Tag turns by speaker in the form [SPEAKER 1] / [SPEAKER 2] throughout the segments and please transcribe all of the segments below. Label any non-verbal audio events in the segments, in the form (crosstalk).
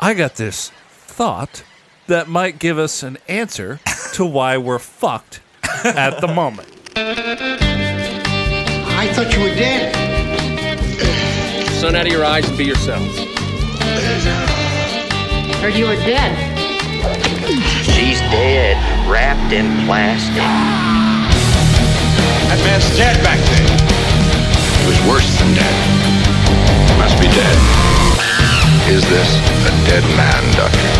[SPEAKER 1] I got this thought that might give us an answer to why we're fucked at the moment.
[SPEAKER 2] I thought you were dead.
[SPEAKER 3] Sun out of your eyes and be yourselves.
[SPEAKER 4] Heard you were dead.
[SPEAKER 5] She's dead, wrapped in plastic.
[SPEAKER 6] That man's dead back there.
[SPEAKER 7] It was worse than dead. Must be dead. Is this a dead man, Doctor?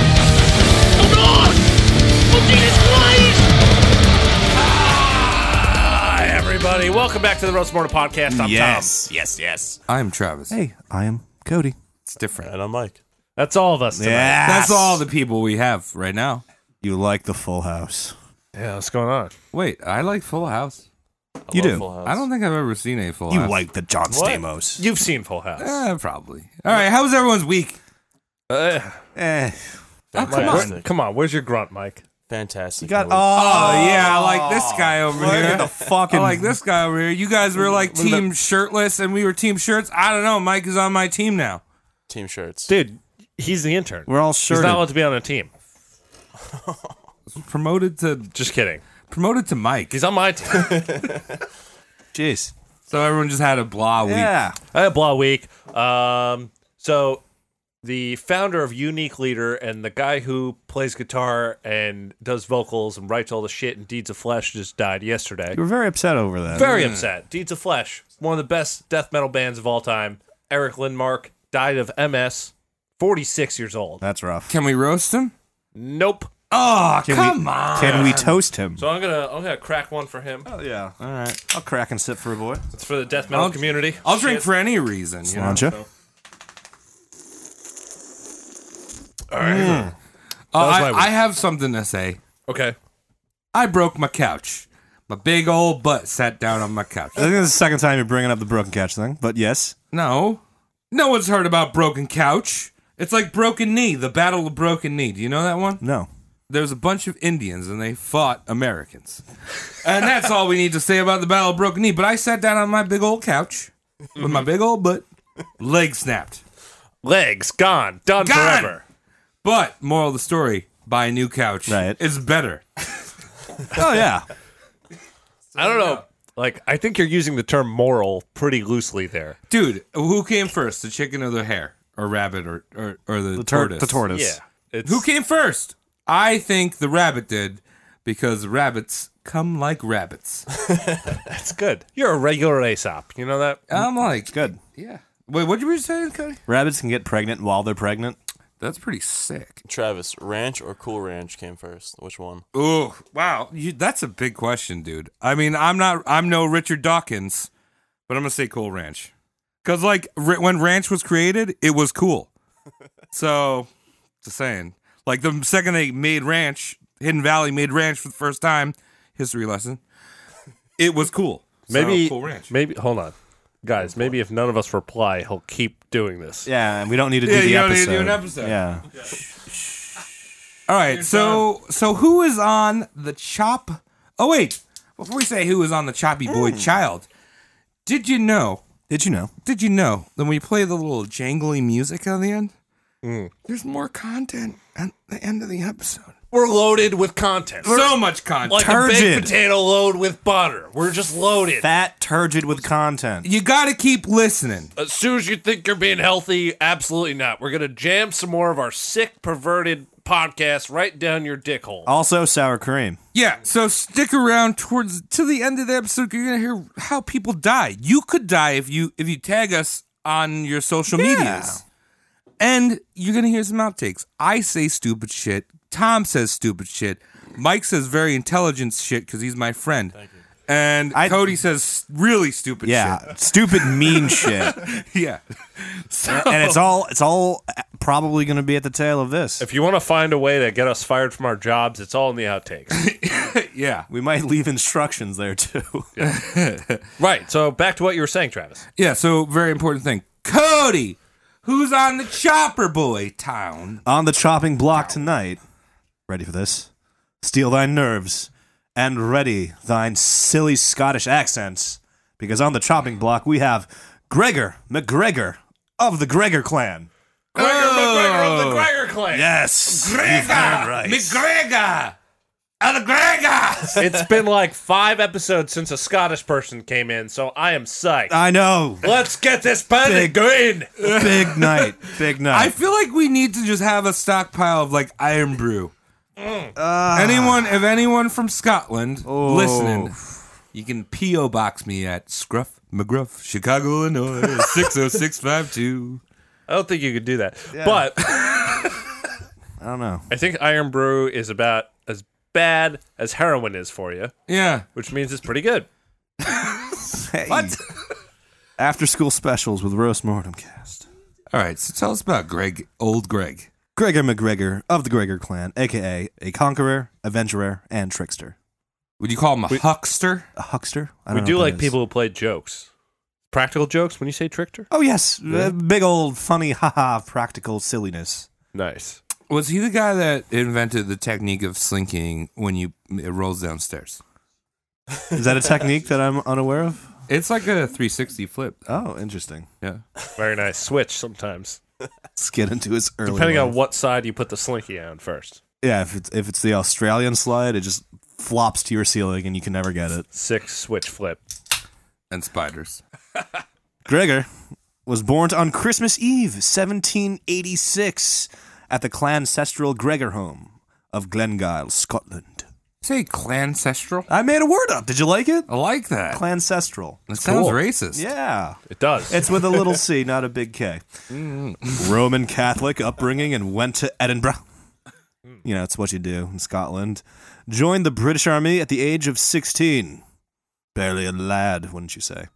[SPEAKER 1] Hi, (laughs) everybody. Welcome back to the Roast Mortar Podcast. I'm Tom.
[SPEAKER 8] yes, yes, yes.
[SPEAKER 9] I'm Travis.
[SPEAKER 10] Hey, I am Cody.
[SPEAKER 9] It's different.
[SPEAKER 8] And I'm Mike.
[SPEAKER 1] That's all of us tonight.
[SPEAKER 8] Yeah.
[SPEAKER 9] That's all the people we have right now.
[SPEAKER 10] You like the Full House?
[SPEAKER 1] Yeah, what's going on?
[SPEAKER 9] Wait, I like Full House.
[SPEAKER 10] you do.
[SPEAKER 9] I don't think I've ever seen a Full
[SPEAKER 10] You
[SPEAKER 9] House.
[SPEAKER 10] like the John
[SPEAKER 1] What?
[SPEAKER 10] Stamos?
[SPEAKER 1] You've seen Full House.
[SPEAKER 9] Eh, probably. All right. How was everyone's week?
[SPEAKER 1] Uh,
[SPEAKER 10] Eh,
[SPEAKER 1] oh,
[SPEAKER 8] come
[SPEAKER 1] where-
[SPEAKER 8] on.
[SPEAKER 1] come on, where's your grunt, Mike?
[SPEAKER 8] Fantastic.
[SPEAKER 10] you got
[SPEAKER 8] Wait,
[SPEAKER 9] Oh,
[SPEAKER 10] oh,
[SPEAKER 9] yeah, I like this guy over
[SPEAKER 10] Look
[SPEAKER 9] here.
[SPEAKER 10] at the fucking
[SPEAKER 9] I like this guy over here. You guys were like team shirtless, and we were team shirts. I don't know. Mike is on my team now.
[SPEAKER 8] team shirts.
[SPEAKER 1] Dude, he's the intern.
[SPEAKER 10] We're all
[SPEAKER 1] He's
[SPEAKER 10] shirted.
[SPEAKER 1] not allowed to be on a team.
[SPEAKER 9] Promoted to
[SPEAKER 1] Just kidding.
[SPEAKER 9] promoted to Mike.
[SPEAKER 1] He's on my team.
[SPEAKER 10] Jeez.
[SPEAKER 9] So everyone just had a blah week.
[SPEAKER 10] Yeah.
[SPEAKER 1] I had a blah week. Um, so the founder of Unique Leader and the guy who plays guitar and does vocals and writes all the shit and Deeds of Flesh just died yesterday.
[SPEAKER 10] You were very upset over that.
[SPEAKER 1] Very upset. Deeds of Flesh, one of the best death metal bands of all time. Eric Lindmark died of MS, 46 years old.
[SPEAKER 10] That's rough.
[SPEAKER 9] Can we roast him?
[SPEAKER 1] Nope.
[SPEAKER 9] Oh,
[SPEAKER 10] Can
[SPEAKER 9] come
[SPEAKER 10] we,
[SPEAKER 9] on.
[SPEAKER 10] Can we toast him?
[SPEAKER 1] So I'm gonna I'm gonna crack one for him.
[SPEAKER 10] Oh, yeah.
[SPEAKER 9] All right.
[SPEAKER 10] I'll crack and sip for a boy.
[SPEAKER 1] It's for the death metal
[SPEAKER 9] I'll-
[SPEAKER 1] community.
[SPEAKER 9] I'll drink for any reason. You know?
[SPEAKER 10] Sláinte.
[SPEAKER 9] Oh,
[SPEAKER 1] was my
[SPEAKER 9] I,
[SPEAKER 1] week.
[SPEAKER 9] I have something to say.
[SPEAKER 1] Okay.
[SPEAKER 9] I broke my couch. My big old butt sat down on my couch.
[SPEAKER 10] I think this is the second time you're bringing up the broken couch thing, but yes.
[SPEAKER 9] No. No one's heard about broken couch. It's like broken knee, the battle of broken knee. Do you know that one?
[SPEAKER 10] No.
[SPEAKER 9] There's a bunch of Indians and they fought Americans. And that's all we need to say about the battle of broken knee. But I sat down on my big old couch with my big old butt, leg snapped.
[SPEAKER 1] Legs gone, done
[SPEAKER 9] Gone!
[SPEAKER 1] forever.
[SPEAKER 9] But moral of the story, buy a new couch.
[SPEAKER 10] Right.
[SPEAKER 9] It's better.
[SPEAKER 10] Oh, yeah.
[SPEAKER 1] I don't know. Like I think you're using the term moral pretty loosely there.
[SPEAKER 9] Dude, who came first, the chicken or the hare, or rabbit, or or, or the,
[SPEAKER 10] The, tur-
[SPEAKER 9] tortoise?
[SPEAKER 10] the tortoise.
[SPEAKER 1] It's,
[SPEAKER 9] Who came first? I think the rabbit did, because rabbits come like rabbits.
[SPEAKER 1] It's good. You're a regular Aesop. You know that?
[SPEAKER 9] I'm like,
[SPEAKER 10] Good.
[SPEAKER 9] yeah. Wait, what you were saying, Cody?
[SPEAKER 10] Rabbits can get pregnant while they're pregnant.
[SPEAKER 9] That's pretty sick.
[SPEAKER 8] Travis, Ranch or Cool Ranch came first? Which one?
[SPEAKER 9] Ooh, wow. You, that's a big question, dude. I mean, I'm not, I'm no Richard Dawkins, but I'm gonna say Cool Ranch, because like r- when Ranch was created, it was (laughs) cool. so, just saying. Like the second they made Ranch, Hidden Valley made Ranch for the first time. History lesson. It was cool. So,
[SPEAKER 1] Maybe.
[SPEAKER 9] Cool Ranch.
[SPEAKER 1] Maybe. Hold on, guys. Maybe if none of us reply, he'll keep doing this.
[SPEAKER 10] Yeah, and we don't need to do
[SPEAKER 9] Yeah,
[SPEAKER 10] the
[SPEAKER 9] you don't need
[SPEAKER 10] episode.
[SPEAKER 9] to do an episode.
[SPEAKER 10] Yeah.
[SPEAKER 9] All right, so so who is on the chop? Oh wait, before we say who is on the choppy boy child, did you know?
[SPEAKER 10] Did you know?
[SPEAKER 9] Did you know that when we play the little jangly music on the end, there's more content at the end of the episode.
[SPEAKER 1] We're loaded with content.
[SPEAKER 9] So much content.
[SPEAKER 1] like a baked
[SPEAKER 10] Turgid.
[SPEAKER 1] potato load with butter. We're just loaded.
[SPEAKER 10] Fat, turgid with content.
[SPEAKER 9] you got to keep listening.
[SPEAKER 1] As soon as you think you're being healthy, absolutely not. We're gonna jam some more of our sick, perverted podcast right down your dick hole.
[SPEAKER 10] Also, sour cream.
[SPEAKER 9] Yeah, so stick around towards to the end of the episode. You're gonna hear how people die. You could die if you if you tag us on your social medias, and you're gonna hear some outtakes. I say stupid shit. Tom says stupid shit. Mike says very intelligent shit because he's my friend. Thank you. And
[SPEAKER 10] I-
[SPEAKER 9] Cody says really stupid
[SPEAKER 10] Yeah, stupid,
[SPEAKER 9] (laughs)
[SPEAKER 10] mean shit.
[SPEAKER 9] shit. Yeah. (laughs) So,
[SPEAKER 10] And it's all it's all probably going to be at the tail of this.
[SPEAKER 1] If you want to find a way to get us fired from our jobs, it's all in the outtakes.
[SPEAKER 9] yeah.
[SPEAKER 10] we might leave instructions there too.
[SPEAKER 1] (laughs) right. So back to what you were saying, Travis.
[SPEAKER 9] Yeah, so very important thing. Cody, who's on the chopper boy town?
[SPEAKER 10] On the chopping block tonight. Ready for this? Steal thine nerves and ready thine silly Scottish accents, because on the chopping block we have Gregor McGregor of the Gregor clan.
[SPEAKER 1] McGregor of
[SPEAKER 9] Oh.
[SPEAKER 10] Oh.
[SPEAKER 1] the Gregor clan.
[SPEAKER 10] Yes. you've
[SPEAKER 9] Gregor!
[SPEAKER 10] earned right.
[SPEAKER 9] McGregor! El Gregor!
[SPEAKER 1] It's been like five episodes since a Scottish person came in, so I am psyched.
[SPEAKER 10] I know.
[SPEAKER 1] Let's get this panic
[SPEAKER 10] Ah. Big-
[SPEAKER 1] going.
[SPEAKER 10] Big night. Big
[SPEAKER 9] (laughs) I
[SPEAKER 10] night.
[SPEAKER 9] feel like we need to just have a stockpile of like Iron Brew. Mm. Uh, anyone, if anyone from Scotland listening, you can PO box me at Scruff McGruff, Chicago, (laughs) Illinois six zero six five two.
[SPEAKER 1] I don't think you could do that. But
[SPEAKER 10] I don't know.
[SPEAKER 1] I think Iron Brew is about as bad as heroin is for you,
[SPEAKER 9] Yeah,
[SPEAKER 1] which means it's pretty good.
[SPEAKER 10] What? (laughs) After school specials with Roast Mortem Cast.
[SPEAKER 9] All right, so tell us about Greg, old Greg.
[SPEAKER 10] Gregor McGregor of the Gregor clan, aka a conqueror, avengerer, and trickster.
[SPEAKER 9] Would you call him a huckster?
[SPEAKER 10] A huckster? I
[SPEAKER 1] We
[SPEAKER 10] don't know
[SPEAKER 1] do
[SPEAKER 10] what that
[SPEAKER 1] like
[SPEAKER 10] is.
[SPEAKER 1] people who play jokes. Practical jokes when you say trickster?
[SPEAKER 10] Oh, yes. Uh, big old funny, haha, practical silliness.
[SPEAKER 1] Nice.
[SPEAKER 9] Was he the guy that invented the technique of slinking when you it rolls downstairs?
[SPEAKER 10] Is that a technique that I'm unaware of?
[SPEAKER 9] It's like a three sixty flip.
[SPEAKER 10] Oh, interesting.
[SPEAKER 9] Yeah.
[SPEAKER 1] Very nice. Switch sometimes.
[SPEAKER 10] Let's get into his early.
[SPEAKER 1] Depending on
[SPEAKER 10] life.
[SPEAKER 1] what side you put the slinky on first.
[SPEAKER 10] Yeah, if it's, if it's the Australian slide, it just flops to your ceiling and you can never get it.
[SPEAKER 1] Six switch flip.
[SPEAKER 9] And spiders.
[SPEAKER 10] Gregor was born on Christmas Eve, 1786, at the Clancestral Gregor home of Glengyle, Scotland.
[SPEAKER 9] Say clancestral.
[SPEAKER 10] I made a word up. Did you like
[SPEAKER 1] Oh.
[SPEAKER 10] it?
[SPEAKER 9] I like that.
[SPEAKER 10] Clancestral.
[SPEAKER 9] that sounds
[SPEAKER 1] cool.
[SPEAKER 9] racist.
[SPEAKER 10] Yeah.
[SPEAKER 1] It does.
[SPEAKER 10] It's with a
[SPEAKER 9] (laughs)
[SPEAKER 10] little C, not a big K.
[SPEAKER 9] Mm.
[SPEAKER 10] Roman Catholic upbringing and went to Edinburgh.
[SPEAKER 9] Mm.
[SPEAKER 10] You know, it's what you do in Scotland. Joined the British Army at the age of 16. Barely a lad, wouldn't you say?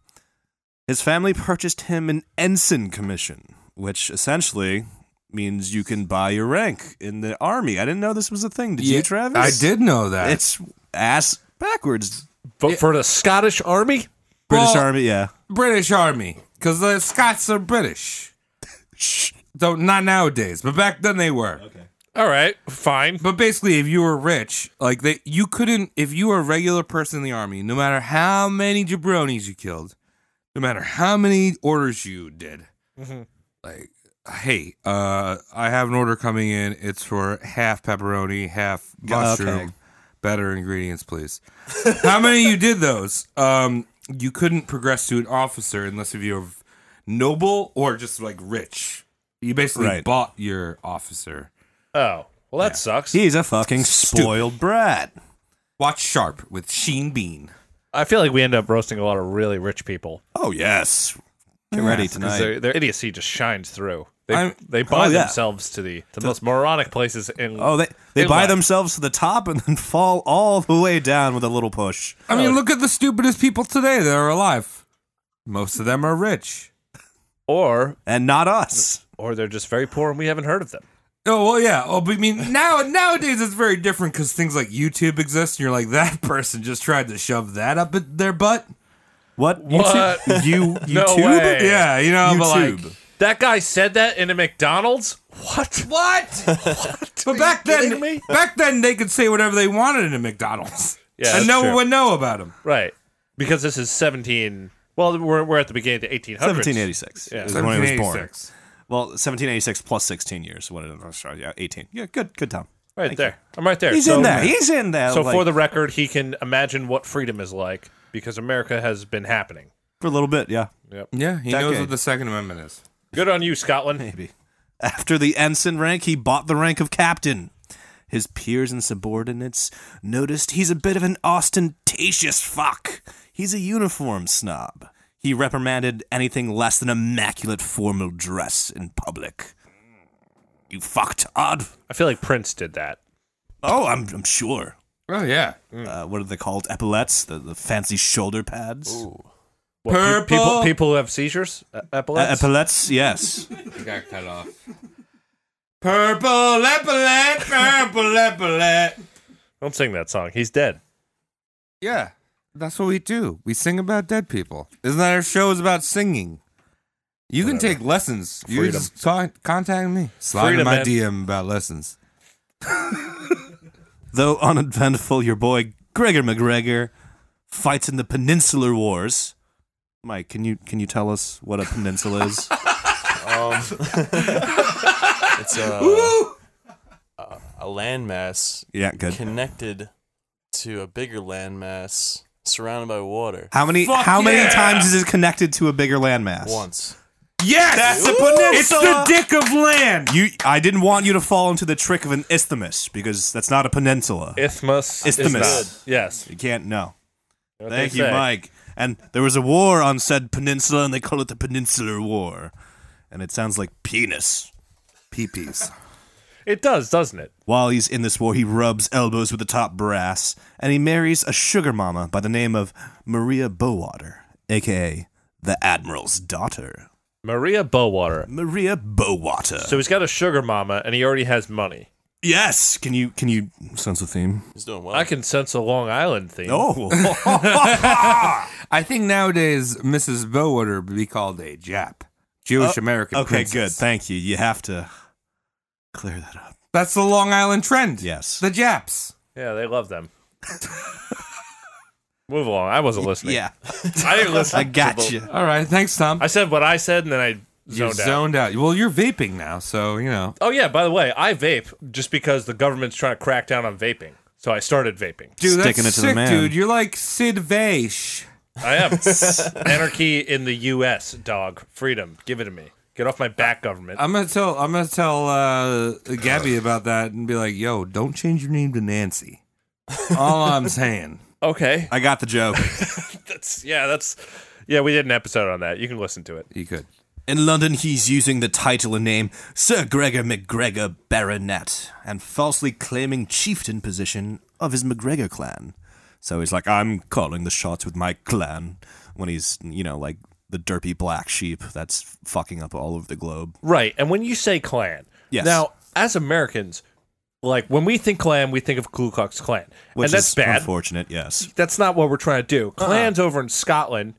[SPEAKER 10] His family purchased him an ensign commission, which essentially means you can buy your rank in the army. I didn't know this was a thing. Did
[SPEAKER 9] Yeah,
[SPEAKER 10] you, Travis?
[SPEAKER 9] I did know that.
[SPEAKER 10] It's ass backwards.
[SPEAKER 1] but for the Scottish Army?
[SPEAKER 10] British
[SPEAKER 9] Well-
[SPEAKER 10] Army, yeah.
[SPEAKER 9] British Army because the Scots are British. Though not nowadays, but back then they were.
[SPEAKER 1] All right, fine.
[SPEAKER 9] But basically, if you were rich, like they, you couldn't. If you were a regular person in the army, no matter how many jabronis you killed, no matter how many orders you did,
[SPEAKER 10] Mm-hmm.
[SPEAKER 9] like, hey, uh, I have an order coming in. It's for half pepperoni, half mushroom.
[SPEAKER 10] okay.
[SPEAKER 9] Better ingredients, please. (laughs) how many you did those? Um, you couldn't progress to an officer unless if you were noble or just like rich. You basically
[SPEAKER 10] Right.
[SPEAKER 9] bought your officer.
[SPEAKER 1] Oh, well, that sucks.
[SPEAKER 10] He's a fucking
[SPEAKER 9] Stu-
[SPEAKER 10] spoiled brat.
[SPEAKER 9] Watch Sharp with Sheen Bean.
[SPEAKER 1] I feel like we end up roasting a lot of really rich people.
[SPEAKER 10] Oh yes. Get ready
[SPEAKER 1] because
[SPEAKER 10] tonight.
[SPEAKER 1] their, their idiocy just shines through. They,
[SPEAKER 9] I'm-
[SPEAKER 1] they buy
[SPEAKER 10] oh, yeah.
[SPEAKER 1] themselves to the, the most moronic places in.
[SPEAKER 10] oh, they they
[SPEAKER 1] in
[SPEAKER 10] buy
[SPEAKER 1] life.
[SPEAKER 10] themselves to the top and then fall all the way down with a little push.
[SPEAKER 9] I mean, look at the stupidest people today that are alive. Most of them are rich.
[SPEAKER 1] or
[SPEAKER 10] And not us.
[SPEAKER 1] or they're just very poor and we haven't heard of them.
[SPEAKER 9] Oh well, yeah. Oh, but I mean, now nowadays it's very different because things like YouTube exist, and you're like, that person just tried to shove that up at their butt.
[SPEAKER 10] What?
[SPEAKER 1] What? (laughs)
[SPEAKER 10] (laughs) You
[SPEAKER 1] No
[SPEAKER 10] YouTube?
[SPEAKER 1] way. Hey.
[SPEAKER 9] yeah, you know, but
[SPEAKER 10] YouTube.
[SPEAKER 9] like,
[SPEAKER 1] That guy said that in a McDonald's. What? (laughs)
[SPEAKER 9] (laughs) what?
[SPEAKER 10] (laughs)
[SPEAKER 9] But back
[SPEAKER 1] kidding
[SPEAKER 9] then,
[SPEAKER 1] me?
[SPEAKER 9] back then they could say whatever they wanted in a McDonald's,
[SPEAKER 1] (laughs) Yeah,
[SPEAKER 9] and
[SPEAKER 1] that's
[SPEAKER 9] no one
[SPEAKER 1] true.
[SPEAKER 9] would know about them.
[SPEAKER 1] Right, because this is seventeen. Well, we're, we're at the beginning of the eighteen hundreds.
[SPEAKER 10] 1786.
[SPEAKER 1] Yeah.
[SPEAKER 10] Is when he was born.
[SPEAKER 9] 1786.
[SPEAKER 10] Well, 1786 plus 16 years. What? I'm Sorry, yeah, 18. Yeah, good, good time.
[SPEAKER 1] Right there, I'm right there.
[SPEAKER 10] He's
[SPEAKER 1] so,
[SPEAKER 10] in there. He's in there.
[SPEAKER 1] So
[SPEAKER 10] like,
[SPEAKER 1] for the record, he can imagine what freedom is like because America has been happening.
[SPEAKER 10] for a little bit, yeah,
[SPEAKER 9] Yeah, he knows
[SPEAKER 10] Decade.
[SPEAKER 9] what the Second Amendment is.
[SPEAKER 1] Good on you, Scotland.
[SPEAKER 10] maybe. After the ensign rank, he bought the rank of captain. His peers and subordinates noticed he's a bit of an ostentatious fuck. He's a uniform snob. He reprimanded anything less than immaculate formal dress in public. You fucked odd.
[SPEAKER 1] I feel like Prince did that.
[SPEAKER 10] Oh, I'm, I'm sure.
[SPEAKER 9] Oh yeah,
[SPEAKER 10] Uh, what are they called? Epaulets? The, the fancy shoulder pads?
[SPEAKER 1] What, pe-
[SPEAKER 9] Purple.
[SPEAKER 1] people, people who have seizures, E-
[SPEAKER 10] Uh,
[SPEAKER 1] epilepsy.
[SPEAKER 10] epaulets, yes.
[SPEAKER 9] It got cut off. Purple epaulet, purple epaulet.
[SPEAKER 1] Don't sing that song. He's dead.
[SPEAKER 9] Yeah, that's what we do. We sing about dead people. Isn't that our show is about singing? You can take lessons. You
[SPEAKER 1] Freedom.
[SPEAKER 9] just talk, contact me. Slide
[SPEAKER 1] Freedom,
[SPEAKER 9] in my
[SPEAKER 1] man.
[SPEAKER 9] DM about lessons.
[SPEAKER 10] Though uneventful, your boy Gregor McGregor fights in the Peninsular Wars. Mike, can you can you tell us what a peninsula is?
[SPEAKER 8] It's a, a, a landmass
[SPEAKER 10] Yeah, good.
[SPEAKER 8] connected to a bigger landmass surrounded by water.
[SPEAKER 10] How many
[SPEAKER 9] Fuck
[SPEAKER 10] how many
[SPEAKER 9] yeah!
[SPEAKER 10] times is it connected to a bigger landmass?
[SPEAKER 8] Once.
[SPEAKER 9] Yes,
[SPEAKER 10] That's the
[SPEAKER 9] Ooh!
[SPEAKER 10] peninsula!
[SPEAKER 9] It's the dick of land.
[SPEAKER 10] You, I didn't want you to fall into the trick of an isthmus because that's not a peninsula.
[SPEAKER 1] Isthmus. is not.
[SPEAKER 10] Isthmus.
[SPEAKER 1] Yes.
[SPEAKER 10] you can't know.
[SPEAKER 1] What they
[SPEAKER 10] Thank you,
[SPEAKER 1] say.
[SPEAKER 10] Mike. And there was a war on said peninsula, and they call it the Peninsular War. And it sounds like penis. Peepees.
[SPEAKER 1] It does, doesn't it?
[SPEAKER 10] While he's in this war, he rubs elbows with the top brass, and he marries a sugar mama by the name of Maria Bowater, aka the Admiral's daughter.
[SPEAKER 1] Maria Bowater.
[SPEAKER 10] Maria Bowater.
[SPEAKER 1] So he's got a sugar mama, and he already has money.
[SPEAKER 10] yes, can you can you sense the theme?
[SPEAKER 8] He's doing well.
[SPEAKER 1] I can sense a Long Island theme.
[SPEAKER 10] Oh,
[SPEAKER 1] (laughs)
[SPEAKER 9] I think nowadays Mrs. Bowater would be called a Jap, Jewish American.
[SPEAKER 10] okay,
[SPEAKER 9] princess.
[SPEAKER 10] good. Thank you. You have to clear that up.
[SPEAKER 9] That's the Long Island trend.
[SPEAKER 10] Yes.
[SPEAKER 9] the Japs.
[SPEAKER 1] Yeah, they love them. (laughs) Move along. I wasn't listening.
[SPEAKER 10] Yeah,
[SPEAKER 1] (laughs) I didn't listen.
[SPEAKER 10] I got you.
[SPEAKER 9] All right, thanks, Tom.
[SPEAKER 1] I said what I said, and then I
[SPEAKER 9] You're
[SPEAKER 1] zoned out.
[SPEAKER 9] zoned out. Well, you're vaping now, so you know.
[SPEAKER 1] Oh yeah. By the way, I vape just because the government's trying to crack down on vaping. So I started vaping.
[SPEAKER 9] Dude,
[SPEAKER 10] Sticking
[SPEAKER 9] that's
[SPEAKER 10] it to the
[SPEAKER 9] sick,
[SPEAKER 10] man.
[SPEAKER 9] dude. You're like Sid Vaish.
[SPEAKER 1] I
[SPEAKER 10] (laughs)
[SPEAKER 1] am anarchy in the U.S. Dog freedom. Give it to me. Get off my back, government.
[SPEAKER 9] I'm gonna tell. I'm gonna tell uh, Gabby about that and be like, "Yo, don't change your name to Nancy." All
[SPEAKER 10] (laughs)
[SPEAKER 9] I'm saying.
[SPEAKER 1] okay.
[SPEAKER 10] I got the joke.
[SPEAKER 1] That's yeah. That's yeah. We did an episode on that. You can listen to it.
[SPEAKER 9] You could.
[SPEAKER 10] In London, he's using the title and name Sir Gregor MacGregor Baronet and falsely claiming chieftain position of his MacGregor clan. So he's like, I'm calling the shots with my clan when he's, you know, like the derpy black sheep that's fucking up all over the globe.
[SPEAKER 1] Right. And when you say clan,
[SPEAKER 10] Yes.
[SPEAKER 1] now as Americans, like when we think clan, we think of Ku Klux Klan.
[SPEAKER 10] Which
[SPEAKER 1] and that's
[SPEAKER 10] is Uh-uh.
[SPEAKER 1] bad.
[SPEAKER 10] unfortunate, yes.
[SPEAKER 1] That's not what we're trying to do. Clans over in Scotland,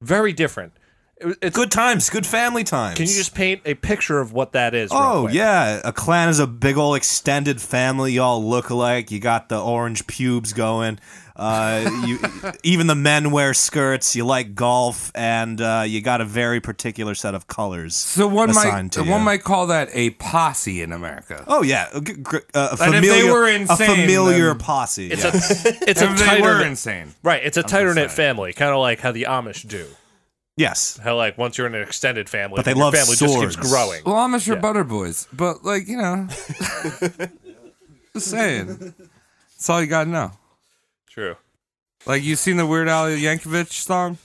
[SPEAKER 1] very different. It- It's,
[SPEAKER 10] Good times, good family times.
[SPEAKER 1] Can you just paint a picture of what that is? real
[SPEAKER 10] Oh
[SPEAKER 1] quick?
[SPEAKER 10] yeah, a clan is a big old extended family. Y'all look alike. You got the orange pubes going.
[SPEAKER 9] (laughs)
[SPEAKER 10] Uh, you even the men wear skirts. You like golf, and uh, you got a very particular set of colors.
[SPEAKER 9] So one
[SPEAKER 10] assigned
[SPEAKER 9] might
[SPEAKER 10] to you.
[SPEAKER 9] one might call that a posse in America.
[SPEAKER 10] Oh yeah, a, g- gr- uh, a
[SPEAKER 9] And if
[SPEAKER 10] familiar,
[SPEAKER 9] they were
[SPEAKER 10] a
[SPEAKER 9] insane,
[SPEAKER 10] familiar
[SPEAKER 9] then-
[SPEAKER 10] posse.
[SPEAKER 1] It's
[SPEAKER 10] yeah.
[SPEAKER 1] a it's a
[SPEAKER 9] if they
[SPEAKER 1] tighter
[SPEAKER 9] were
[SPEAKER 1] knit,
[SPEAKER 9] insane.
[SPEAKER 1] right. It's a tighter knit
[SPEAKER 9] saying.
[SPEAKER 1] family, kind of like how the Amish do.
[SPEAKER 10] (laughs) yes,
[SPEAKER 1] How like once you're in an extended family,
[SPEAKER 10] But they
[SPEAKER 1] then your
[SPEAKER 10] love
[SPEAKER 1] family
[SPEAKER 10] swords.
[SPEAKER 1] just keeps growing.
[SPEAKER 9] Well, I'm sure butter boys, but like you
[SPEAKER 10] (laughs)
[SPEAKER 9] know, just saying. That's all you gotta know.
[SPEAKER 1] True.
[SPEAKER 9] Like you seen the Weird Al Yankovic song,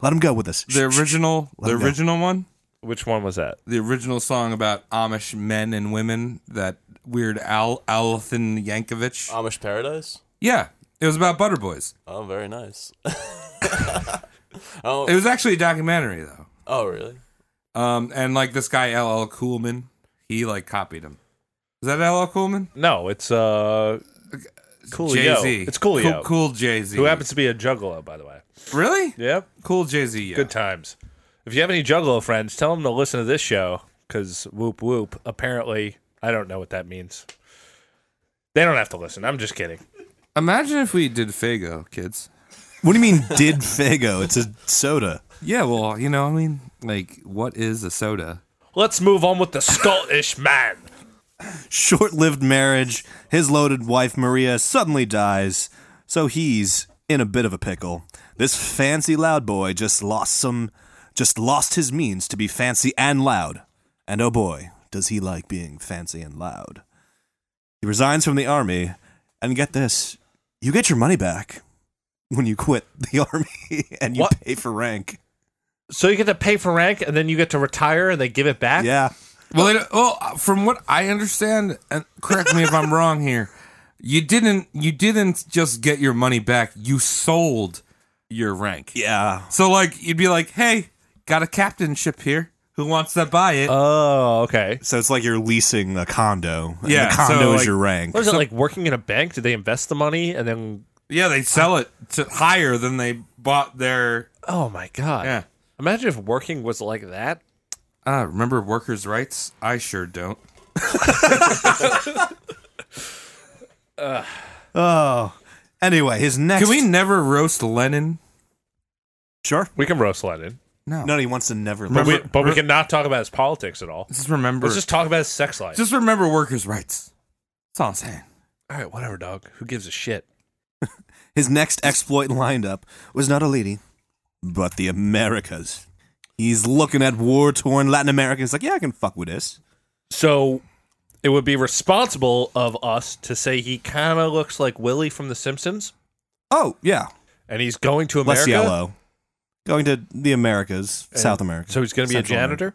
[SPEAKER 10] let him go with us.
[SPEAKER 9] the original, the
[SPEAKER 10] him go.
[SPEAKER 9] original one,
[SPEAKER 1] Which one was that?
[SPEAKER 9] the original song about Amish men and women that Weird Al Alathan Yankovic.
[SPEAKER 1] Uh,
[SPEAKER 8] Amish Paradise?
[SPEAKER 9] Yeah, it was about butter boys.
[SPEAKER 8] Oh, very nice. (laughs) oh,
[SPEAKER 9] It was actually a documentary though.
[SPEAKER 8] oh, really?
[SPEAKER 9] Um, and like this guy LL Coolman, he like copied him. Is that LL Coolman?
[SPEAKER 1] No, it's uh, Coolio.
[SPEAKER 9] Jay-Z.
[SPEAKER 1] It's Coolio,
[SPEAKER 9] Cool, cool Jay Z.
[SPEAKER 1] who happens to be a juggalo, by the way.
[SPEAKER 9] Really?
[SPEAKER 1] Yeah,
[SPEAKER 9] Cool Jay Z. Yeah.
[SPEAKER 1] good times. If you have any juggalo friends, tell them to listen to this show because whoop whoop. Apparently, I don't know what that means. They don't have to listen. I'm just kidding.
[SPEAKER 9] Imagine if we did Fago, kids.
[SPEAKER 10] what do
[SPEAKER 9] (laughs)
[SPEAKER 10] you mean? Did Fago? It's a soda.
[SPEAKER 9] Yeah, well, you know, I mean, like, what is a soda?
[SPEAKER 1] Let's move on with the Scottish man.
[SPEAKER 10] short lived marriage. His loaded wife, Maria, suddenly dies, so he's in a bit of a pickle. This fancy loud boy just lost some, just lost his means to be fancy and loud. And oh boy, does he like being fancy and loud. He resigns from the army, and get this you get your money back when you quit the (laughs) army and you
[SPEAKER 1] What?
[SPEAKER 10] pay
[SPEAKER 9] (laughs)
[SPEAKER 10] for rank.
[SPEAKER 1] So you get to pay for rank, and then you get to retire, and they give it back.
[SPEAKER 10] Yeah.
[SPEAKER 9] Well, it, well, from what I understand, and correct me
[SPEAKER 1] (laughs)
[SPEAKER 9] if I'm wrong here, you didn't, you didn't just get your money back. You sold your rank.
[SPEAKER 10] Yeah.
[SPEAKER 9] So, like, you'd be like, "Hey, got a captainship here. Who wants to buy it?"
[SPEAKER 1] Oh, okay.
[SPEAKER 10] So it's like you're leasing a condo. And
[SPEAKER 9] Yeah,
[SPEAKER 10] The
[SPEAKER 9] so,
[SPEAKER 10] condo is
[SPEAKER 9] like-
[SPEAKER 10] your rank.
[SPEAKER 1] What is it like working in a bank? Did they invest the money and then?
[SPEAKER 9] yeah, they sell it to higher than they bought their.
[SPEAKER 1] Oh my god!
[SPEAKER 9] Yeah.
[SPEAKER 1] Imagine if working was like that.
[SPEAKER 9] Ah, remember workers' rights? I sure don't.
[SPEAKER 10] Oh. Anyway, his next.
[SPEAKER 9] Can we never roast Lenin?
[SPEAKER 10] Sure.
[SPEAKER 1] We can roast Lennon.
[SPEAKER 9] No.
[SPEAKER 10] No, he wants to never
[SPEAKER 1] But
[SPEAKER 10] leave.
[SPEAKER 1] we, but we can not talk about his politics at all.
[SPEAKER 9] Just remember.
[SPEAKER 1] Let's just talk about his sex life.
[SPEAKER 9] just remember workers' rights. That's all I'm saying.
[SPEAKER 1] all right, whatever, dog. Who gives a shit?
[SPEAKER 10] His next exploit lined up was not a lady, but the Americas. He's looking at war torn Latin America. He's like, yeah, I can fuck with this.
[SPEAKER 1] So it would be responsible of us to say he kind of looks like Willie from The Simpsons,
[SPEAKER 10] Oh, yeah.
[SPEAKER 1] and he's going to
[SPEAKER 10] Less
[SPEAKER 1] America.
[SPEAKER 10] yellow. Going to the Americas,
[SPEAKER 1] and-
[SPEAKER 10] South America. Mm,
[SPEAKER 1] So he's going to be
[SPEAKER 10] Central
[SPEAKER 1] a janitor.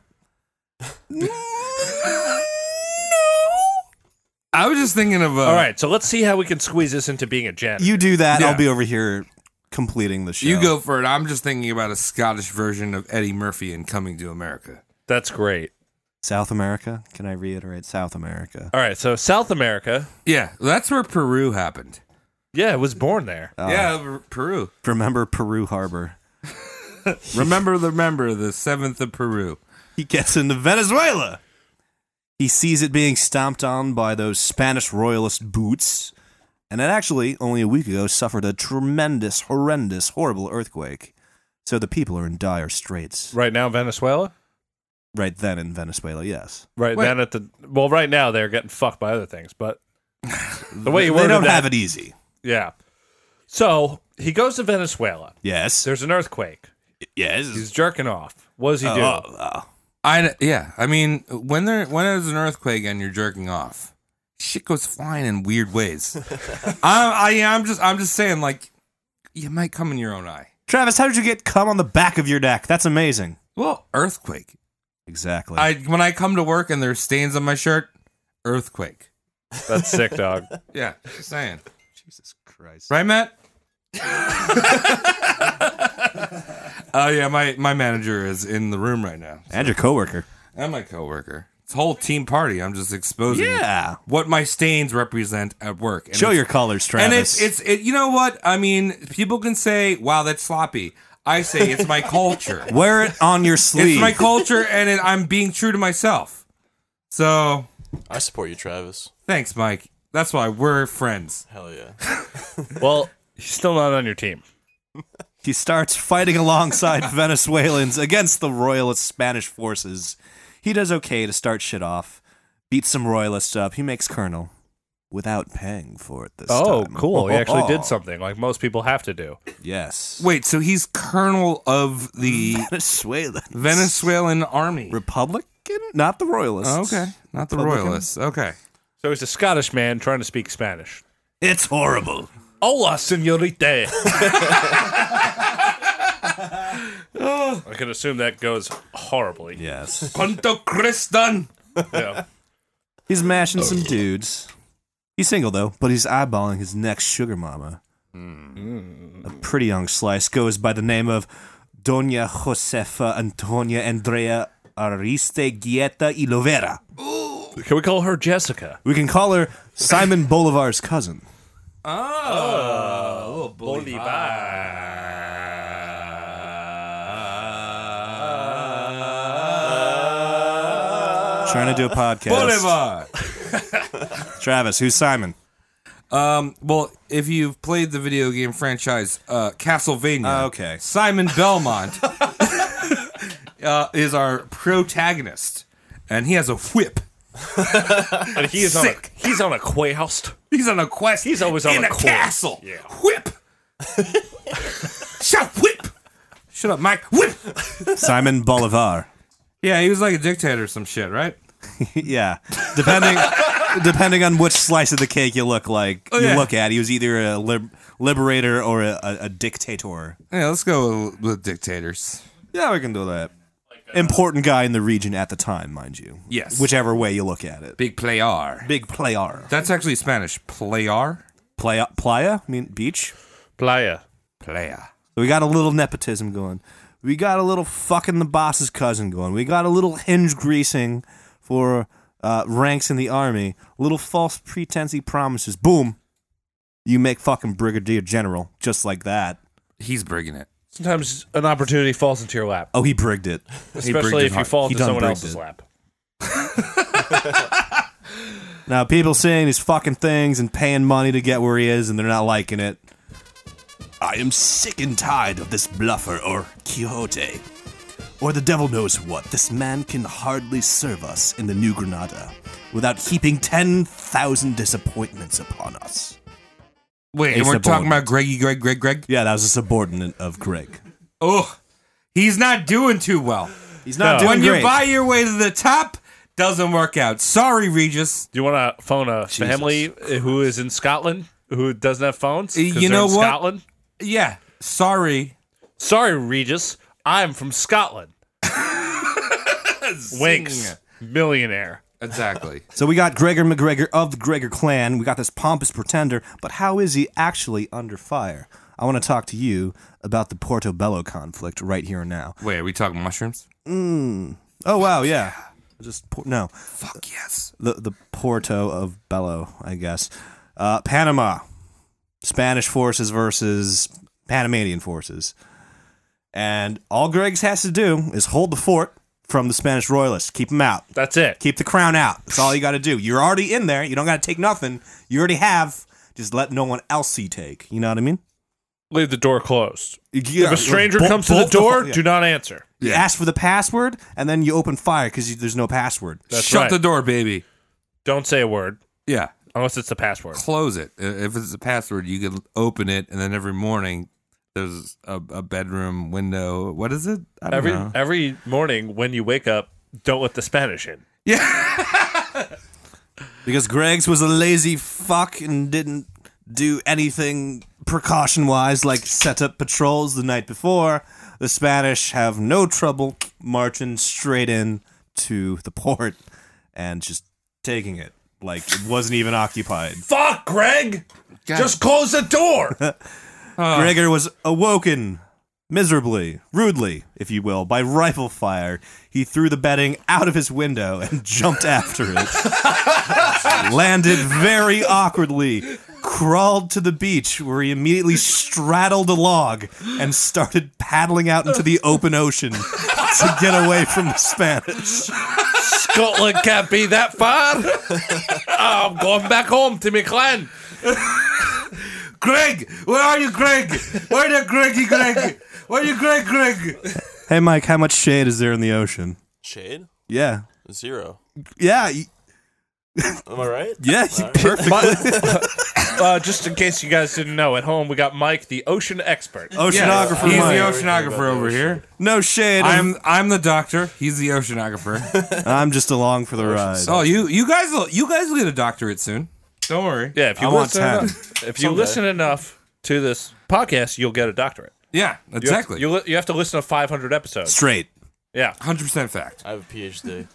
[SPEAKER 9] I was just thinking of. Uh,
[SPEAKER 1] All right, so let's see how we can squeeze this into being a janitor.
[SPEAKER 10] America. You do that,
[SPEAKER 9] Yeah.
[SPEAKER 10] I'll be over here completing the show.
[SPEAKER 9] You go for it. I'm just thinking about a Scottish version of Eddie Murphy and Coming to America.
[SPEAKER 1] That's great.
[SPEAKER 10] South America. Can I reiterate South America?
[SPEAKER 1] All right, so South America.
[SPEAKER 9] Yeah, that's where Peru happened.
[SPEAKER 1] Yeah, was born there.
[SPEAKER 10] Ah.
[SPEAKER 9] yeah, Peru.
[SPEAKER 10] Remember Peru Harbor.
[SPEAKER 9] Remember, the- remember the seventh of Peru.
[SPEAKER 10] He gets into Venezuela. He sees it being stomped on by those Spanish royalist boots, and it actually, only a week ago, suffered a tremendous, horrendous, horrible earthquake. So the people are in dire straits.
[SPEAKER 1] Right now, Venezuela.
[SPEAKER 10] Right then in Venezuela, yes.
[SPEAKER 1] Right
[SPEAKER 9] Wait.
[SPEAKER 1] then at the well, right now they're getting fucked by other things,
[SPEAKER 10] (laughs)
[SPEAKER 1] but the way you
[SPEAKER 10] they
[SPEAKER 1] worded
[SPEAKER 10] don't
[SPEAKER 1] that,
[SPEAKER 10] have it easy.
[SPEAKER 1] yeah. So he goes to Venezuela.
[SPEAKER 10] Yes.
[SPEAKER 1] There's an earthquake.
[SPEAKER 10] Yes.
[SPEAKER 1] He's jerking off. What does he do?
[SPEAKER 10] Oh, oh.
[SPEAKER 9] I yeah. I mean, when there when there's an earthquake and you're jerking off, shit goes flying in weird ways. I, I I'm just I'm just saying like you might come in your own eye.
[SPEAKER 10] Travis, how did you get cum on the back of your neck? That's amazing.
[SPEAKER 9] Well, earthquake.
[SPEAKER 10] Exactly.
[SPEAKER 9] I when I come to work and there's stains on my shirt, earthquake.
[SPEAKER 1] That's sick, dog.
[SPEAKER 10] (laughs)
[SPEAKER 9] Yeah, just saying.
[SPEAKER 10] Jesus Christ.
[SPEAKER 9] Right, Matt? (laughs) Oh yeah, my my manager is in the room right now,
[SPEAKER 10] And your coworker.
[SPEAKER 9] and my coworker. It's a whole team party. I'm just exposing
[SPEAKER 10] Yeah.
[SPEAKER 9] what my stains represent at work. And
[SPEAKER 10] Show
[SPEAKER 9] it's-
[SPEAKER 10] your colors, Travis.
[SPEAKER 9] And it's it's it, you know what I mean. People can say, "Wow, that's sloppy." I say it's my
[SPEAKER 10] (laughs)
[SPEAKER 9] culture.
[SPEAKER 10] Wear it on your sleeve.
[SPEAKER 9] it's my culture, and it, I'm being true to myself. So
[SPEAKER 8] I support you, Travis.
[SPEAKER 9] thanks, Mike. That's why we're friends.
[SPEAKER 8] Hell yeah.
[SPEAKER 1] well, he's still not on your team.
[SPEAKER 10] He starts fighting alongside (laughs) Venezuelans against the royalist Spanish forces. He does okay to start shit off, beats some royalists up. He makes colonel without paying for it this
[SPEAKER 1] Oh,
[SPEAKER 10] time.
[SPEAKER 1] cool. He actually did something like most people have to do.
[SPEAKER 10] (laughs) Yes.
[SPEAKER 9] Wait, so he's colonel of the
[SPEAKER 10] Venezuelan.
[SPEAKER 9] Venezuelan army?
[SPEAKER 10] Republican? Not the royalists.
[SPEAKER 9] Oh, okay, not the
[SPEAKER 10] Republican.
[SPEAKER 9] royalists. Okay,
[SPEAKER 1] So he's a Scottish man trying to speak Spanish.
[SPEAKER 10] It's horrible.
[SPEAKER 1] Hola,
[SPEAKER 10] (laughs)
[SPEAKER 1] senorita. I can assume that goes horribly. (laughs)
[SPEAKER 10] Yes.
[SPEAKER 9] Punto Cristan.
[SPEAKER 1] Yeah.
[SPEAKER 10] He's mashing some dudes. He's single though, but he's eyeballing his next sugar mama. A pretty young slice goes by the name of Doña Josefa Antonia Andrea Ariste Guieta y Lovera.
[SPEAKER 1] Can we call her Jessica?
[SPEAKER 10] We can call her Simon Bolivar's cousin. Trying to do a podcast.
[SPEAKER 9] Bolivar.
[SPEAKER 10] Travis, who's Simon?
[SPEAKER 9] Um, well, if you've played the video game franchise uh, Castlevania,
[SPEAKER 10] Uh, okay. (laughs)
[SPEAKER 9] Simon Belmont uh, is our protagonist, and he has a whip.
[SPEAKER 1] And he is on a,
[SPEAKER 9] Sick.
[SPEAKER 1] he's on a quest.
[SPEAKER 9] He's on a quest.
[SPEAKER 1] He's always on
[SPEAKER 9] in
[SPEAKER 1] a
[SPEAKER 9] a,
[SPEAKER 1] quest.
[SPEAKER 9] castle.
[SPEAKER 1] Yeah.
[SPEAKER 10] (laughs)
[SPEAKER 9] Whip. Shut up, whip. Shut up, Mike. Whip.
[SPEAKER 10] (laughs) Simon Bolivar.
[SPEAKER 9] Yeah, he was like a dictator or some shit, right?
[SPEAKER 10] (laughs) yeah. Depending depending on which slice of the cake you look like
[SPEAKER 9] Oh,
[SPEAKER 10] you
[SPEAKER 9] yeah.
[SPEAKER 10] look at, he was either a lib- liberator or a, a, a dictator.
[SPEAKER 9] Yeah, let's go with, with dictators.
[SPEAKER 10] Yeah, we can do that. Important guy in the region at the time, mind you.
[SPEAKER 9] Yes.
[SPEAKER 10] Whichever way you look at it.
[SPEAKER 9] Big player.
[SPEAKER 10] Big player.
[SPEAKER 9] That's actually Spanish. Player.
[SPEAKER 10] Playa, playa? I mean, beach?
[SPEAKER 1] Playa.
[SPEAKER 9] Player.
[SPEAKER 10] So we got a little nepotism going. We got a little fucking the boss's cousin going. We got a little hinge greasing for uh, ranks in the army. Little false pretensey promises. Boom. You make fucking brigadier general just like that.
[SPEAKER 9] He's bringing it.
[SPEAKER 1] Sometimes an opportunity falls into your lap,
[SPEAKER 10] Oh, he brigged it.
[SPEAKER 1] especially if you fall
[SPEAKER 10] He
[SPEAKER 1] into
[SPEAKER 10] done
[SPEAKER 1] someone
[SPEAKER 10] brigged
[SPEAKER 1] else's
[SPEAKER 10] it.
[SPEAKER 1] lap.
[SPEAKER 10] Now people saying these fucking things and paying money to get where he is, and they're not liking it. I am sick and tired of this bluffer or Quixote. or the devil knows what, this man can hardly serve us in the New Granada without heaping 10,000 disappointments upon us.
[SPEAKER 9] Wait,
[SPEAKER 10] Ace
[SPEAKER 9] and we're
[SPEAKER 10] the
[SPEAKER 9] talking
[SPEAKER 10] board.
[SPEAKER 9] about Greggy Greg Greg Greg.
[SPEAKER 10] Yeah, that was a subordinate of Greg.
[SPEAKER 9] Oh, he's not doing too well.
[SPEAKER 10] He's not
[SPEAKER 9] when
[SPEAKER 10] doing
[SPEAKER 9] you
[SPEAKER 10] great.
[SPEAKER 9] buy your way to the top, doesn't work out. Sorry, Regis.
[SPEAKER 1] Do you want to phone a
[SPEAKER 10] Jesus
[SPEAKER 1] family who is in Scotland who doesn't have phones? 'Cause
[SPEAKER 9] You
[SPEAKER 1] they're
[SPEAKER 9] know
[SPEAKER 1] in
[SPEAKER 9] what?
[SPEAKER 1] Scotland.
[SPEAKER 9] Yeah, sorry.
[SPEAKER 1] Sorry, Regis. I'm from Scotland. Winks, millionaire.
[SPEAKER 9] Exactly. (laughs)
[SPEAKER 10] So we got Gregor McGregor of the Gregor clan. We got this pompous pretender, but how is he actually under fire? I want to talk to you about the Portobello conflict right here and now.
[SPEAKER 9] Wait, are we talking mushrooms?
[SPEAKER 10] Oh wow, yeah. Just por- no,
[SPEAKER 9] Fuck yes.
[SPEAKER 10] the the Porto of Bello, I guess. Uh, Panama, Spanish forces versus Panamanian forces, and all Greg's has to do is hold the fort from the Spanish royalists, keep them out.
[SPEAKER 1] That's it.
[SPEAKER 10] Keep the crown out. That's all you got to do. You're already in there. You don't got to take nothing. You already have. Just let no one else see take. You know what I mean?
[SPEAKER 1] Leave the door closed.
[SPEAKER 10] Yeah,
[SPEAKER 1] If a stranger
[SPEAKER 10] bolt-
[SPEAKER 1] comes to the
[SPEAKER 10] bolt
[SPEAKER 1] door,
[SPEAKER 10] fu- yeah.
[SPEAKER 1] do not answer.
[SPEAKER 10] You ask for the password, and then you open fire because there's no password.
[SPEAKER 1] That's
[SPEAKER 9] Shut
[SPEAKER 1] right.
[SPEAKER 9] the door, baby.
[SPEAKER 1] Don't say a word
[SPEAKER 9] Yeah,
[SPEAKER 1] unless it's the password.
[SPEAKER 9] close it. I- If it's a password, you can open it, and then every morning there's a, a bedroom window. What is it? I don't
[SPEAKER 1] Every
[SPEAKER 9] know.
[SPEAKER 1] every morning when you wake up, don't let the Spanish in.
[SPEAKER 10] (laughs) Because Greg's was a lazy fuck and didn't do anything precaution wise, like set up patrols the night before. The Spanish have no trouble marching straight in to the port and just taking it like it wasn't even occupied.
[SPEAKER 1] Fuck, Greg. Just close the
[SPEAKER 10] (laughs)
[SPEAKER 1] door.
[SPEAKER 10] Gregor was awoken miserably, rudely, if you will, by rifle fire. He threw the bedding out of his window and (laughs) jumped after it. Landed very awkwardly, crawled to the beach where he immediately straddled a log and started paddling out into the open ocean to get away from the Spanish.
[SPEAKER 1] Scotland can't be that far. I'm going back home to my clan.
[SPEAKER 9] Greg, where are you, Greg? Where the Greggy Greg? Where you, Greg? Greg?
[SPEAKER 10] Hey, Mike, how much shade is there in the ocean?
[SPEAKER 8] Shade?
[SPEAKER 10] Yeah.
[SPEAKER 8] Zero.
[SPEAKER 10] Yeah. y-
[SPEAKER 8] Am I right?
[SPEAKER 10] Yeah. you Perfect.
[SPEAKER 1] Uh, just in case you guys didn't know, at home we got Mike, the ocean expert.
[SPEAKER 10] Oceanographer
[SPEAKER 9] He's
[SPEAKER 10] Mike.
[SPEAKER 9] the oceanographer over here.
[SPEAKER 10] no shade. I'm,
[SPEAKER 9] I'm I'm the doctor. He's the (laughs) oceanographer.
[SPEAKER 10] I'm just along for the ride.
[SPEAKER 9] oh, you you guys will you guys will get a doctorate soon. Don't worry.
[SPEAKER 1] Yeah, if you
[SPEAKER 10] I want
[SPEAKER 1] listen,
[SPEAKER 10] ten.
[SPEAKER 1] enough, if you listen enough to this podcast, you'll get a doctorate.
[SPEAKER 9] Yeah,
[SPEAKER 1] You have-
[SPEAKER 9] exactly.
[SPEAKER 1] You li- you have to listen to 500 episodes.
[SPEAKER 10] straight.
[SPEAKER 1] Yeah.
[SPEAKER 9] Hundred percent fact.
[SPEAKER 8] I have a PhD.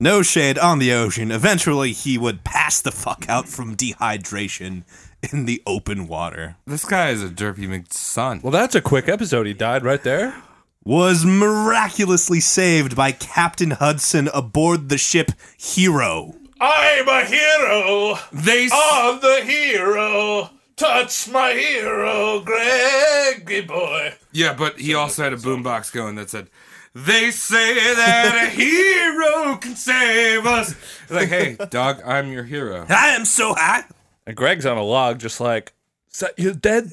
[SPEAKER 10] No shade on the ocean. Eventually, he would pass the fuck out from dehydration in the open water.
[SPEAKER 9] This guy is a derpy McSon.
[SPEAKER 1] Well, that's a quick episode. He died right there.
[SPEAKER 10] Was miraculously saved by Captain Hudson aboard the ship Hero.
[SPEAKER 1] I'm a hero.
[SPEAKER 9] They s-
[SPEAKER 1] I'm the hero. Touch my hero, Greggy boy.
[SPEAKER 9] yeah, but he also had a boombox going that said, "They say (laughs) that a hero can save us." Like, (laughs) hey, dog, I'm your hero.
[SPEAKER 10] I am so high.
[SPEAKER 1] And Greg's on a log, just like, is that you dead? (laughs)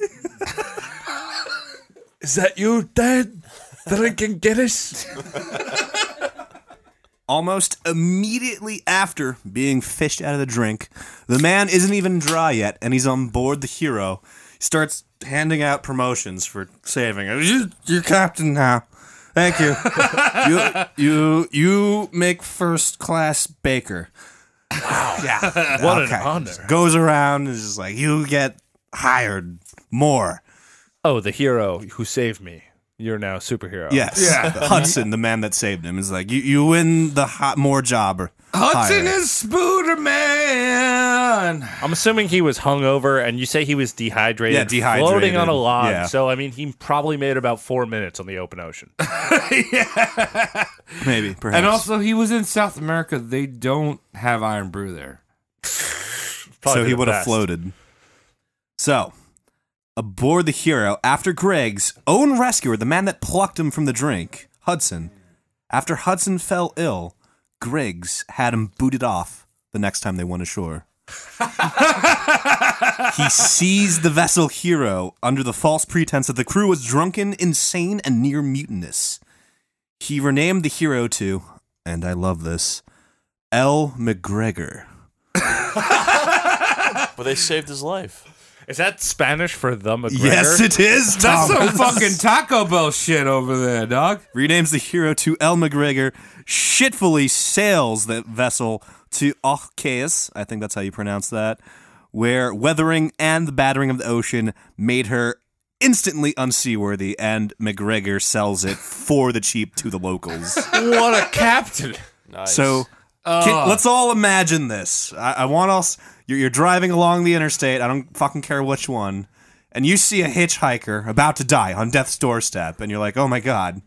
[SPEAKER 1] is that you dead? Drinking Guinness?
[SPEAKER 10] Almost immediately after being fished out of the drink, the man isn't even dry yet, and he's on board the Hero. He starts handing out promotions for saving. You- You're captain now. Thank you. (laughs) you you you make first class baker. Wow. (laughs) Yeah.
[SPEAKER 1] What an honor.
[SPEAKER 10] Just Goes around and is just like you get hired more.
[SPEAKER 1] Oh, the hero who saved me. You're now a superhero.
[SPEAKER 10] Yes. Hudson, the man that saved him, is like you you win the hot more job. or
[SPEAKER 9] Hudson
[SPEAKER 10] higher."
[SPEAKER 9] is Spooderman.
[SPEAKER 1] I'm assuming he was hungover, and you say he was dehydrated.
[SPEAKER 10] Yeah, dehydrated.
[SPEAKER 1] Floating on a log.
[SPEAKER 10] Yeah.
[SPEAKER 1] So, I mean, he probably made about four minutes on the open
[SPEAKER 10] (laughs)
[SPEAKER 1] ocean.
[SPEAKER 10] maybe perhaps.
[SPEAKER 9] And also, he was in South America. They don't have iron brew there.
[SPEAKER 1] Probably
[SPEAKER 10] so he
[SPEAKER 1] the
[SPEAKER 10] would have
[SPEAKER 1] best.
[SPEAKER 10] floated. So, aboard the Hero, after Greg's own rescuer, the man that plucked him from the drink, Hudson, after
[SPEAKER 1] (laughs)
[SPEAKER 10] Hudson fell ill, Griggs had him booted off the next time they went ashore. he seized the vessel Hero under the false pretense that the crew was drunken, insane, and near mutinous. He renamed the hero to, and I love this, L. McGregor.
[SPEAKER 8] But they saved his life.
[SPEAKER 1] Is that Spanish for the McGregor?
[SPEAKER 10] Yes, it (laughs) is.
[SPEAKER 9] That's
[SPEAKER 10] Thomas.
[SPEAKER 9] some (laughs) (laughs) fucking Taco Bell shit over there, dog.
[SPEAKER 10] renames the hero to El McGregor, shitfully sails the vessel to Ochcaes, I think that's how you pronounce that, where weathering and the battering of the ocean made her instantly unseaworthy, and McGregor sells it for the cheap to the locals.
[SPEAKER 1] what a captain.
[SPEAKER 8] Nice.
[SPEAKER 10] So
[SPEAKER 9] Uh.
[SPEAKER 10] can- let's all imagine this. I, I want us. You're, you're driving along the interstate. I don't fucking care which one, and you see a hitchhiker about to die on death's doorstep, and you're like, "Oh my god,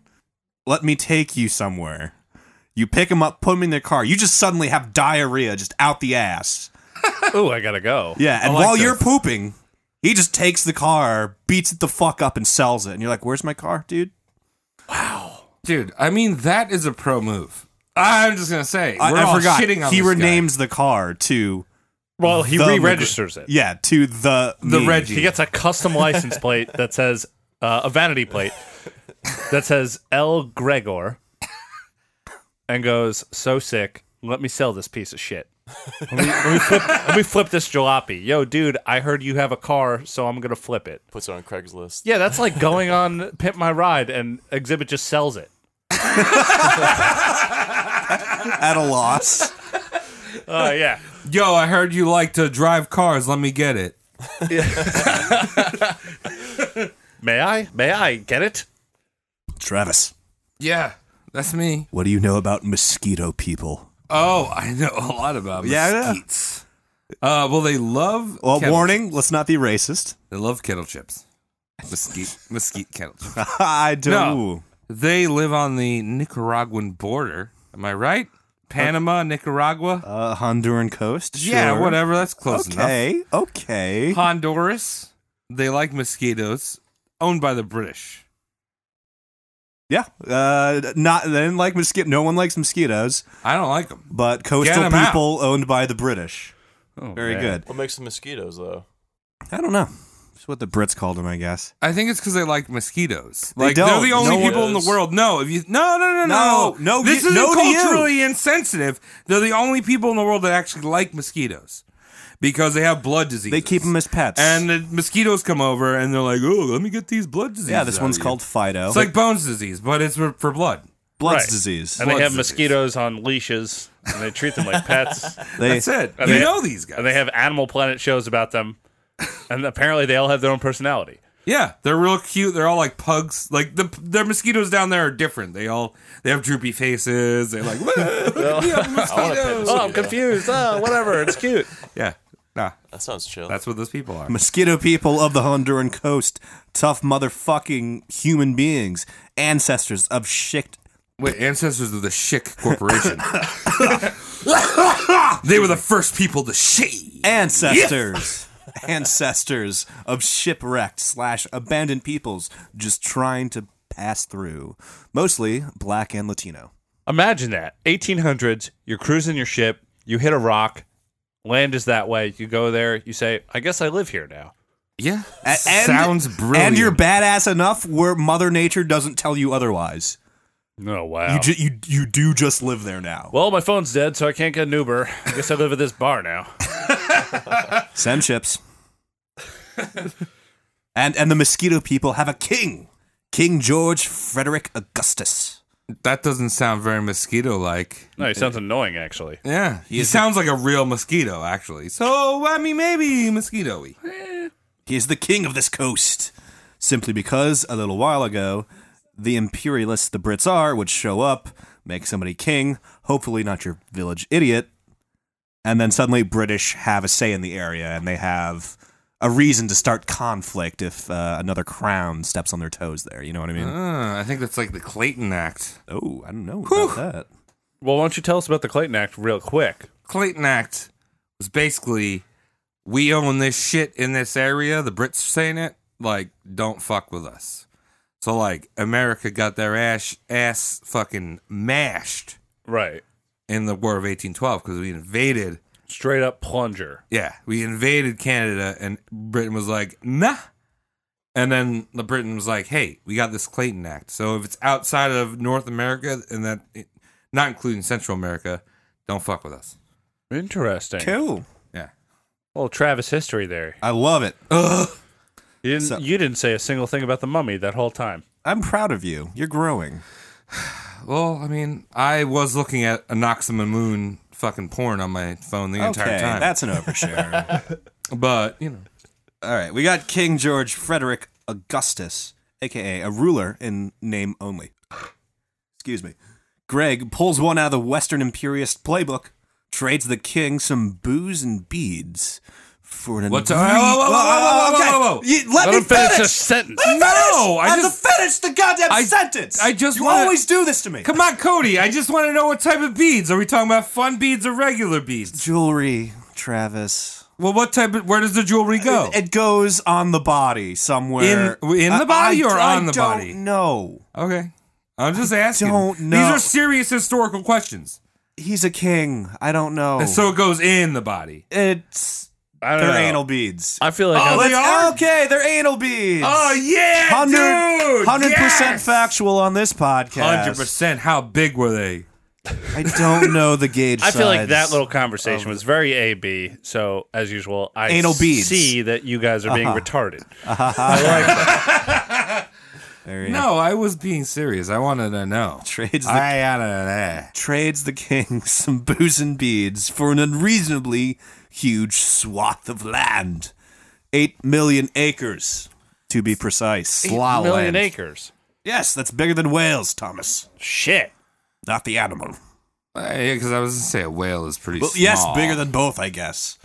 [SPEAKER 10] let me take you somewhere." You pick him up, put him in their car. You just suddenly have diarrhea just out the ass.
[SPEAKER 1] Ooh, I gotta go.
[SPEAKER 10] Yeah, and
[SPEAKER 9] like
[SPEAKER 10] while
[SPEAKER 9] that.
[SPEAKER 10] you're pooping, he just takes the car, beats it the fuck up, and sells it. And you're like, "Where's my car, dude?"
[SPEAKER 9] Dude, I mean that is a pro move. I'm just gonna say
[SPEAKER 10] I,
[SPEAKER 9] we're
[SPEAKER 10] I
[SPEAKER 9] all
[SPEAKER 10] forgot.
[SPEAKER 9] shitting on
[SPEAKER 10] he
[SPEAKER 9] this guy.
[SPEAKER 10] renames the car to
[SPEAKER 1] Well, he
[SPEAKER 10] The
[SPEAKER 1] re-registers it.
[SPEAKER 10] yeah to the
[SPEAKER 9] the
[SPEAKER 10] me.
[SPEAKER 9] Reggie.
[SPEAKER 1] He gets a custom
[SPEAKER 10] (laughs)
[SPEAKER 1] license plate that says uh, a vanity plate that says L Gregor, and goes so sick. Let me sell this piece of shit. Let me, let me flip, let me flip this jalopy. Yo, dude, I heard you have a car, so I'm gonna flip it.
[SPEAKER 8] Puts it on Craigslist.
[SPEAKER 1] Yeah, that's like going on Pimp My Ride, and Exhibit just sells it.
[SPEAKER 10] at a
[SPEAKER 9] (laughs)
[SPEAKER 10] loss.
[SPEAKER 1] Oh yeah,
[SPEAKER 9] Yo, I heard you like to drive cars. Let me get it.
[SPEAKER 1] may I? May I get it?
[SPEAKER 10] Travis,
[SPEAKER 9] Yeah, that's me.
[SPEAKER 10] what do you know about mosquito people?
[SPEAKER 9] Oh, I know a lot about
[SPEAKER 10] Yeah, I know.
[SPEAKER 9] mesquites. Uh, well, they love.
[SPEAKER 10] Well,
[SPEAKER 9] kettle-
[SPEAKER 10] warning, let's not be racist. (laughs)
[SPEAKER 9] They love kettle chips. Mesquite, mesquite kettle chips.
[SPEAKER 10] I do.
[SPEAKER 9] No. They live on the Nicaraguan border. Am I right? Panama, Nicaragua.
[SPEAKER 10] Uh, Honduran coast.
[SPEAKER 9] Yeah,
[SPEAKER 10] sure.
[SPEAKER 9] whatever. That's close enough.
[SPEAKER 10] Okay, (laughs) okay.
[SPEAKER 9] Honduras. They like mosquitoes. Owned by the British.
[SPEAKER 10] Yeah, uh, not they didn't like mosquito. No one likes mosquitoes,
[SPEAKER 9] I don't like them.
[SPEAKER 10] but coastal
[SPEAKER 9] 'em out. Oh,
[SPEAKER 10] people owned by the British. Very good.
[SPEAKER 8] What makes the mosquitoes though?
[SPEAKER 10] I don't know. It's what the Brits called them, I guess.
[SPEAKER 9] I think it's because they like mosquitoes.
[SPEAKER 10] They
[SPEAKER 9] like
[SPEAKER 10] don't.
[SPEAKER 9] they're the only
[SPEAKER 10] No one
[SPEAKER 9] people in
[SPEAKER 8] is.
[SPEAKER 9] the world. No, if you no no no no
[SPEAKER 10] No, no,
[SPEAKER 9] this
[SPEAKER 10] you-
[SPEAKER 9] is
[SPEAKER 10] no to you.
[SPEAKER 9] culturally insensitive. They're the only people in the world that actually like mosquitoes because they have blood disease.
[SPEAKER 10] They keep them as pets.
[SPEAKER 9] and the mosquitoes come over and they're like, oh, let me get these blood diseases.
[SPEAKER 10] yeah, this
[SPEAKER 9] out
[SPEAKER 10] one's
[SPEAKER 9] of you."
[SPEAKER 10] called Fido.
[SPEAKER 9] It's like Bones disease, but it's for, for blood.
[SPEAKER 10] Blood's
[SPEAKER 1] Right.
[SPEAKER 10] disease.
[SPEAKER 1] And they
[SPEAKER 9] Blood
[SPEAKER 1] have
[SPEAKER 9] disease.
[SPEAKER 1] mosquitoes on leashes, and they treat them like (laughs) pets.
[SPEAKER 10] They-
[SPEAKER 9] That's it.
[SPEAKER 1] And
[SPEAKER 9] you
[SPEAKER 1] they-
[SPEAKER 9] know these guys.
[SPEAKER 1] and they have Animal Planet shows about them, and apparently they all have their own personality.
[SPEAKER 9] yeah, they're real cute. They're all like pugs. Like the their mosquitoes down there are different. They all they have droopy faces. They're like, (laughs) "Look at me, I'm a mosquito."
[SPEAKER 1] Oh, I'm confused. Oh, whatever. It's cute.
[SPEAKER 9] (laughs) yeah, nah,
[SPEAKER 8] That sounds chill.
[SPEAKER 9] that's what those people are.
[SPEAKER 10] Mosquito people of the Honduran coast, tough motherfucking human beings, ancestors of shit.
[SPEAKER 9] Wait, ancestors of the Schick (laughs) Corporation. they were the first people to shave. (laughs)
[SPEAKER 10] Ancestors! ancestors of shipwrecked slash abandoned peoples just trying to pass through. Mostly black and Latino.
[SPEAKER 1] Imagine that. 1800s, you're cruising your ship, you hit a rock, land is that way, you go there, you say, I guess I live here now.
[SPEAKER 9] Yeah,
[SPEAKER 10] A- and-
[SPEAKER 9] sounds brilliant.
[SPEAKER 10] And you're badass enough where Mother Nature doesn't tell you otherwise.
[SPEAKER 1] No, Oh, wow.
[SPEAKER 9] Oh.
[SPEAKER 10] You, ju- you, you do just live there now.
[SPEAKER 1] well, my phone's dead, so I can't get an Uber. I guess I live at this bar now. (laughs)
[SPEAKER 10] Send ships. and and the mosquito people have a king, King George Frederick Augustus.
[SPEAKER 9] that doesn't sound very mosquito-like.
[SPEAKER 1] No, he sounds annoying, actually.
[SPEAKER 9] Yeah, he, sounds like a real mosquito, actually. So I mean, maybe mosquito-y.
[SPEAKER 10] He is the king of this coast, simply because a little while ago, the imperialists the Brits are would show up, make somebody king, hopefully not your village idiot, and then suddenly British have a say in the area and they have a reason to start conflict if uh, another crown steps on their toes there. You know what I mean?
[SPEAKER 9] Uh, I think that's like the Clayton Act.
[SPEAKER 10] oh, I don't know about
[SPEAKER 9] Whew.
[SPEAKER 10] that.
[SPEAKER 1] Well, why don't you tell us about the Clayton Act real quick?
[SPEAKER 9] Clayton Act was basically we own this shit in this area. The Brits are saying it like don't fuck with us. So like America got their ass ass fucking mashed
[SPEAKER 1] Right.
[SPEAKER 9] in the War of 1812 because we invaded
[SPEAKER 1] Straight up plunger.
[SPEAKER 9] Yeah, we invaded Canada, and Britain was like, nah. And then the Britain was like, hey, we got this Clayton Act. So if it's outside of North America and that, not including Central America, don't fuck with us.
[SPEAKER 1] Interesting.
[SPEAKER 10] Cool.
[SPEAKER 9] Yeah.
[SPEAKER 1] Well, Travis history there.
[SPEAKER 10] I love it.
[SPEAKER 1] You didn't,
[SPEAKER 10] So-
[SPEAKER 1] you didn't say a single thing about the mummy that whole time.
[SPEAKER 10] I'm proud of you. You're growing.
[SPEAKER 9] Well, I mean, I was looking at Anoxima Moon fucking porn on my phone the entire
[SPEAKER 10] okay,
[SPEAKER 9] time.
[SPEAKER 10] that's an overshare.
[SPEAKER 9] but you know,
[SPEAKER 10] (laughs) All right, we got King George Frederick Augustus, aka a ruler in name only. Excuse me. Greg pulls one out of the Western Imperialist playbook, trades the king some booze and beads for an.
[SPEAKER 9] What's- whoa, whoa, whoa, whoa, whoa, whoa,
[SPEAKER 10] Okay,
[SPEAKER 9] whoa, whoa.
[SPEAKER 10] you- let,
[SPEAKER 1] Let
[SPEAKER 10] me
[SPEAKER 1] him finish
[SPEAKER 10] finish.
[SPEAKER 1] his sentence.
[SPEAKER 10] Let me
[SPEAKER 9] No,
[SPEAKER 10] finish.
[SPEAKER 9] I
[SPEAKER 10] Let me
[SPEAKER 9] just-
[SPEAKER 10] finish the goddamn
[SPEAKER 9] I-
[SPEAKER 10] sentence.
[SPEAKER 9] I just
[SPEAKER 10] you
[SPEAKER 9] wanna-
[SPEAKER 10] always do this to me.
[SPEAKER 9] come on, Cody. I just want to know what type of beads. Are we talking about fun beads or regular beads?
[SPEAKER 10] jewelry, Travis.
[SPEAKER 9] Well, what type of? Where does the jewelry go?
[SPEAKER 10] Uh, It goes on the body somewhere.
[SPEAKER 9] In- in the body or on the
[SPEAKER 10] don't
[SPEAKER 9] body?
[SPEAKER 10] No,
[SPEAKER 9] okay, I'm just asking.
[SPEAKER 10] don't know.
[SPEAKER 9] These are serious historical questions.
[SPEAKER 10] he's a king. I don't know.
[SPEAKER 9] And so it goes in the body.
[SPEAKER 10] it's
[SPEAKER 1] I don't
[SPEAKER 10] they're
[SPEAKER 1] know.
[SPEAKER 10] anal beads.
[SPEAKER 1] I feel like
[SPEAKER 9] Oh,
[SPEAKER 1] I'm-
[SPEAKER 9] they
[SPEAKER 10] That's-
[SPEAKER 9] are?
[SPEAKER 10] okay. They're anal beads.
[SPEAKER 9] Oh yeah, dude.
[SPEAKER 10] hundred percent
[SPEAKER 9] Yes!
[SPEAKER 10] factual on this podcast.
[SPEAKER 9] Hundred percent. How big were they?
[SPEAKER 10] I don't
[SPEAKER 1] (laughs)
[SPEAKER 10] know the gauge. Oh,
[SPEAKER 1] I feel like
[SPEAKER 10] size.
[SPEAKER 1] that little conversation was very AB. So as usual, I
[SPEAKER 10] Anal beads. Uh-huh.
[SPEAKER 1] see that you guys are being retarded.
[SPEAKER 10] There you go.
[SPEAKER 9] No, I was being serious. I wanted to know.
[SPEAKER 10] (laughs) Trades the-
[SPEAKER 9] I
[SPEAKER 1] uh,
[SPEAKER 10] eh.
[SPEAKER 9] gotta
[SPEAKER 10] trades the king (laughs) some booze and beads for an unreasonably huge swath of land, eight million acres. To be precise, Slough
[SPEAKER 1] Million
[SPEAKER 10] land.
[SPEAKER 1] acres.
[SPEAKER 10] Yes, that's bigger than Wales, Thomas.
[SPEAKER 1] Shit.
[SPEAKER 10] Not the animal.
[SPEAKER 9] Yeah, because I was gonna say a whale is pretty.
[SPEAKER 10] Well, yes,
[SPEAKER 9] small.
[SPEAKER 10] bigger than both, I guess.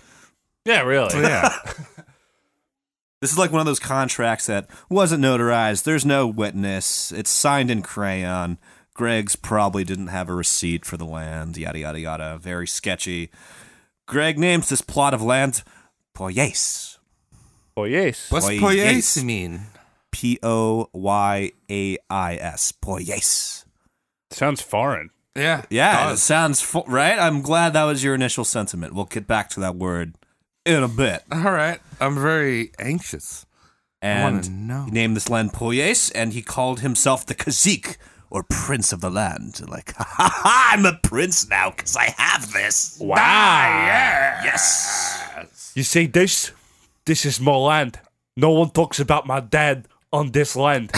[SPEAKER 1] Yeah, really.
[SPEAKER 10] Oh,
[SPEAKER 9] Yeah.
[SPEAKER 10] This is like one of those contracts that wasn't notarized. There's no witness. It's signed in crayon. Greg's probably didn't have a receipt for the land. Yada yada yada. Very sketchy. Greg names this plot of land Poyais.
[SPEAKER 1] Well, yes.
[SPEAKER 9] (laughs) What's
[SPEAKER 10] Poyais.
[SPEAKER 9] poyais mean?
[SPEAKER 10] P O Y A I S. Poyais.
[SPEAKER 1] Sounds foreign.
[SPEAKER 9] Yeah.
[SPEAKER 10] Yeah, it sounds fu- right. I'm glad that was your initial sentiment. We'll get back to that word in a bit.
[SPEAKER 9] Uh, All right. I'm very anxious. wanna
[SPEAKER 10] and
[SPEAKER 9] know.
[SPEAKER 10] he named this land Poyes, and he called himself the Cazique, or Prince of the Land. Like, ha ha ha, I'm a prince now because I have this. Ah,
[SPEAKER 1] Wow. yeah.
[SPEAKER 10] Yes.
[SPEAKER 1] You see this? This is my land. No one talks about my dad on this
[SPEAKER 10] (laughs)
[SPEAKER 1] land.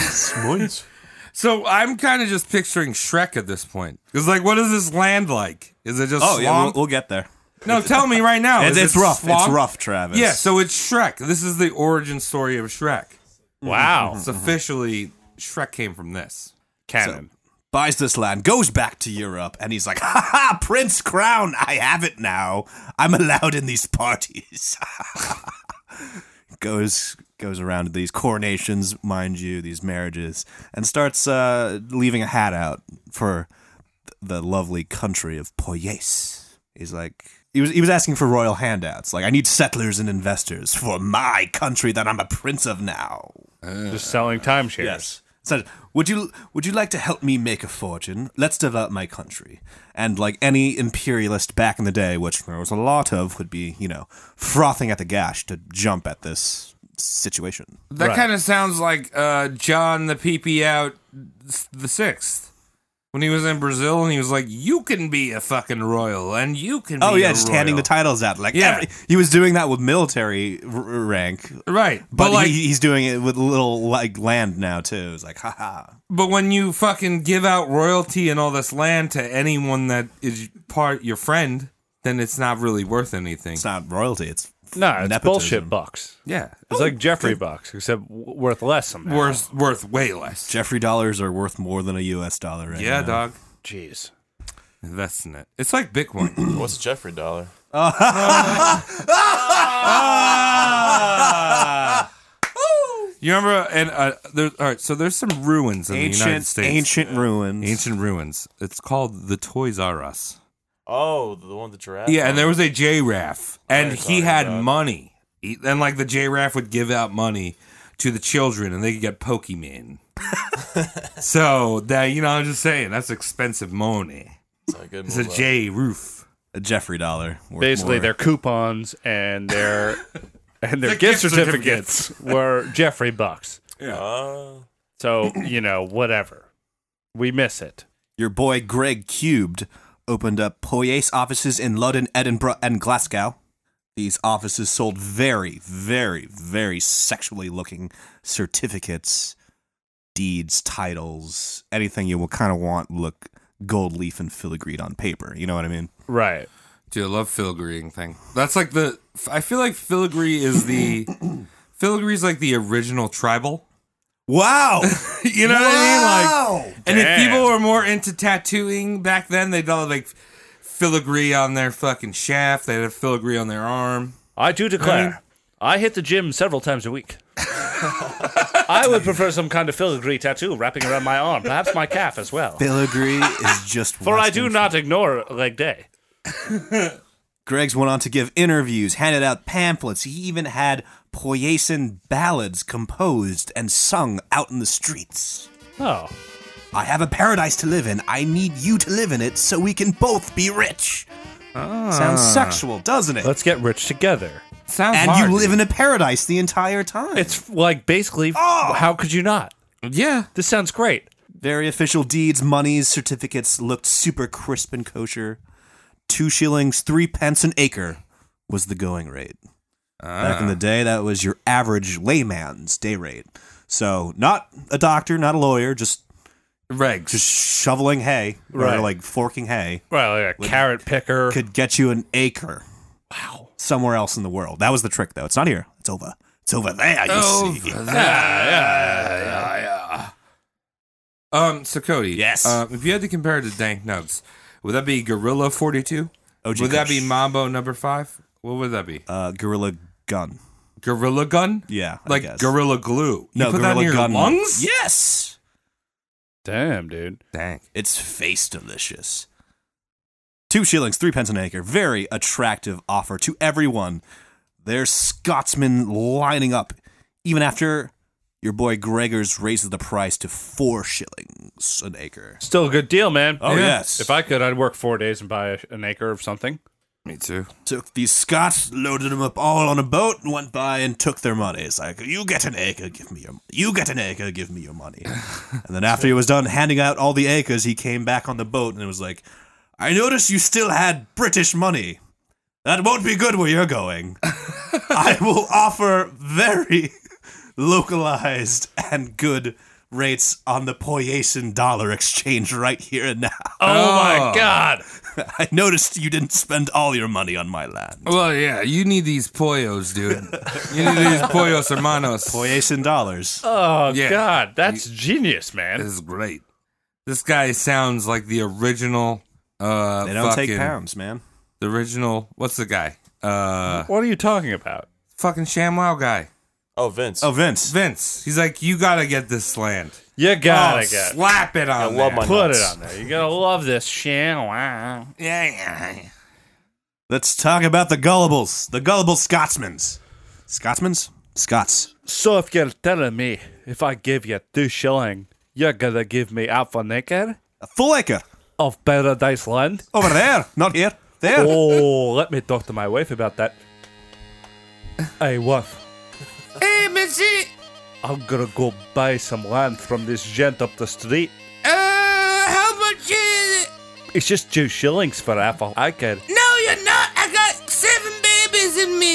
[SPEAKER 9] So I'm kind of just picturing Shrek at this point. Because like, what is this land like? Is it just
[SPEAKER 10] Oh, yeah, we'll,
[SPEAKER 9] swamp?
[SPEAKER 10] we'll get there.
[SPEAKER 9] no, tell me right
[SPEAKER 10] (laughs)
[SPEAKER 9] now.
[SPEAKER 10] It's,
[SPEAKER 9] Is
[SPEAKER 10] it's
[SPEAKER 9] it
[SPEAKER 10] rough. It's
[SPEAKER 9] swamp?
[SPEAKER 10] rough, Travis.
[SPEAKER 9] Yeah. So it's Shrek. This is the origin story of Shrek.
[SPEAKER 1] wow.
[SPEAKER 9] It's
[SPEAKER 10] Mm-hmm.
[SPEAKER 9] officially Shrek came from this.
[SPEAKER 1] Canon.
[SPEAKER 10] buys this land, goes back to Europe, and he's like, (laughs) ha ha, Prince Crown, I have it now. I'm allowed in these parties. (laughs) goes goes around to these coronations, mind you, these marriages, and starts uh, leaving a hat out for th- the lovely country of Poyais. He's like, he was, he was asking for royal handouts. Like, I need settlers and investors for my country that I'm a prince of now.
[SPEAKER 1] Just selling timeshares.
[SPEAKER 10] Yes. So, would you would you like to help me make a fortune? Let's develop my country. And like any imperialist back in the day, which there was a lot of, would be you know frothing at the gash to jump at this situation.
[SPEAKER 9] That
[SPEAKER 1] Right.
[SPEAKER 9] kind of sounds like uh, John the Peepee out s- the sixth when he was in Brazil and he was like, "You can be a fucking royal and you can."
[SPEAKER 10] Oh
[SPEAKER 9] be
[SPEAKER 10] yeah,
[SPEAKER 9] a
[SPEAKER 10] just handing the
[SPEAKER 9] royal."
[SPEAKER 10] titles out. Like
[SPEAKER 9] Yeah.
[SPEAKER 10] every- he was doing that with military r- r- rank, but,
[SPEAKER 9] right? But, like,
[SPEAKER 10] he, he's doing it with little like land now too. It's like haha.
[SPEAKER 9] but when you fucking give out royalty and all this land to anyone that is part your friend, then it's not really worth anything.
[SPEAKER 10] It's not royalty. It's
[SPEAKER 1] No, it's
[SPEAKER 10] Nepotism.
[SPEAKER 1] bullshit bucks.
[SPEAKER 9] yeah,
[SPEAKER 1] It's like Jeffrey bucks, except w- worth less somehow.
[SPEAKER 9] worth worth way less.
[SPEAKER 10] Jeffrey dollars are worth more than a U.S. dollar. Right
[SPEAKER 9] yeah,
[SPEAKER 10] now.
[SPEAKER 9] dog,
[SPEAKER 1] Jeez.
[SPEAKER 9] invest in it. It's like (clears throat) Bitcoin.
[SPEAKER 8] What's Jeffrey Dollar?
[SPEAKER 10] Ah!
[SPEAKER 9] (laughs) you remember? And uh, there's all right. So there's some ruins in the United
[SPEAKER 10] Ancient,
[SPEAKER 9] States.
[SPEAKER 10] ancient ruins.
[SPEAKER 9] Ancient ruins. It's called the Toys R Us.
[SPEAKER 8] Oh, the one with the giraffe.
[SPEAKER 9] Yeah, and there was a J Raff, and
[SPEAKER 8] I saw
[SPEAKER 9] he had
[SPEAKER 8] that.
[SPEAKER 9] money. He, and like the J Raff would give out money to the children, and they could get (laughs) Pokemon. so that you know, I'm just saying that's expensive money.
[SPEAKER 8] It's a good
[SPEAKER 9] It's a
[SPEAKER 8] move up.
[SPEAKER 9] J Roof.
[SPEAKER 10] a Jeffrey dollar. worth
[SPEAKER 1] basically
[SPEAKER 10] more.
[SPEAKER 1] their coupons and their and their
[SPEAKER 9] The
[SPEAKER 1] gift,
[SPEAKER 9] gift
[SPEAKER 1] certificates,
[SPEAKER 9] certificates.
[SPEAKER 1] were Jeffrey bucks.
[SPEAKER 8] Uh,
[SPEAKER 1] So you know, whatever. We miss it.
[SPEAKER 10] Your boy Greg Cubed opened up Poyais offices in London, Edinburgh, and Glasgow. These offices sold very, very, very sexually looking certificates, deeds, titles, anything you will kind of want look gold leaf and filigreed on paper. You know what I mean?
[SPEAKER 1] Right.
[SPEAKER 9] Dude, I love filigreeing thing. That's like the. I feel like filigree is (coughs) the. Filigree's like the original tribal.
[SPEAKER 10] Wow.
[SPEAKER 9] You know what I mean? Like, and if
[SPEAKER 1] Damn.
[SPEAKER 9] people were more into tattooing back then, they'd all like filigree on their fucking shaft. They'd have filigree on their arm.
[SPEAKER 1] I do declare, I hit the gym several times a week. I would prefer some kind of filigree tattoo wrapping around my arm, perhaps my calf as well.
[SPEAKER 10] Filigree is just
[SPEAKER 1] For I
[SPEAKER 10] Western
[SPEAKER 1] do not ignore leg day.
[SPEAKER 10] Greggs went on to give interviews, handed out pamphlets. He even had Poyaisan ballads composed and sung out in the streets.
[SPEAKER 1] Oh,
[SPEAKER 10] I have a paradise to live in. I need you to live in it so we can both be rich. Sounds sexual, doesn't it?
[SPEAKER 11] Let's get rich together.
[SPEAKER 9] Ah. Sounds
[SPEAKER 10] and
[SPEAKER 9] hard,
[SPEAKER 10] you live
[SPEAKER 9] dude.
[SPEAKER 10] in a paradise the entire time.
[SPEAKER 11] It's like basically, how could you not?
[SPEAKER 9] yeah.
[SPEAKER 11] This sounds great.
[SPEAKER 10] very official deeds, monies, certificates looked super crisp and kosher. Two shillings, three pence an acre was the going rate. Back in
[SPEAKER 9] Ah.
[SPEAKER 10] the day, that was your average layman's day rate. So, not a doctor, not a lawyer, just
[SPEAKER 9] Regs.
[SPEAKER 10] just shoveling hay
[SPEAKER 1] Right.
[SPEAKER 10] or like forking hay
[SPEAKER 1] well, like a carrot picker.
[SPEAKER 10] could get you an acre. Wow. Somewhere else in the world. That was the trick, though. It's not here. It's over. It's over there. You
[SPEAKER 9] Oh,
[SPEAKER 10] see.
[SPEAKER 9] Um. So Cody.
[SPEAKER 10] Yes.
[SPEAKER 9] Um, if you had to compare it to Dank Nugs, would that be Gorilla Forty Two?
[SPEAKER 10] OG
[SPEAKER 9] Would that
[SPEAKER 10] Kush.
[SPEAKER 9] be Mambo Number Five? What would that be?
[SPEAKER 10] Oh, Uh, gorilla gun.
[SPEAKER 9] Gorilla Gun?
[SPEAKER 10] Yeah. I
[SPEAKER 9] like
[SPEAKER 10] guess.
[SPEAKER 9] Gorilla Glue? You put that in your lungs?
[SPEAKER 10] Yes.
[SPEAKER 1] Damn, dude.
[SPEAKER 9] Dang.
[SPEAKER 10] It's face delicious. Two shillings, three pence an acre. Very attractive offer to everyone. There's Scotsmen lining up, even after your boy Gregor's raises the price to four shillings an acre.
[SPEAKER 1] Still a good deal, man.
[SPEAKER 10] Oh, yes.
[SPEAKER 1] If I could, I'd work four days and buy a, an acre of something.
[SPEAKER 9] Me too.
[SPEAKER 10] Took these Scots, loaded them up all on a boat, and went by and took their money. It's like, you get an acre, give me your You get an acre, give me your money. and then after he was done handing out all the acres, he came back on the boat and it was like, I noticed you still had British money. That won't be good where you're going. I will offer very (laughs) localized and good rates on the Poyasian dollar exchange right here and now. (laughs)
[SPEAKER 1] Oh, my god!
[SPEAKER 10] I noticed you didn't spend all your money on my land.
[SPEAKER 9] Well, yeah. You need these pollos, dude. you need
[SPEAKER 10] (laughs)
[SPEAKER 9] these pollos hermanos.
[SPEAKER 10] Poyasian dollars.
[SPEAKER 1] Oh
[SPEAKER 9] Yeah.
[SPEAKER 1] god, that's genius,
[SPEAKER 9] This
[SPEAKER 1] man.
[SPEAKER 9] is great. This guy sounds like the original. Uh,
[SPEAKER 10] They don't take
[SPEAKER 9] fucking-
[SPEAKER 10] pounds, man.
[SPEAKER 9] The original. What's the guy? Uh,
[SPEAKER 1] What are you talking about?
[SPEAKER 9] fucking ShamWow guy.
[SPEAKER 8] oh, Vince.
[SPEAKER 10] Oh, Vince.
[SPEAKER 9] Vince. He's like, you gotta get this land.
[SPEAKER 1] You gotta get
[SPEAKER 9] slap it on.
[SPEAKER 8] I love my
[SPEAKER 9] there.
[SPEAKER 1] put
[SPEAKER 8] nuts.
[SPEAKER 1] it on there. You gotta love this shit. Wow.
[SPEAKER 9] Yeah, yeah, yeah.
[SPEAKER 10] Let's talk about the gullibles. The gullible Scotsmans. Scotsmans? Scots.
[SPEAKER 1] So if you're telling me if I give you two shilling, you're gonna give me half an acre
[SPEAKER 10] A full acre.
[SPEAKER 1] of paradise land?
[SPEAKER 10] Over there. Not here. There.
[SPEAKER 1] Oh, let me talk to my wife about that. Hey, wife.
[SPEAKER 9] Hey, Mitzi.
[SPEAKER 1] I'm gonna go buy some land from this gent up the street.
[SPEAKER 9] Uh, how much is it?
[SPEAKER 1] It's just two shillings for half an acre.
[SPEAKER 9] No, you're not. I got seven babies in me.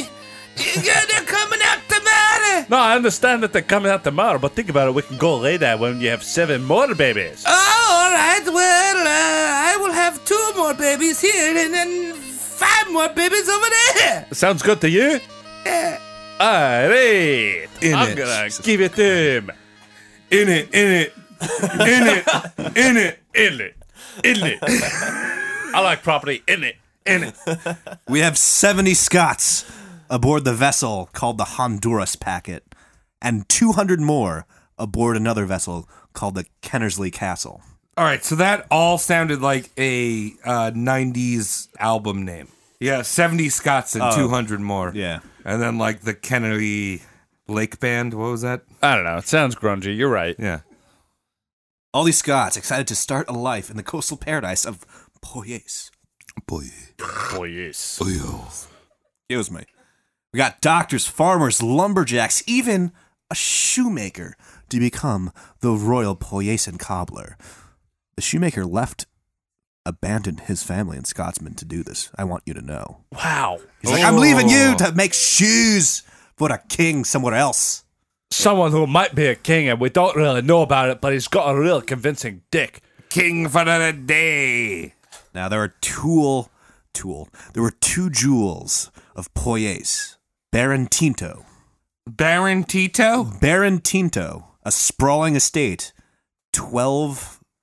[SPEAKER 9] You got- They're coming out the matter.
[SPEAKER 1] No, I understand that they're coming out tomorrow, but think about it. We can go later when you have seven more babies.
[SPEAKER 9] Oh, all right. Well, uh, I will have two more babies here and then five more babies over there.
[SPEAKER 1] Sounds good to you? All right. I'm
[SPEAKER 9] it.
[SPEAKER 1] gonna give it to him.
[SPEAKER 9] In it, in it, in it, in it.
[SPEAKER 1] In it. In it. I like property in it.
[SPEAKER 9] In it.
[SPEAKER 10] We have 70 Scots aboard the vessel called the Honduras Packet, and 200 more aboard another vessel called the Kennersley Castle.
[SPEAKER 9] All right, so that all sounded like a uh, '90s album name. Yeah, seventy Scots and two hundred more.
[SPEAKER 10] yeah.
[SPEAKER 9] and then like the Kennedy Lake Band. What was that?
[SPEAKER 1] I don't know. It sounds grungy. You're right.
[SPEAKER 9] Yeah,
[SPEAKER 10] All these Scots excited to start a life in the coastal paradise of Poyais.
[SPEAKER 9] boy,
[SPEAKER 1] Oh, yes.
[SPEAKER 10] It was me. We got doctors, farmers, lumberjacks, even a shoemaker to become the royal Poyesen cobbler. The shoemaker left, abandoned his family and Scotsman to do this. I want you to know.
[SPEAKER 1] Wow.
[SPEAKER 10] He's like, I'm leaving you to make shoes for a king somewhere else.
[SPEAKER 1] Someone who might be a king and we don't really know about it, but he's got a real convincing dick.
[SPEAKER 9] King for the day.
[SPEAKER 10] Now there are tool, tool. There were two jewels of Poyes, Baron Tinto.
[SPEAKER 9] Baron Tito?
[SPEAKER 10] Baron Tinto, a sprawling estate,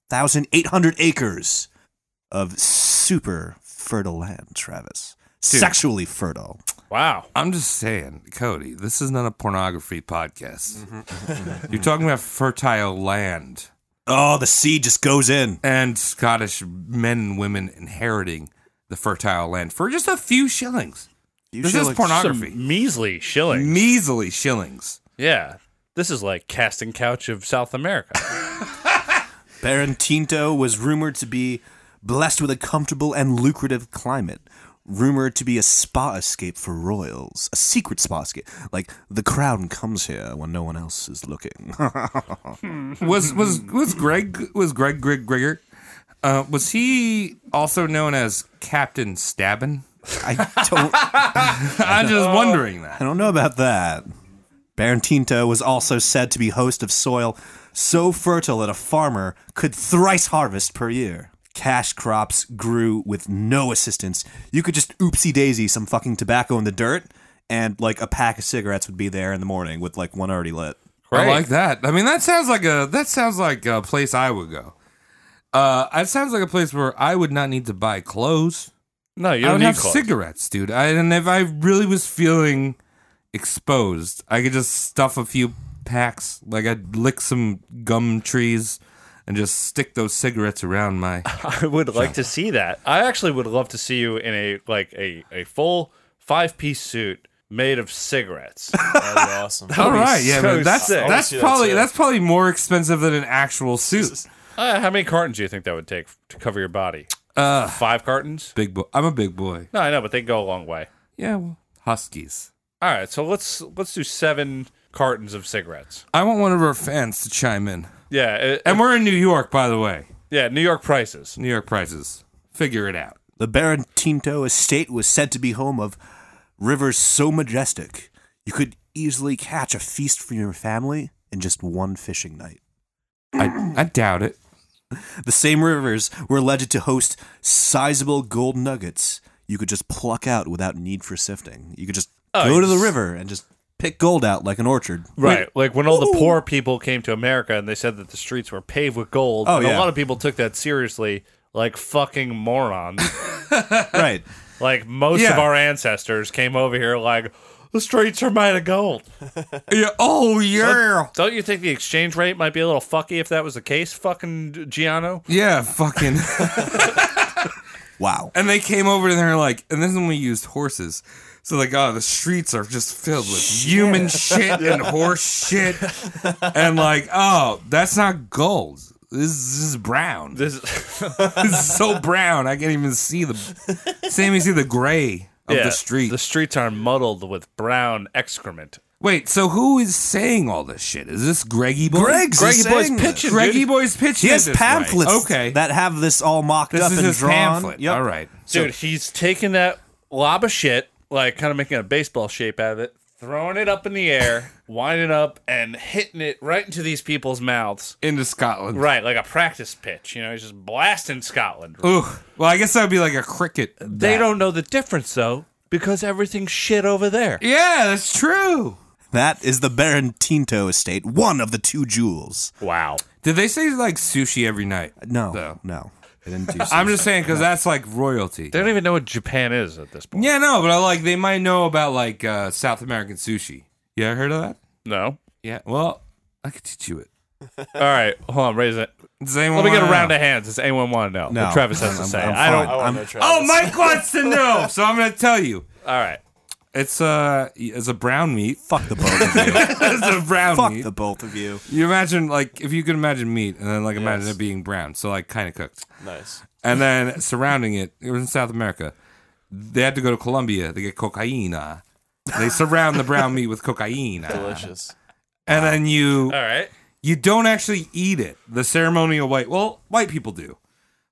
[SPEAKER 10] 12,800 acres of super fertile land, Travis. Sexually fertile.
[SPEAKER 1] Wow.
[SPEAKER 9] I'm just saying, Cody, this is not a pornography podcast. You're talking about fertile land
[SPEAKER 10] Oh, the seed just goes in.
[SPEAKER 9] and Scottish men and women inheriting the fertile land for just a few shillings. this is pornography.
[SPEAKER 1] Some measly shilling.
[SPEAKER 9] Measly shillings.
[SPEAKER 1] yeah. This is like casting couch of South
[SPEAKER 9] (laughs)
[SPEAKER 1] America.
[SPEAKER 10] Baron Tinto was rumored to be blessed with a comfortable and lucrative climate. Rumored to be a spa escape for royals, a secret spa escape. Like the crown comes here when no one else is looking. (laughs)
[SPEAKER 9] was was was Greg was Greg Greg Grigger? Uh, was he also known as Captain Stabbin?
[SPEAKER 10] I don't
[SPEAKER 9] I'm just wondering
[SPEAKER 10] I
[SPEAKER 9] that.
[SPEAKER 10] don't know about that. Baron Tinto was also said to be host of soil so fertile that a farmer could thrice harvest per year. Cash crops grew with no assistance. You could just oopsie daisy some fucking tobacco in the dirt, and like a pack of cigarettes would be there in the morning with like one already lit.
[SPEAKER 9] I like that. I mean, that sounds like a that sounds like a place I would go. Uh, it sounds like a place where I would not need to buy clothes.
[SPEAKER 1] No, you
[SPEAKER 9] I
[SPEAKER 1] don't
[SPEAKER 9] would
[SPEAKER 1] need
[SPEAKER 9] have
[SPEAKER 1] clothes.
[SPEAKER 9] cigarettes, dude. I, and if I really was feeling exposed, I could just stuff a few packs. Like I'd lick some gum trees and just stick those cigarettes
[SPEAKER 1] (laughs)
[SPEAKER 9] around my.
[SPEAKER 1] (laughs) I would like
[SPEAKER 9] (laughs)
[SPEAKER 1] to see that. I actually would love to see you in a like a, a full five piece suit made of
[SPEAKER 9] (laughs)
[SPEAKER 1] cigarettes.
[SPEAKER 8] That'd be awesome.
[SPEAKER 9] All right, yeah,
[SPEAKER 1] so
[SPEAKER 9] man, that's
[SPEAKER 1] sick.
[SPEAKER 9] that's
[SPEAKER 8] Yeah, that's
[SPEAKER 9] probably
[SPEAKER 8] it.
[SPEAKER 9] that's probably more expensive than an actual suit.
[SPEAKER 1] Uh, how many cartons do you think that would take to cover your body?
[SPEAKER 9] Uh,
[SPEAKER 1] Five cartons?
[SPEAKER 9] Big boy, I'm a big boy.
[SPEAKER 1] No, I know, but they go a long way.
[SPEAKER 9] Yeah, well, Huskies.
[SPEAKER 1] All right, so let's let's do seven cartons of cigarettes.
[SPEAKER 9] I want one of our fans to chime in.
[SPEAKER 1] Yeah, it-
[SPEAKER 9] And we're in New York, by the way.
[SPEAKER 1] yeah, New York prices.
[SPEAKER 9] New York prices. Figure it out.
[SPEAKER 10] The Baron Tinto estate was said to be home of rivers so majestic you could easily catch a feast for your family in just one fishing night.
[SPEAKER 9] I, I doubt it.
[SPEAKER 10] The same rivers were alleged to host sizable gold nuggets you could just pluck out without need for sifting. You could just
[SPEAKER 1] Oh,
[SPEAKER 10] go
[SPEAKER 1] you
[SPEAKER 10] to the
[SPEAKER 1] just-
[SPEAKER 10] river and just pick gold out like an orchard.
[SPEAKER 1] Right, like when all the poor people came to America and they said that the streets were paved with gold.
[SPEAKER 10] Oh,
[SPEAKER 1] and
[SPEAKER 10] yeah.
[SPEAKER 1] a lot of people took that seriously, like fucking
[SPEAKER 9] (laughs)
[SPEAKER 1] morons.
[SPEAKER 10] right.
[SPEAKER 1] Like most
[SPEAKER 9] Yeah.
[SPEAKER 1] of our ancestors came over here like the streets are made of gold.
[SPEAKER 9] Yeah. Oh yeah.
[SPEAKER 1] Don't you think the exchange rate might be a little fucky if that was the case? Fucking Giano.
[SPEAKER 9] Yeah. Fucking. (laughs)
[SPEAKER 10] Wow.
[SPEAKER 9] and they came over and they're like, and this is when we used horses. So like, oh, the streets are just filled with human shit and horse shit, and like, oh, that's not gold. This is, this is (laughs) brown. This,
[SPEAKER 1] (laughs) This is
[SPEAKER 9] is so brown. I can't even see the. Sammy see the gray of
[SPEAKER 1] yeah,
[SPEAKER 9] the street.
[SPEAKER 1] The streets are muddled with brown excrement.
[SPEAKER 9] Wait, so who is saying all this shit? Is this Greggy Boy?
[SPEAKER 10] Greg's
[SPEAKER 9] Greggy
[SPEAKER 10] is
[SPEAKER 9] Boy's
[SPEAKER 10] saying
[SPEAKER 9] pitching.
[SPEAKER 10] this.
[SPEAKER 9] Greggy Boy's pitching.
[SPEAKER 10] He has
[SPEAKER 9] it this way.
[SPEAKER 10] pamphlets
[SPEAKER 9] Okay,
[SPEAKER 10] that have this all mocked
[SPEAKER 9] this
[SPEAKER 10] up
[SPEAKER 9] is
[SPEAKER 10] and
[SPEAKER 9] his
[SPEAKER 10] drawn.
[SPEAKER 9] pamphlet.
[SPEAKER 10] Yep.
[SPEAKER 9] All right.
[SPEAKER 1] Dude, he's taking that lob of shit, like kind of making a baseball shape out of it, throwing it up in the air, (laughs) winding up and hitting it right into these people's mouths.
[SPEAKER 9] Into Scotland.
[SPEAKER 1] Right, like a practice pitch. You know, he's just blasting Scotland.
[SPEAKER 9] Ooh. Well, I guess that would be like a cricket.
[SPEAKER 1] They
[SPEAKER 9] bat.
[SPEAKER 1] don't know the difference though, because everything's shit over there.
[SPEAKER 9] Yeah, that's true.
[SPEAKER 10] That is the Baron Tinto estate, one of the two jewels.
[SPEAKER 1] Wow.
[SPEAKER 9] Did they say like sushi every night?
[SPEAKER 10] No.
[SPEAKER 9] Though.
[SPEAKER 10] No. They didn't do
[SPEAKER 9] (laughs) I'm just saying because that's like royalty.
[SPEAKER 1] They don't even know what Japan is at this point.
[SPEAKER 9] Yeah, no, but I like they might know about like uh, South American sushi. You ever heard of that?
[SPEAKER 1] No.
[SPEAKER 9] Yeah. Well, I could teach you it.
[SPEAKER 1] All right, hold on, raise it.
[SPEAKER 9] Does anyone
[SPEAKER 1] Let me get a
[SPEAKER 9] wanna
[SPEAKER 1] round
[SPEAKER 9] know?
[SPEAKER 1] of hands. Does anyone want to know?
[SPEAKER 10] No.
[SPEAKER 1] What Travis has to
[SPEAKER 10] I'm-
[SPEAKER 1] say.
[SPEAKER 10] I'm
[SPEAKER 1] I don't.
[SPEAKER 10] fine.
[SPEAKER 8] I want
[SPEAKER 10] I'm-
[SPEAKER 8] to know Travis.
[SPEAKER 9] Oh, Mike wants to know, so I'm gonna tell you.
[SPEAKER 1] All right.
[SPEAKER 9] It's uh, it's a brown meat.
[SPEAKER 10] Fuck the both of you.
[SPEAKER 9] (laughs) it's a brown
[SPEAKER 10] Fuck
[SPEAKER 9] meat.
[SPEAKER 10] the both of you.
[SPEAKER 9] you imagine like if you could imagine meat and then like imagine it being brown, so like kind of cooked,
[SPEAKER 8] Nice.
[SPEAKER 9] and then surrounding it, it was in South America. They had to go to Colombia. They get cocaina. They surround the brown meat with cocaina.
[SPEAKER 8] Delicious.
[SPEAKER 9] And then you
[SPEAKER 1] All right.
[SPEAKER 9] you don't actually eat it. The ceremonial way, well, white people do,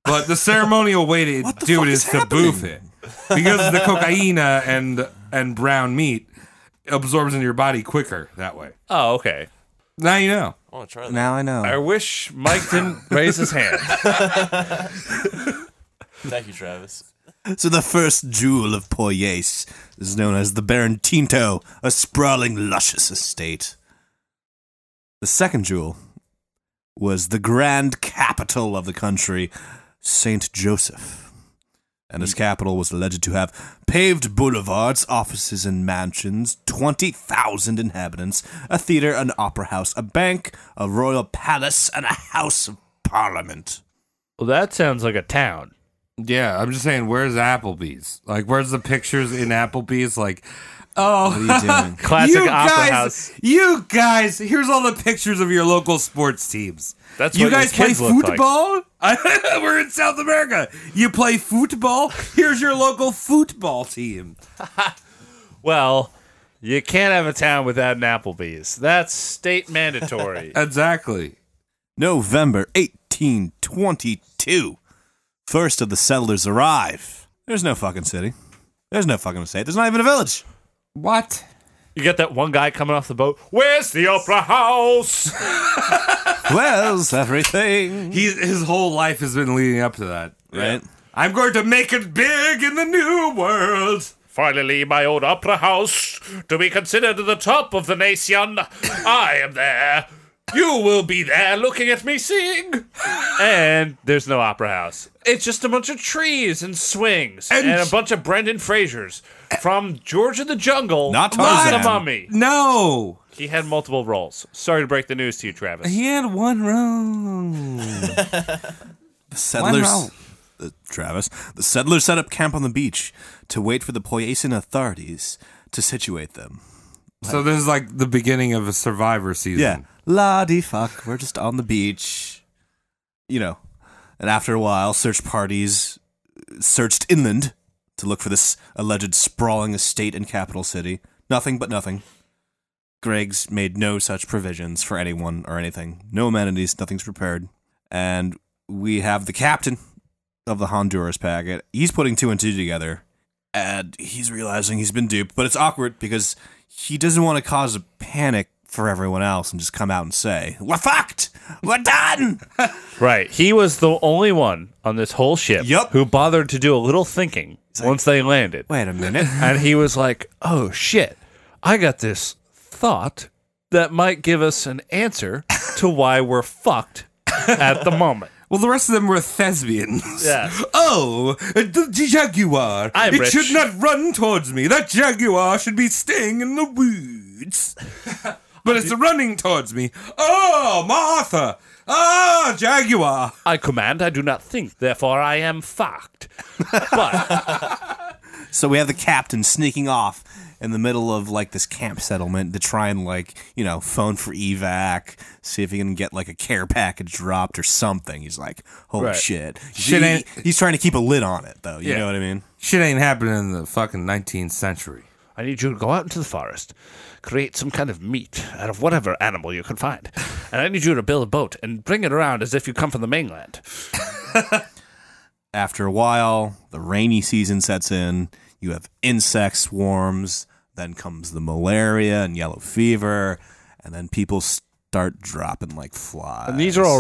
[SPEAKER 9] but the ceremonial way to
[SPEAKER 10] (laughs) the
[SPEAKER 9] do
[SPEAKER 10] fuck
[SPEAKER 9] it
[SPEAKER 10] is
[SPEAKER 9] is to boof it because the cocaina and and brown meat absorbs into your body quicker that way.
[SPEAKER 1] Oh, okay.
[SPEAKER 9] Now you know.
[SPEAKER 8] I want to try that.
[SPEAKER 10] Now I
[SPEAKER 1] I
[SPEAKER 10] know.
[SPEAKER 1] wish Mike didn't raise his hand.
[SPEAKER 8] Thank you, Travis.
[SPEAKER 10] So the first jewel of Poyais is known as the Baron Tinto, a sprawling, luscious estate. The second jewel was the grand capital of the country, St. Joseph. And this capital was alleged to have paved boulevards, offices, and mansions, 20,000 inhabitants, a theater, an opera house, a bank, a royal palace, and a house of parliament.
[SPEAKER 1] Well, that sounds like a town.
[SPEAKER 9] Yeah, I'm just saying. Where's Applebee's? Like, where's the pictures in Applebee's? Like, oh, (laughs)
[SPEAKER 10] What are you doing?
[SPEAKER 1] Classic
[SPEAKER 9] you
[SPEAKER 1] opera
[SPEAKER 9] guys,
[SPEAKER 1] house.
[SPEAKER 9] You guys, here's all the pictures of your local sports teams.
[SPEAKER 1] That's
[SPEAKER 9] you
[SPEAKER 1] what your
[SPEAKER 9] guys play
[SPEAKER 1] kids look like.
[SPEAKER 9] football. (laughs) We're in South America. You play football. Here's your local football team.
[SPEAKER 1] Well, you can't have a town without an Applebee's. That's state
[SPEAKER 9] (laughs)
[SPEAKER 1] mandatory.
[SPEAKER 9] Exactly.
[SPEAKER 10] November 1822. First of the settlers arrive. There's no fucking city. There's no fucking state. There's not even a village.
[SPEAKER 9] What?
[SPEAKER 1] you got that one guy coming off the boat. Where's the opera house?
[SPEAKER 10] Where's everything?
[SPEAKER 9] He his whole life has been leading up to that.
[SPEAKER 10] Right?
[SPEAKER 9] I'm going to make it big in the new world.
[SPEAKER 1] Finally, my old opera house to be considered the top of the nation. I am there. You will be there looking at me sing. And there's no opera house. It's just a bunch of trees and swings and,
[SPEAKER 9] And-
[SPEAKER 1] a bunch of Brendan Frasers from George of the Jungle.
[SPEAKER 10] Not
[SPEAKER 1] to
[SPEAKER 10] Tarzan.
[SPEAKER 1] the Mummy.
[SPEAKER 9] No,
[SPEAKER 1] He had multiple roles. Sorry to break the news to you, Travis.
[SPEAKER 9] he had one wrong.
[SPEAKER 10] The settlers.
[SPEAKER 9] Wow.
[SPEAKER 10] Uh, Travis. The settlers set up camp on the beach to wait for the Poyasian authorities to situate them.
[SPEAKER 9] So this is like the beginning of a Survivor season.
[SPEAKER 10] Yeah. La di fuck. We're just on the beach. You know. And after a while, search parties searched inland to look for this alleged sprawling estate and capital city. Nothing but nothing. Greg's made no such provisions for anyone or anything. No amenities, nothing's prepared. And we have the captain of the Honduras packet. He's putting two and two together. And he's realizing he's been duped, but it's awkward because he doesn't want to cause a panic for everyone else and just come out and say, We're fucked! We're done! (laughs)
[SPEAKER 1] Right. He was the only one on this whole ship
[SPEAKER 10] Yup.
[SPEAKER 1] who bothered to do a little thinking once they landed.
[SPEAKER 10] Wait a minute.
[SPEAKER 1] and he was like, "Oh shit, I got this thought that might give us an answer to why we're fucked at the moment."
[SPEAKER 9] Well, the rest of them were thespians.
[SPEAKER 1] (laughs) Yes.
[SPEAKER 9] (laughs) Oh, the jaguar!
[SPEAKER 1] I'm
[SPEAKER 9] it
[SPEAKER 1] rich.
[SPEAKER 9] should not run towards me. That jaguar should be staying in the (laughs) woods. but it's running towards me. Oh, Martha! Ah, jaguar!
[SPEAKER 1] I command, I do not think, therefore I am fucked. But
[SPEAKER 10] So we have the captain sneaking off in the middle of like this camp settlement to try and like, you know, phone for evac, see if he can get like a care package dropped or something. He's like, holy
[SPEAKER 1] Right.
[SPEAKER 10] shit.
[SPEAKER 9] Shit
[SPEAKER 10] He-
[SPEAKER 9] ain't-
[SPEAKER 10] he's trying to keep a lid on it though. You
[SPEAKER 9] Yeah.
[SPEAKER 10] know what I mean?
[SPEAKER 9] Shit ain't happening in the fucking 19th century.
[SPEAKER 1] I need you to go out into the forest, create some kind of meat out of whatever animal you can find, and I need you to build a boat and bring it around as if you come from the mainland.
[SPEAKER 10] After a while, the rainy season sets in. You have insect swarms, then comes the malaria and yellow fever, and then people start dropping like flies.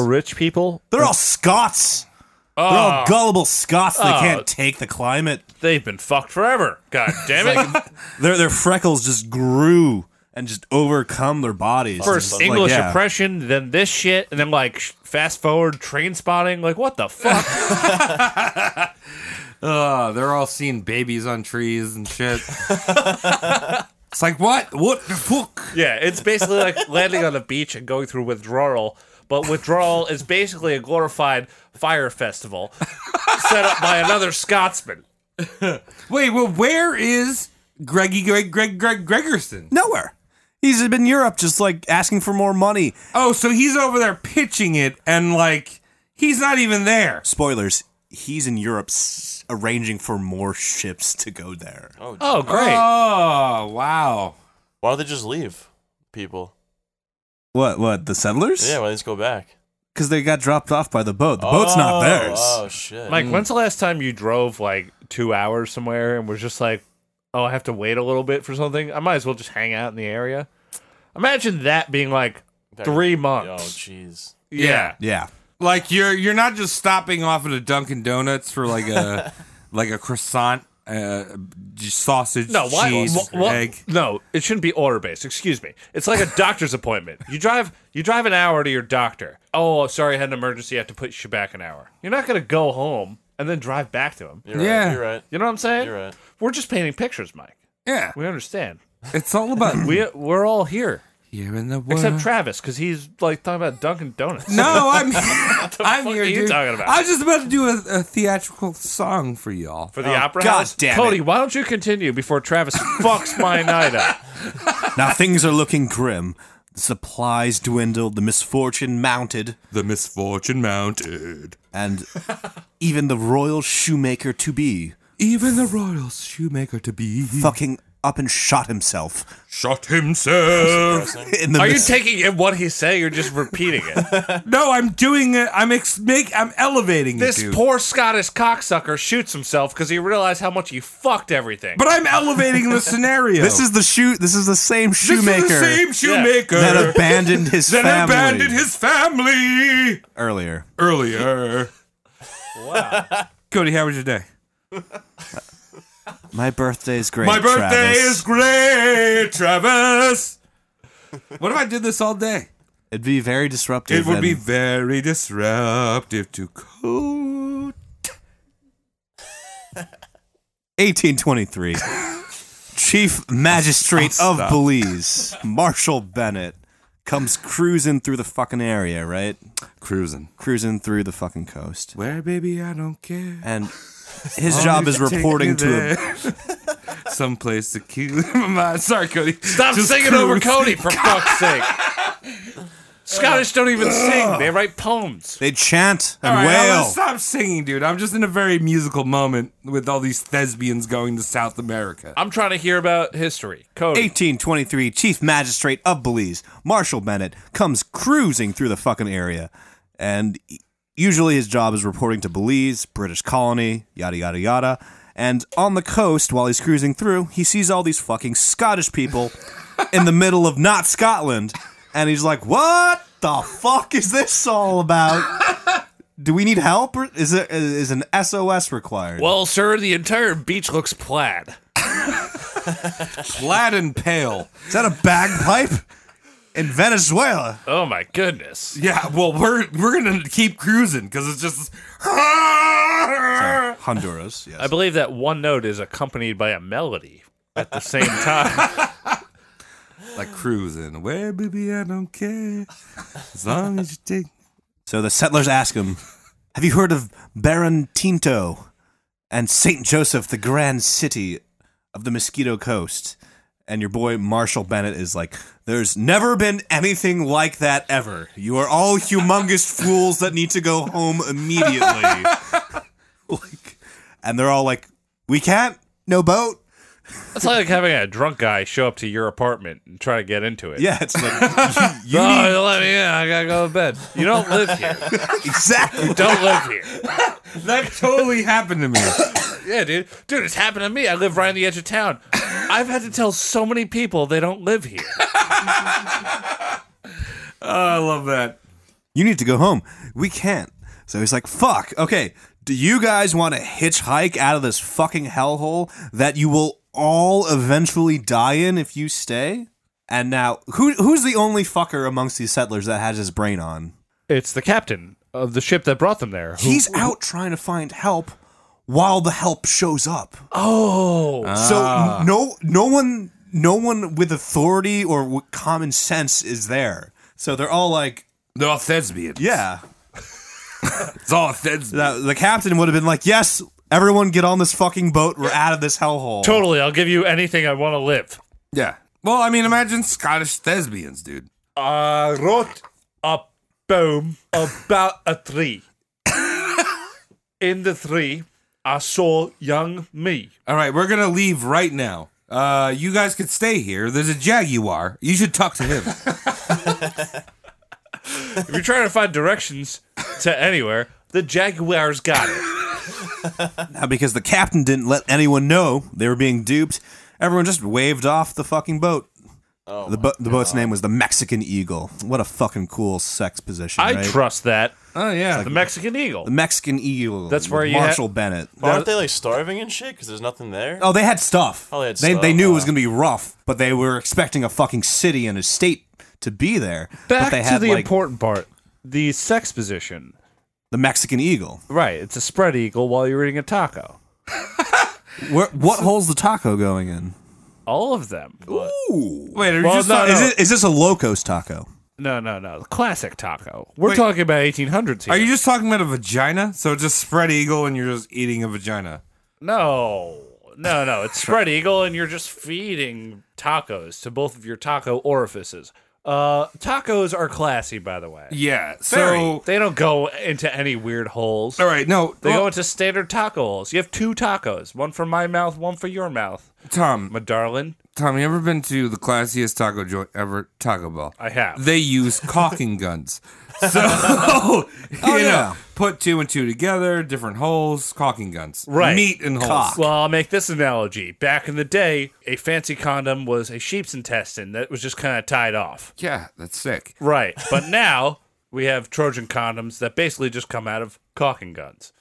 [SPEAKER 1] rich people.
[SPEAKER 10] They're all Scots. They're
[SPEAKER 1] Ah.
[SPEAKER 10] all gullible Scots. They can't take the climate.
[SPEAKER 1] They've been fucked forever. God damn it!
[SPEAKER 10] Their their freckles just grew and just overcome their bodies.
[SPEAKER 1] first
[SPEAKER 10] Just like,
[SPEAKER 1] English
[SPEAKER 10] yeah.
[SPEAKER 1] oppression, then this shit, and then like sh- fast forward train spotting. Like what the fuck?
[SPEAKER 9] Uh, they're all seeing babies on trees and (laughs) shit. it's like, what? What the fuck?
[SPEAKER 1] (laughs) yeah, it's basically like landing on a beach and going through withdrawal. But withdrawal is basically a glorified fire festival (laughs) set up by another Scotsman.
[SPEAKER 9] Wait, well, where is Greggy Greg Greg Greg Gregerson?
[SPEAKER 10] Nowhere. He's been in Europe just like asking for more money.
[SPEAKER 9] Oh, so he's over there pitching it, and like he's not even there.
[SPEAKER 10] Spoilers. he's in Europe s- arranging for more ships to go there.
[SPEAKER 12] Oh, great.
[SPEAKER 9] Oh wow!
[SPEAKER 8] Why don't they just leave, people?
[SPEAKER 10] What? What? The settlers?
[SPEAKER 8] Yeah, why don't they just go back?
[SPEAKER 10] because they got dropped off by the boat. The boat's not
[SPEAKER 8] Oh,
[SPEAKER 10] theirs.
[SPEAKER 8] Oh shit!
[SPEAKER 1] Mike, when's the last time you drove like two hours somewhere and was just like, oh, I have to wait a little bit for something? I might as well just hang out in the area. Imagine that being like
[SPEAKER 8] Back-
[SPEAKER 1] three
[SPEAKER 8] Oh
[SPEAKER 1] months.
[SPEAKER 8] jeez.
[SPEAKER 1] yeah.
[SPEAKER 10] Yeah.
[SPEAKER 9] Like you're you're not just stopping off at a Dunkin' Donuts for
[SPEAKER 1] (laughs)
[SPEAKER 9] like a like a croissant, uh, j- sausage,
[SPEAKER 1] No, why?
[SPEAKER 9] cheese,
[SPEAKER 1] wha- wha-
[SPEAKER 9] egg.
[SPEAKER 1] No, it shouldn't be order based. Excuse me. It's like a doctor's appointment. You drive you drive an hour to your doctor. Oh, sorry, I had an emergency. I have to put you back an hour. You're not going to go home and then drive back to him.
[SPEAKER 8] You're right,
[SPEAKER 9] Yeah.
[SPEAKER 8] you're right.
[SPEAKER 1] You know what I'm saying?
[SPEAKER 8] You're right.
[SPEAKER 1] We're just painting pictures, Mike.
[SPEAKER 9] Yeah,
[SPEAKER 1] We understand.
[SPEAKER 9] it's all
[SPEAKER 1] (clears throat)
[SPEAKER 9] about
[SPEAKER 1] We we're all here
[SPEAKER 9] here in the world.
[SPEAKER 1] except
[SPEAKER 10] Uh-huh.
[SPEAKER 1] Travis because he's like talking about Dunkin' Donuts.
[SPEAKER 9] no,
[SPEAKER 1] (laughs)
[SPEAKER 9] I'm I'm
[SPEAKER 1] fuck
[SPEAKER 9] here.
[SPEAKER 1] are you
[SPEAKER 9] dude.
[SPEAKER 1] talking about?
[SPEAKER 9] I was just about to do a, a theatrical song for y'all.
[SPEAKER 1] for the opera
[SPEAKER 10] Oh, God
[SPEAKER 1] house.
[SPEAKER 10] damn it.
[SPEAKER 1] Cody, why don't you continue before Travis fucks my night up?
[SPEAKER 10] Now things are looking grim. The supplies dwindled. The misfortune mounted.
[SPEAKER 9] The misfortune mounted. (laughs)
[SPEAKER 10] and even the royal shoemaker to be
[SPEAKER 9] Even the royal shoemaker to be
[SPEAKER 10] fucking up and shot himself
[SPEAKER 9] shot himself.
[SPEAKER 10] in (laughs) the
[SPEAKER 1] Are you
[SPEAKER 10] midst-
[SPEAKER 1] taking in what he's saying or just repeating it?
[SPEAKER 9] no, I'm doing it. I'm ex- make. I'm elevating
[SPEAKER 1] This
[SPEAKER 9] it, dude.
[SPEAKER 1] poor Scottish cocksucker shoots himself because he realized how much he fucked everything.
[SPEAKER 9] but I'm elevating the scenario.
[SPEAKER 10] this is the shoe this is the same
[SPEAKER 9] This is
[SPEAKER 10] shoemaker
[SPEAKER 9] the same shoemaker
[SPEAKER 10] that abandoned
[SPEAKER 9] (laughs)
[SPEAKER 10] his
[SPEAKER 9] that
[SPEAKER 10] family
[SPEAKER 9] abandoned his family
[SPEAKER 10] earlier
[SPEAKER 9] earlier.
[SPEAKER 1] wow.
[SPEAKER 9] Cody, how was your day?
[SPEAKER 10] my birthday is great
[SPEAKER 9] My birthday
[SPEAKER 10] Travis.
[SPEAKER 9] is great, Travis. what if I did this all day?
[SPEAKER 10] it'd be very disruptive
[SPEAKER 9] It would be
[SPEAKER 10] and-
[SPEAKER 9] very disruptive to Cody.
[SPEAKER 10] 1823 chief magistrate
[SPEAKER 9] I'll
[SPEAKER 10] of
[SPEAKER 9] stop.
[SPEAKER 10] belize marshal bennett comes cruising through the fucking area right
[SPEAKER 9] Cruising.
[SPEAKER 10] cruising through the fucking coast
[SPEAKER 9] Where, baby, I don't care.
[SPEAKER 10] and his
[SPEAKER 9] Oh, (laughs)
[SPEAKER 10] job is reporting to a
[SPEAKER 9] a (laughs) someplace to keep (laughs) my mind. Sorry, Cody.
[SPEAKER 1] Stop
[SPEAKER 9] Just
[SPEAKER 1] singing over
[SPEAKER 9] cruise.
[SPEAKER 1] Cody for fuck's sake.
[SPEAKER 9] (laughs)
[SPEAKER 1] Scottish don't even sing; they write poems.
[SPEAKER 10] they chant and
[SPEAKER 9] All right,
[SPEAKER 10] wail
[SPEAKER 9] Alan, stop singing, dude. I'm just in a very musical moment with all these thespians going to South America.
[SPEAKER 1] I'm trying to hear about history. Cody,
[SPEAKER 10] 1823 Chief Magistrate of Belize, Marshal Bennett, comes cruising through the fucking area. And usually his job is reporting to Belize, British colony, yada, yada, yada. And on the coast, while he's cruising through, he sees all these fucking Scottish people in the middle of not Scotland. And he's like, what the fuck is this all about? Do we need help? Or is, it, is an SOS required?
[SPEAKER 1] well, sir, the entire beach looks plaid.
[SPEAKER 9] Glad and pale.
[SPEAKER 10] is that a bagpipe? In Venezuela.
[SPEAKER 1] Oh my goodness!
[SPEAKER 9] Yeah, well, we're we're gonna keep cruising because it's just.
[SPEAKER 10] Honduras, yes.
[SPEAKER 1] I believe that one note is accompanied by a melody at the same
[SPEAKER 9] (laughs)
[SPEAKER 1] time.
[SPEAKER 9] like cruising. Where, baby, I don't care. As long as you take.
[SPEAKER 10] So the settlers ask him, Have you heard of Baron Tinto and St. Joseph, the grand city of the Mosquito Coast? And your boy Marshall Bennett is like, There's never been anything like that ever. You are all humongous (laughs) fools that need to go home immediately. like, and they're all like, We can't, no boat.
[SPEAKER 1] It's like having a drunk guy show up to your apartment and try to get into it.
[SPEAKER 10] Yeah, it's like, you,
[SPEAKER 1] (laughs)
[SPEAKER 10] you need
[SPEAKER 1] Oh, let me in. I gotta go to bed. You don't live here.
[SPEAKER 10] exactly.
[SPEAKER 1] Don't live here.
[SPEAKER 9] That totally happened to me.
[SPEAKER 1] Yeah, dude. Dude, it's happened to me. I live right on the edge of town. (laughs) I've had to tell so many people they don't live here.
[SPEAKER 9] (laughs) I love that.
[SPEAKER 10] you need to go home. We can't. So he's like, fuck, okay, do you guys want to hitchhike out of this fucking hellhole that you will all eventually die in if you stay? And now, who who's the only fucker amongst these settlers that has his brain on?
[SPEAKER 1] It's the captain of the ship that brought them there. who-
[SPEAKER 10] He's out trying to find help while the help shows up.
[SPEAKER 1] oh,
[SPEAKER 10] So n- no no one no one with authority or w- common sense is there. So they're all like,
[SPEAKER 9] They're all thespians.
[SPEAKER 10] yeah,
[SPEAKER 9] It's all thespians.
[SPEAKER 10] That, the captain would have been like, "Yes, everyone, get on this fucking boat. We're out of this hellhole."
[SPEAKER 1] totally. I'll give you anything I want to live.
[SPEAKER 9] Yeah. Well, I mean, imagine Scottish thespians, dude.
[SPEAKER 1] I (laughs) wrote a poem about a tree. in the three, I saw young me.
[SPEAKER 9] All right, we're gonna leave right now. Uh, you guys could stay here. There's a jaguar. You should talk
[SPEAKER 1] (laughs)
[SPEAKER 9] to him.
[SPEAKER 1] If you're trying to find directions to anywhere, the Jaguars got it.
[SPEAKER 10] Now, because the captain didn't let anyone know they were being duped, everyone just waved off the fucking boat.
[SPEAKER 8] Oh
[SPEAKER 10] the bo- the boat's name was the Mexican Eagle. What a fucking cool sex position!
[SPEAKER 1] I
[SPEAKER 10] right?
[SPEAKER 1] trust that.
[SPEAKER 9] oh yeah,
[SPEAKER 1] The Mexican Eagle.
[SPEAKER 10] the Mexican Eagle.
[SPEAKER 1] That's where you ha-
[SPEAKER 10] Marshall Bennett.
[SPEAKER 8] Aren't they like starving and shit? Because there's nothing there.
[SPEAKER 10] Oh, they had stuff.
[SPEAKER 8] Oh, they had
[SPEAKER 10] they,
[SPEAKER 8] stuff,
[SPEAKER 10] they knew it was
[SPEAKER 8] wow.
[SPEAKER 10] going to be rough, but they were expecting a fucking city and a state to be there. but
[SPEAKER 1] Back
[SPEAKER 10] they
[SPEAKER 1] to
[SPEAKER 10] had
[SPEAKER 1] the
[SPEAKER 10] like
[SPEAKER 1] important part the sex position.
[SPEAKER 10] the Mexican Eagle.
[SPEAKER 1] Right. It's a spread eagle while you're eating a taco.
[SPEAKER 10] Where, what hole's the taco going in?
[SPEAKER 1] All of them.
[SPEAKER 9] Wait, are you
[SPEAKER 1] Well,
[SPEAKER 9] just
[SPEAKER 1] no,
[SPEAKER 9] talking-
[SPEAKER 1] Oh, no.
[SPEAKER 10] Is, it, is this a locos taco?
[SPEAKER 1] No, no, no. The classic taco. We're
[SPEAKER 9] Wait.
[SPEAKER 1] talking about 1800s here.
[SPEAKER 9] Are you just talking about a vagina? So just spread eagle and you're just eating a vagina.
[SPEAKER 1] No, no, no. It's spread (laughs) eagle, and you're just feeding tacos to both of your taco orifices. Uh, tacos are classy, by the way.
[SPEAKER 9] Yeah. So
[SPEAKER 1] They don't go into any weird holes.
[SPEAKER 9] all right, no,
[SPEAKER 1] They
[SPEAKER 9] well,
[SPEAKER 1] go into standard taco holes. You have two tacos, one for my mouth, one for your mouth.
[SPEAKER 9] Tom.
[SPEAKER 1] My darling,
[SPEAKER 9] Tom, you ever been to the classiest taco joint ever, Taco Bell?
[SPEAKER 1] I have.
[SPEAKER 9] They use caulking guns.
[SPEAKER 1] (laughs)
[SPEAKER 9] So,
[SPEAKER 1] Oh,
[SPEAKER 9] (laughs) you
[SPEAKER 10] yeah.
[SPEAKER 9] know, put two and two together, different holes, caulking guns.
[SPEAKER 1] Right.
[SPEAKER 9] Meat and holes.
[SPEAKER 10] Cock.
[SPEAKER 1] Well, I'll make this analogy. Back in the day, a fancy condom was a sheep's intestine that was just kind of tied off.
[SPEAKER 9] Yeah, that's sick.
[SPEAKER 1] Right. (laughs) But now we have Trojan condoms that basically just come out of caulking guns.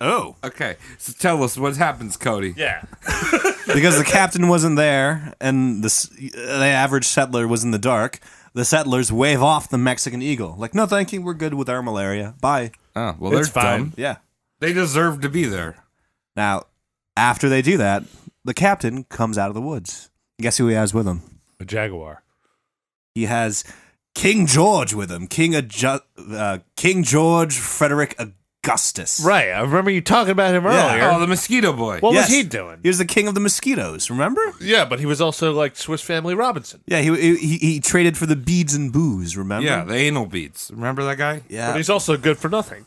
[SPEAKER 10] Oh,
[SPEAKER 9] Okay, so tell us what happens, Cody.
[SPEAKER 1] Yeah.
[SPEAKER 10] because the captain wasn't there, and the s- the average settler was in the dark. The settlers wave off the Mexican Eagle, like, "No, thank you. We're good with our malaria. Bye."
[SPEAKER 9] Oh, well, they're
[SPEAKER 1] It's fine.
[SPEAKER 9] dumb.
[SPEAKER 10] Yeah.
[SPEAKER 9] They deserve to be there.
[SPEAKER 10] Now, after they do that, the captain comes out of the woods. Guess who he has with him?
[SPEAKER 1] A jaguar.
[SPEAKER 10] He has King George with him. King Aju- uh, King George Frederick Augustus.
[SPEAKER 1] Right. I remember you talking about him
[SPEAKER 10] Yeah.
[SPEAKER 1] earlier.
[SPEAKER 9] Oh, the mosquito boy.
[SPEAKER 1] what
[SPEAKER 10] Yes.
[SPEAKER 1] was he doing?
[SPEAKER 10] He was the king of the mosquitoes. Remember?
[SPEAKER 1] Yeah, but he was also like Swiss Family Robinson.
[SPEAKER 10] Yeah. He he, he, he traded for the beads and booze. Remember?
[SPEAKER 9] yeah, the anal beads. Remember that guy?
[SPEAKER 10] Yeah.
[SPEAKER 1] But
[SPEAKER 10] He's-,
[SPEAKER 1] he's also good for nothing.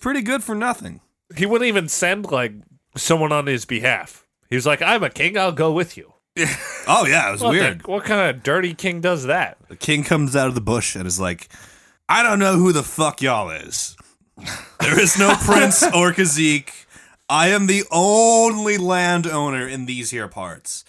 [SPEAKER 10] pretty good for nothing.
[SPEAKER 1] He wouldn't even send like someone on his behalf. He was like, I'm a king, I'll go with you.
[SPEAKER 10] Oh yeah, it was
[SPEAKER 1] What the-
[SPEAKER 10] weird.
[SPEAKER 1] what kind of dirty king does that?
[SPEAKER 10] The king comes out of the bush and is like, "I don't know who the fuck y'all is. There is no prince or cazique. I am the only landowner in these here parts.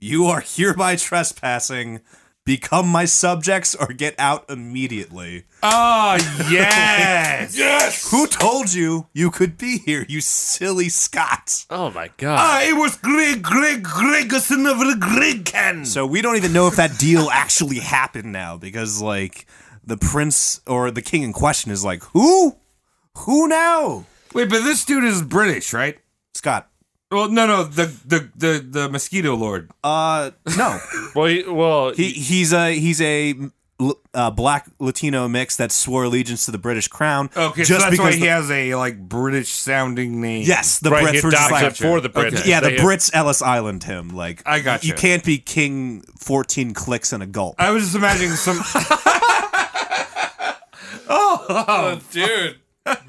[SPEAKER 10] You are hereby trespassing. Become my subjects or get out immediately.
[SPEAKER 9] Oh,
[SPEAKER 1] (laughs)
[SPEAKER 9] yes. yes.
[SPEAKER 10] Who told you you could be here, you silly Scot?
[SPEAKER 1] Oh my god.
[SPEAKER 9] I Ah, was Greg, Greg, Gregerson of the Gregcan.
[SPEAKER 10] (laughs) So we don't even know if that deal actually happened now because, like, the prince or the king in question is like, who? Who now?
[SPEAKER 9] Wait, but this dude is British, right?
[SPEAKER 10] Scott.
[SPEAKER 9] Well, no, no, the the the, the mosquito lord.
[SPEAKER 10] Uh, no.
[SPEAKER 1] well, he, well,
[SPEAKER 10] he he's a he's a l- uh, black Latino mix that swore allegiance to the British crown.
[SPEAKER 9] Okay, so that's why he has a like British sounding name.
[SPEAKER 10] the, yes, the
[SPEAKER 1] right, he
[SPEAKER 10] Brits were just
[SPEAKER 1] adopted
[SPEAKER 10] like,
[SPEAKER 1] for the British.
[SPEAKER 10] yeah, the
[SPEAKER 1] They-
[SPEAKER 10] Brits Ellis Island him. Like
[SPEAKER 9] I got
[SPEAKER 10] you.
[SPEAKER 9] you.
[SPEAKER 10] can't be king fourteen clicks and a gulp.
[SPEAKER 9] I was just
[SPEAKER 1] (laughs)
[SPEAKER 9] imagining some.
[SPEAKER 10] (laughs)
[SPEAKER 1] dude.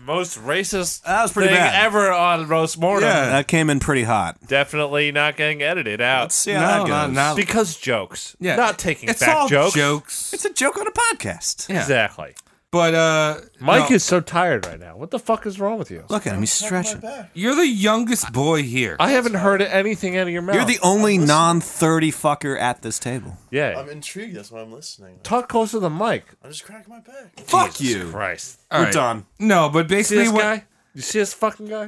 [SPEAKER 1] Most racist
[SPEAKER 10] That was pretty
[SPEAKER 1] thing
[SPEAKER 10] bad.
[SPEAKER 1] ever on roast mortem.
[SPEAKER 9] Yeah.
[SPEAKER 10] that came in pretty hot.
[SPEAKER 1] Definitely not getting edited out.
[SPEAKER 10] Let's see how
[SPEAKER 9] Uh, No,
[SPEAKER 10] that
[SPEAKER 9] no,
[SPEAKER 10] goes.
[SPEAKER 9] no.
[SPEAKER 1] because jokes.
[SPEAKER 9] yeah,
[SPEAKER 1] Not taking
[SPEAKER 9] it's
[SPEAKER 1] back
[SPEAKER 9] all
[SPEAKER 1] jokes.
[SPEAKER 10] It's a joke on a podcast.
[SPEAKER 9] Yeah.
[SPEAKER 1] Exactly.
[SPEAKER 9] But uh,
[SPEAKER 1] Mike
[SPEAKER 9] no,
[SPEAKER 1] is so tired right now. What the fuck is wrong with you?
[SPEAKER 10] Look at him, he's stretching.
[SPEAKER 9] you're the youngest boy here.
[SPEAKER 1] I haven't heard anything out of your mouth.
[SPEAKER 10] You're the only non thirty fucker at this table.
[SPEAKER 1] yeah.
[SPEAKER 8] I'm intrigued. That's why I'm listening.
[SPEAKER 1] Talk close to the mic.
[SPEAKER 8] I'm just cracking my back.
[SPEAKER 10] Fuck you.
[SPEAKER 1] Christ.
[SPEAKER 9] All
[SPEAKER 10] We're
[SPEAKER 9] right.
[SPEAKER 10] done.
[SPEAKER 9] No, but
[SPEAKER 1] See
[SPEAKER 9] basically,
[SPEAKER 1] this
[SPEAKER 9] when,
[SPEAKER 1] guy? You see this fucking guy?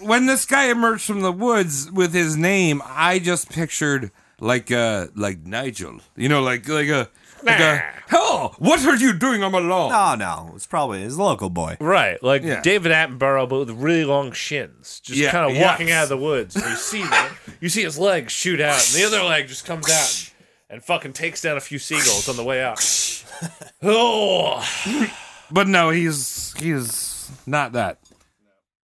[SPEAKER 9] when this guy emerged from the woods with his name, I just pictured like uh like Nigel, you know, like like a like a hell. What are you doing on my lawn?
[SPEAKER 10] Oh no, it's probably his local boy.
[SPEAKER 1] Right. Like
[SPEAKER 9] Yeah.
[SPEAKER 1] David Attenborough, but with really long shins. Just
[SPEAKER 9] Yeah,
[SPEAKER 1] kind of walking
[SPEAKER 9] yes.
[SPEAKER 1] out of the woods. And you see that. You see his legs shoot out, and the other leg just comes out and, and fucking takes down a few seagulls on the way out. (laughs) oh.
[SPEAKER 9] But no, he's he's not that.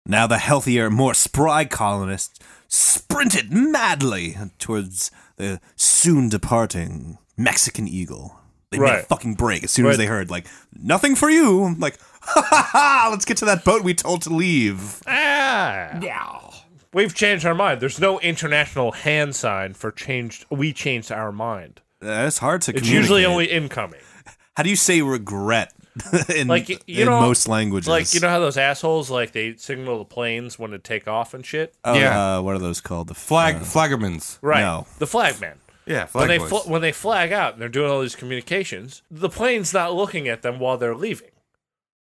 [SPEAKER 10] Now the healthier, more spry colonists sprinted madly towards the soon departing Mexican eagle. They made a
[SPEAKER 1] Right.
[SPEAKER 10] fucking break as soon as
[SPEAKER 1] Right.
[SPEAKER 10] they heard, like, nothing for you. I'm like, ha ha ha, let's get to that boat we told to leave. Uh,
[SPEAKER 1] Ah. We've changed our mind. There's no international hand sign for changed. We changed our mind.
[SPEAKER 10] That's hard to
[SPEAKER 1] It's usually
[SPEAKER 10] communicate.
[SPEAKER 1] only incoming.
[SPEAKER 10] How do you say regret (laughs) in,
[SPEAKER 1] Like y- you
[SPEAKER 10] in
[SPEAKER 1] know,
[SPEAKER 10] most languages?
[SPEAKER 1] Like you know how those assholes like they signal the planes when to take off and shit.
[SPEAKER 10] Oh,
[SPEAKER 9] Yeah.
[SPEAKER 10] uh, what are those called? The
[SPEAKER 9] Flag
[SPEAKER 10] uh,
[SPEAKER 9] flaggermans.
[SPEAKER 1] Right.
[SPEAKER 10] No.
[SPEAKER 1] The flagman.
[SPEAKER 9] Yeah, flag
[SPEAKER 1] When they
[SPEAKER 9] boys.
[SPEAKER 1] fl- when they flag out and they're doing all these communications, the plane's not looking at them while they're leaving.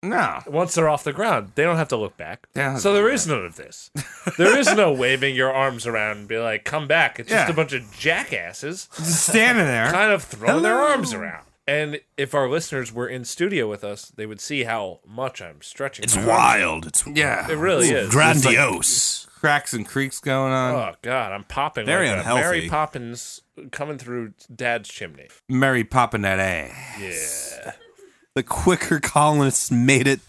[SPEAKER 9] no.
[SPEAKER 1] Once they're off the ground, they don't have to look back.
[SPEAKER 9] Yeah,
[SPEAKER 1] so there is none of this. There is no waving your arms around and be like, "Come back." It's just
[SPEAKER 9] Yeah.
[SPEAKER 1] a bunch of jackasses
[SPEAKER 9] Just standing there.
[SPEAKER 1] kind of throwing their arms around. And if our listeners were in studio with us, they would see how much I'm stretching.
[SPEAKER 10] it's
[SPEAKER 1] my arms.
[SPEAKER 10] wild. It's
[SPEAKER 9] Yeah.
[SPEAKER 1] It really is.
[SPEAKER 10] grandiose.
[SPEAKER 9] Cracks and creaks going on.
[SPEAKER 1] Oh God, I'm popping.
[SPEAKER 10] Very
[SPEAKER 1] like
[SPEAKER 10] unhealthy.
[SPEAKER 1] A Mary Poppins coming through Dad's chimney.
[SPEAKER 9] Mary popping that ass.
[SPEAKER 1] Yeah.
[SPEAKER 10] the quicker colonists made it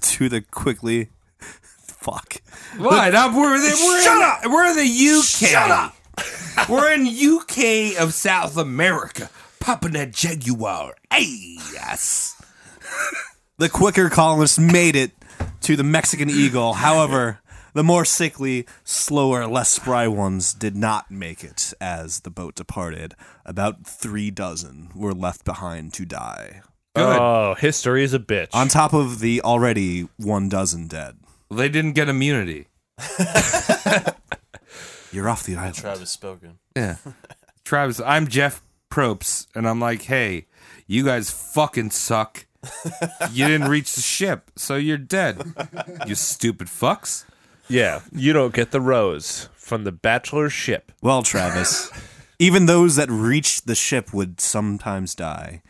[SPEAKER 10] to the quickly. Fuck.
[SPEAKER 9] What? Up, we're the, we're
[SPEAKER 10] Shut
[SPEAKER 9] in,
[SPEAKER 10] up!
[SPEAKER 9] We're in the UK.
[SPEAKER 10] Shut up!
[SPEAKER 9] (laughs) we're in UK of South America. Popping that Jaguar. Hey, yes.
[SPEAKER 10] The quicker colonists made it to the Mexican Eagle. However, the more sickly, slower, less spry ones did not make it as the boat departed. About three dozen were left behind to die.
[SPEAKER 9] Good.
[SPEAKER 1] Oh, history is a bitch.
[SPEAKER 10] On top of the already one dozen dead.
[SPEAKER 9] they didn't get immunity.
[SPEAKER 10] You're off the island.
[SPEAKER 8] Tribe has spoken.
[SPEAKER 9] Yeah. Travis, I'm Jeff Probst, and I'm like, hey, you guys fucking suck. You didn't reach the ship, so you're dead. You stupid fucks.
[SPEAKER 1] yeah, you don't get the rose from the bachelor's ship. (laughs)
[SPEAKER 10] Well, Travis, even those that reached the ship would sometimes die.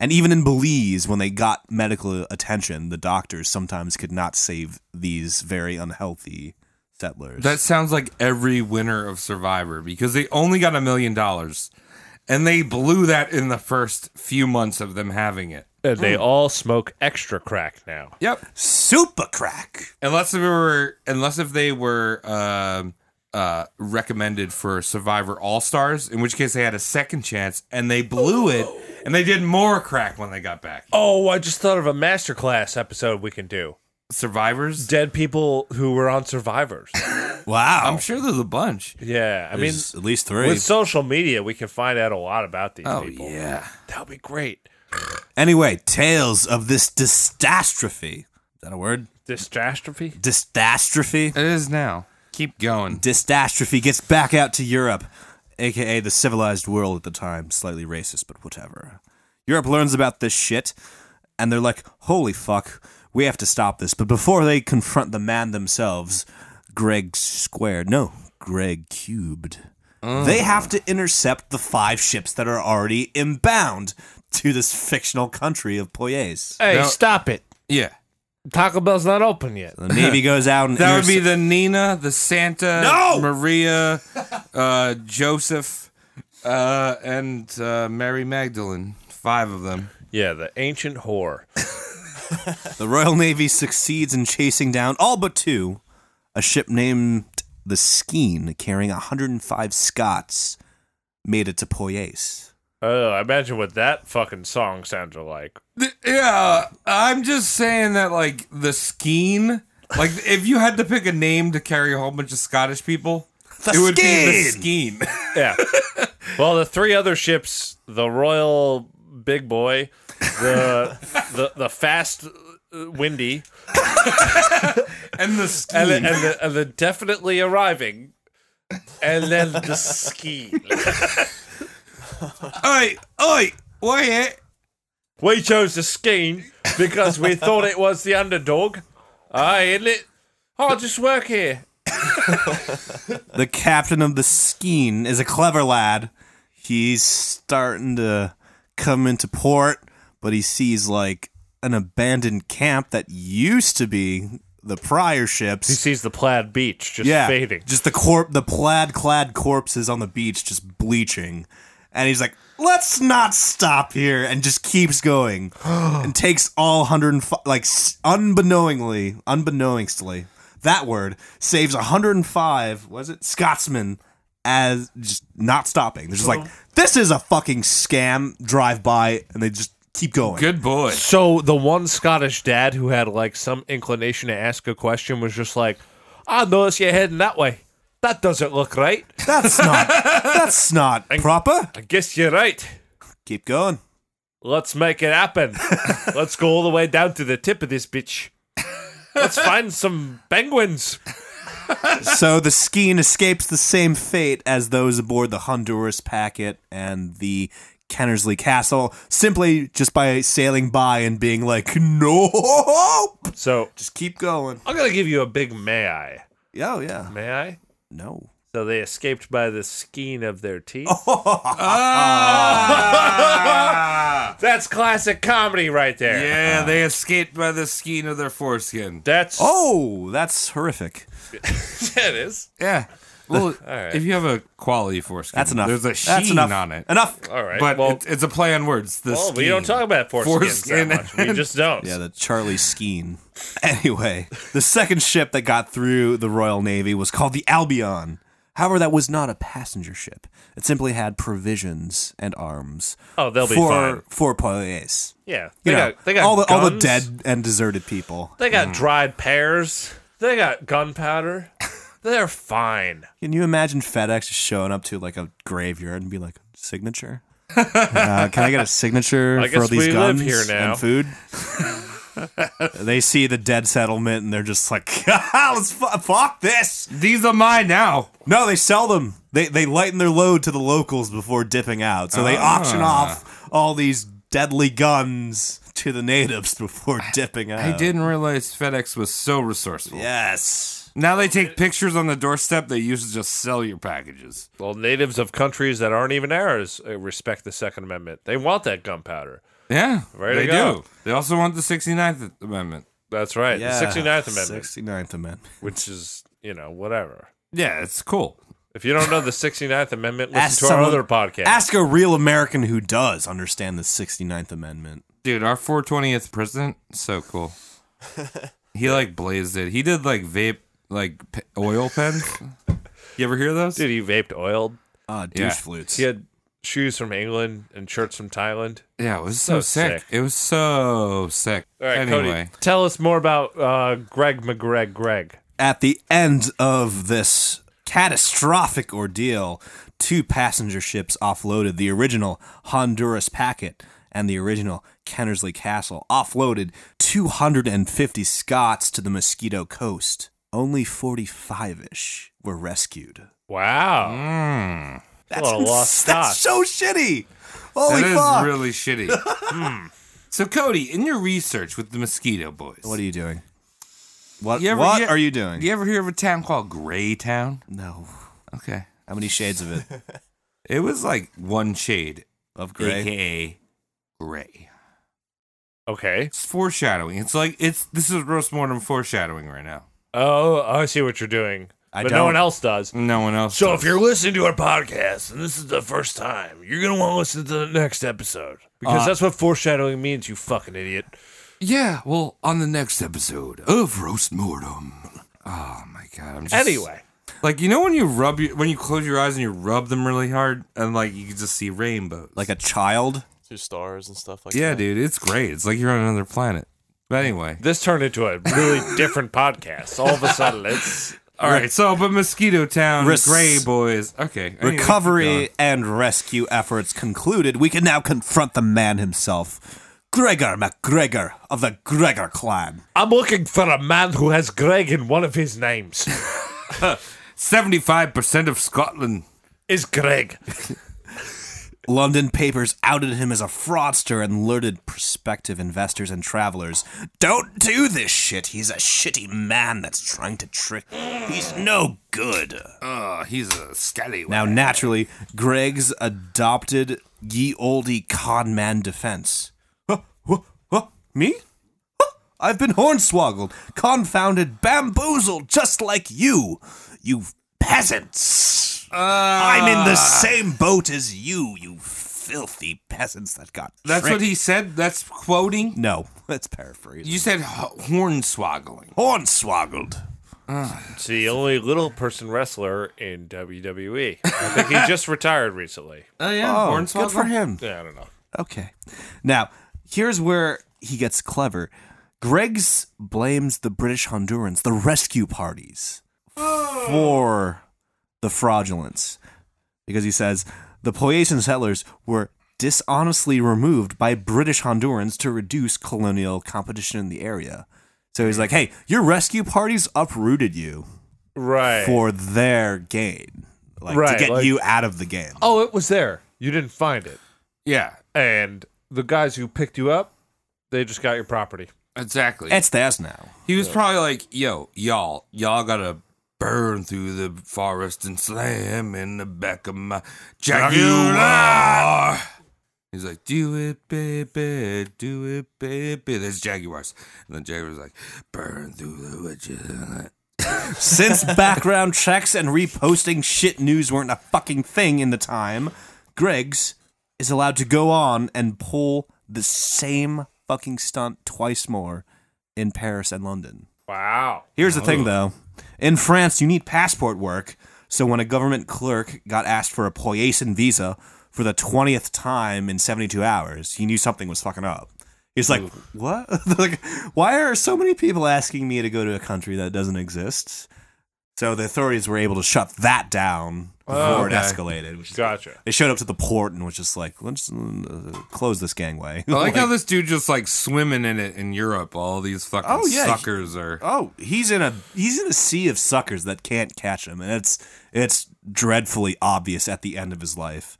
[SPEAKER 10] And even in Belize, when they got medical attention, the doctors sometimes could not save these very unhealthy settlers.
[SPEAKER 9] That sounds like every winner of Survivor because they only got a million dollars and they blew that in the first few months of them having it.
[SPEAKER 1] And they all smoke extra crack now.
[SPEAKER 9] Yep.
[SPEAKER 10] super crack.
[SPEAKER 9] Unless if they were unless if they were um uh, recommended for Survivor All Stars, in which case they had a second chance and they blew it, and they did more crack when they got back.
[SPEAKER 1] Oh, I just thought of a masterclass episode we can do.
[SPEAKER 9] survivors.
[SPEAKER 1] Dead people who were on (coughs) Survivors.
[SPEAKER 10] Wow.
[SPEAKER 9] I'm sure there's a bunch.
[SPEAKER 1] Yeah, I mean,
[SPEAKER 10] at least three.
[SPEAKER 1] with social media, we can find out a lot about these people.
[SPEAKER 9] yeah.
[SPEAKER 1] That would be great.
[SPEAKER 10] anyway, tales of this dystastrophe. Is that a word?
[SPEAKER 1] Dystastrophe?
[SPEAKER 10] Dystastrophe?
[SPEAKER 9] It is now. Keep going.
[SPEAKER 10] Dystastrophe gets back out to Europe, aka the civilized world at the time. Slightly racist, but whatever. Europe learns about this shit, and they're like, holy fuck, we have to stop this. But before they confront the man themselves, Greg squared, no, Greg cubed, they
[SPEAKER 9] Oh.
[SPEAKER 10] have to intercept the five ships that are already inbound to this fictional country of Poyes.
[SPEAKER 1] Hey,
[SPEAKER 9] No.
[SPEAKER 1] stop it.
[SPEAKER 9] Yeah.
[SPEAKER 1] Taco Bell's not open yet.
[SPEAKER 10] The Navy goes out
[SPEAKER 9] (laughs)
[SPEAKER 10] and
[SPEAKER 9] That would be
[SPEAKER 10] intercept-
[SPEAKER 9] the Nina, the Santa,
[SPEAKER 10] No!
[SPEAKER 9] Maria, uh, Joseph, uh, and uh, Mary Magdalene. Five of them.
[SPEAKER 1] Yeah, the ancient whore.
[SPEAKER 10] The Royal Navy succeeds in chasing down all but two, a ship named the Skeen carrying 105 Scots made it to Poyais.
[SPEAKER 1] Oh, imagine what that fucking song sounded like.
[SPEAKER 9] Th- Yeah, I'm just saying that, like, the Skeen, like, if you had to pick a name to carry a whole bunch of Scottish people,
[SPEAKER 10] The
[SPEAKER 9] it would
[SPEAKER 10] Skeen!
[SPEAKER 9] be the Skeen. (laughs)
[SPEAKER 1] Yeah. well, the three other ships, the Royal Big Boy, the the the Fast uh, Windy, Hmm.
[SPEAKER 9] and the Skeen.
[SPEAKER 1] and the, and, the, and the definitely arriving, and then the ski.
[SPEAKER 9] oi, oi, wait.
[SPEAKER 1] We chose the skiing because we thought it was the underdog. Aye, isn't it? I just work here.
[SPEAKER 10] The captain of the Skeen is a clever lad. He's starting to come into port, but he sees like an abandoned camp that used to be the prior ships.
[SPEAKER 1] He sees the plaid beach just
[SPEAKER 10] yeah,
[SPEAKER 1] fading.
[SPEAKER 10] Just the corp, the plaid clad corpses on the beach, just bleaching, and he's like, "Let's not stop here," and just
[SPEAKER 1] (gasps)
[SPEAKER 10] keeps going, and takes all hundred and five, like s- unbeknowingly, unbeknowingly, that word saves hundred and five. Was it Scotsmen as just not stopping. They're just
[SPEAKER 1] Uh-huh.
[SPEAKER 10] like, this is a fucking scam. Drive by, and they just keep going.
[SPEAKER 9] Good boy.
[SPEAKER 1] So the one Scottish dad who had like some inclination to ask a question was just like, "Ah, "I notice you're heading that way. That doesn't look right. (laughs)
[SPEAKER 10] That's not. that's not proper.
[SPEAKER 1] I guess you're right.
[SPEAKER 10] Keep going.
[SPEAKER 1] Let's make it
[SPEAKER 9] (laughs)
[SPEAKER 1] happen. Let's go all the way down to the tip of this bitch.
[SPEAKER 9] (laughs)
[SPEAKER 1] Let's find some penguins."
[SPEAKER 10] so the skein escapes the same fate as those aboard the Honduras packet and the Kennersley Castle, simply just by sailing by and being like, nope.
[SPEAKER 1] So
[SPEAKER 10] Just keep going.
[SPEAKER 1] I'm gonna give you a big may I.
[SPEAKER 10] Oh yeah.
[SPEAKER 1] May I?
[SPEAKER 10] No.
[SPEAKER 1] So they escaped by the skein of their
[SPEAKER 9] (laughs)
[SPEAKER 1] teeth. (laughs) That's classic comedy right there.
[SPEAKER 9] Ah! Yeah, they escaped by the skein of their foreskin.
[SPEAKER 1] That's
[SPEAKER 10] Oh, that's horrific.
[SPEAKER 1] (laughs) that is.
[SPEAKER 9] Yeah.
[SPEAKER 1] (laughs)
[SPEAKER 9] Well, if you have a quality foreskin,
[SPEAKER 10] That's enough.
[SPEAKER 9] There's a sheen
[SPEAKER 10] that's enough.
[SPEAKER 9] on it.
[SPEAKER 10] Enough.
[SPEAKER 1] All right.
[SPEAKER 9] But
[SPEAKER 1] well,
[SPEAKER 9] it's, it's a play on words. The
[SPEAKER 1] well, we
[SPEAKER 9] skein.
[SPEAKER 1] Oh, don't talk about foreskins
[SPEAKER 9] Foreskin
[SPEAKER 1] that much. We just don't.
[SPEAKER 10] Yeah, the Charlie Skeen. (laughs) Anyway, the second ship that got through the Royal Navy was called the Albion. However, that was not a passenger ship. It simply had provisions and arms.
[SPEAKER 1] Oh, they'll be
[SPEAKER 10] for,
[SPEAKER 1] fine.
[SPEAKER 10] For Poyes.
[SPEAKER 1] Yeah, they
[SPEAKER 10] You know,
[SPEAKER 1] got they got
[SPEAKER 10] all, the, all the
[SPEAKER 1] guns.
[SPEAKER 10] dead Mm. and deserted people.
[SPEAKER 1] They got dried pears. They got
[SPEAKER 10] (laughs)
[SPEAKER 1] gunpowder. They're fine.
[SPEAKER 10] Can you imagine FedEx just showing up to like a graveyard and be like,
[SPEAKER 1] (laughs)
[SPEAKER 10] signature? uh, can I get a signature
[SPEAKER 1] I
[SPEAKER 10] for
[SPEAKER 1] guess
[SPEAKER 10] these
[SPEAKER 1] we live
[SPEAKER 10] guns
[SPEAKER 1] here now."
[SPEAKER 10] and
[SPEAKER 1] (laughs)
[SPEAKER 10] food? they see the dead settlement and they're just like, (laughs) "Ah, let's fu- fuck this.
[SPEAKER 9] These are mine now.
[SPEAKER 10] No, they sell them. They they lighten their load to the locals before dipping out. So they
[SPEAKER 1] Ah.
[SPEAKER 10] auction off all these deadly guns to the natives (laughs) before dipping out.
[SPEAKER 9] I didn't realize FedEx was so resourceful.
[SPEAKER 10] Yes.
[SPEAKER 9] Now they take pictures on the doorstep. They used to just sell your packages.
[SPEAKER 1] Well, natives of countries that aren't even ours uh, respect the Second Amendment. They want that gunpowder.
[SPEAKER 9] Yeah,
[SPEAKER 1] Ready to
[SPEAKER 9] they
[SPEAKER 1] go.
[SPEAKER 9] do. They also want the 69th Amendment.
[SPEAKER 1] That's right. The 69th Amendment,
[SPEAKER 10] (laughs) 69th Amendment.
[SPEAKER 1] which is, you know, whatever.
[SPEAKER 9] Yeah, it's cool.
[SPEAKER 1] If you don't know the 69th Amendment, listen
[SPEAKER 10] Ask
[SPEAKER 1] to our
[SPEAKER 10] someone-
[SPEAKER 1] other podcast.
[SPEAKER 10] Ask a real American who does understand the 69th Amendment.
[SPEAKER 9] Dude, our 420th president,
[SPEAKER 1] (laughs)
[SPEAKER 9] so cool. he like blazed it. He did like vape, like p- oil
[SPEAKER 1] (laughs)
[SPEAKER 9] pens. You ever hear those?
[SPEAKER 1] Dude, he vaped oiled.
[SPEAKER 10] Ah, douche
[SPEAKER 9] Yeah.
[SPEAKER 10] flutes.
[SPEAKER 1] He had shoes from England and shirts from Thailand.
[SPEAKER 9] yeah, it was
[SPEAKER 1] So
[SPEAKER 9] so, sick.
[SPEAKER 1] sick.
[SPEAKER 9] It was so sick.
[SPEAKER 1] All right,
[SPEAKER 9] anyway,
[SPEAKER 1] Cody, tell us more about uh, Greg McGreg Greg.
[SPEAKER 10] At the end of this catastrophic ordeal, two passenger ships offloaded the original Honduras packet and the original Kennersley Castle, offloaded 250 Scots to the Mosquito Coast. Only 45 ish were rescued.
[SPEAKER 9] Mm.
[SPEAKER 1] Wow.
[SPEAKER 10] That's,
[SPEAKER 1] lot of lost
[SPEAKER 10] that's so shitty. Holy
[SPEAKER 9] that is
[SPEAKER 10] fuck.
[SPEAKER 9] really
[SPEAKER 10] (laughs)
[SPEAKER 9] shitty. Hmm. So, Cody, in your research with the Mosquito Boys,
[SPEAKER 10] what are you doing? What,
[SPEAKER 9] You ever
[SPEAKER 10] what
[SPEAKER 9] hear-
[SPEAKER 10] are you doing?
[SPEAKER 9] you ever hear of a town called Greytown?
[SPEAKER 10] No.
[SPEAKER 9] Okay,
[SPEAKER 10] How many shades of it?
[SPEAKER 9] (laughs) it was like one shade,
[SPEAKER 10] Of gray?
[SPEAKER 9] aka gray.
[SPEAKER 1] Okay.
[SPEAKER 9] It's foreshadowing. It's like it's this is roast mortem foreshadowing right now.
[SPEAKER 1] Oh, I see what you're doing.
[SPEAKER 10] I
[SPEAKER 1] but no one
[SPEAKER 10] don't.
[SPEAKER 1] else does.
[SPEAKER 9] No one else.
[SPEAKER 1] So
[SPEAKER 9] does.
[SPEAKER 1] if you're listening to our podcast and this is the first time, you're going to want to listen to the next episode. Because
[SPEAKER 9] Uh,
[SPEAKER 1] that's what foreshadowing means, you fucking idiot.
[SPEAKER 9] yeah, well, on the next episode of roast mortem. Oh my god! I'm just
[SPEAKER 1] Anyway,
[SPEAKER 9] like you know when you rub your, when you close your eyes and you rub them really hard and like you can just see rainbows.
[SPEAKER 10] Like a child?
[SPEAKER 8] Two stars and stuff like
[SPEAKER 9] yeah,
[SPEAKER 8] that.
[SPEAKER 9] dude, it's great. It's like you're on another planet. But anyway,
[SPEAKER 1] this turned into a
[SPEAKER 9] (laughs)
[SPEAKER 1] really different podcast. All of a sudden, it's
[SPEAKER 9] all right. So, but Mosquito Town,
[SPEAKER 10] Res-
[SPEAKER 9] Gray Boys. Okay, anyway, keep going.
[SPEAKER 10] Recovery and rescue efforts concluded, we can now confront the man himself, Gregor MacGregor of the Gregor clan.
[SPEAKER 1] I'm looking for a man who has Greg in one of his names.
[SPEAKER 9] Seventy-five percent of Scotland.
[SPEAKER 1] Is Greg.
[SPEAKER 10] London papers outed him as a fraudster and alerted prospective investors and travelers. Don't do this shit. He's a shitty man that's trying to trick. He's no good.
[SPEAKER 9] Oh, he's a scallywag.
[SPEAKER 10] Now, naturally, Greg's adopted ye olde con man defense. Huh, huh, huh, me? Huh, I've been hornswoggled, confounded, bamboozled, just like you, you peasants.
[SPEAKER 9] Ah.
[SPEAKER 10] I'm in the same boat as you, you filthy peasants that got.
[SPEAKER 9] That's
[SPEAKER 10] tricked.
[SPEAKER 9] what he said. That's quoting.
[SPEAKER 10] (laughs) No, that's paraphrasing.
[SPEAKER 9] You said h- hornswoggling.
[SPEAKER 10] hornswoggled.
[SPEAKER 1] It's the only little person wrestler in WWE. I think he just retired recently.
[SPEAKER 8] Oh yeah,
[SPEAKER 10] Oh,
[SPEAKER 8] Hornswoggle.
[SPEAKER 10] good for him.
[SPEAKER 1] Yeah, I don't know.
[SPEAKER 10] Okay. Now, here's where he gets clever. Greg's blames the British Hondurans, the rescue parties,
[SPEAKER 1] Oh.
[SPEAKER 10] for the fraudulence. Because he says the Ployasian settlers were dishonestly removed by British Hondurans to reduce colonial competition in the area. So he's like, hey, your rescue parties uprooted you
[SPEAKER 1] Right.
[SPEAKER 10] for their gain. Like to
[SPEAKER 1] Right,
[SPEAKER 10] get
[SPEAKER 1] like-
[SPEAKER 10] you out of the game.
[SPEAKER 1] oh, it was there. You didn't find it.
[SPEAKER 9] Yeah,
[SPEAKER 1] And the guys who picked you up, they just got your property.
[SPEAKER 9] exactly.
[SPEAKER 10] It's theirs now.
[SPEAKER 9] He was probably like, "Yo, y'all, y'all gotta burn through the forest and slam in the back of my jaguar." He's like, "Do it, baby, do it, baby." There's jaguars, and then jaguars like, "Burn through the witches."
[SPEAKER 10] Since background checks and reposting shit news weren't a fucking thing in the time, Greg's is allowed to go on and pull the same fucking stunt twice more in Paris and London.
[SPEAKER 1] Wow.
[SPEAKER 10] Here's the thing though. In France, you need passport work, so when a government clerk got asked for a Poyesen visa for the 20th time in 72 hours, he knew something was fucking up. He's like, "What? (laughs) like, why are so many people asking me to go to a country that doesn't exist?" So the authorities were able to shut that down before
[SPEAKER 9] Oh,
[SPEAKER 10] it escalated. Which is,
[SPEAKER 1] Gotcha.
[SPEAKER 10] They showed up to the port and was just like, "Let's uh, close this gangway."
[SPEAKER 9] I like how this dude just like swimming in it in Europe. All these fucking
[SPEAKER 10] Oh, yeah.
[SPEAKER 9] suckers are.
[SPEAKER 10] Oh, he's in a he's in a sea of suckers that can't catch him, and it's it's dreadfully obvious at the end of his life.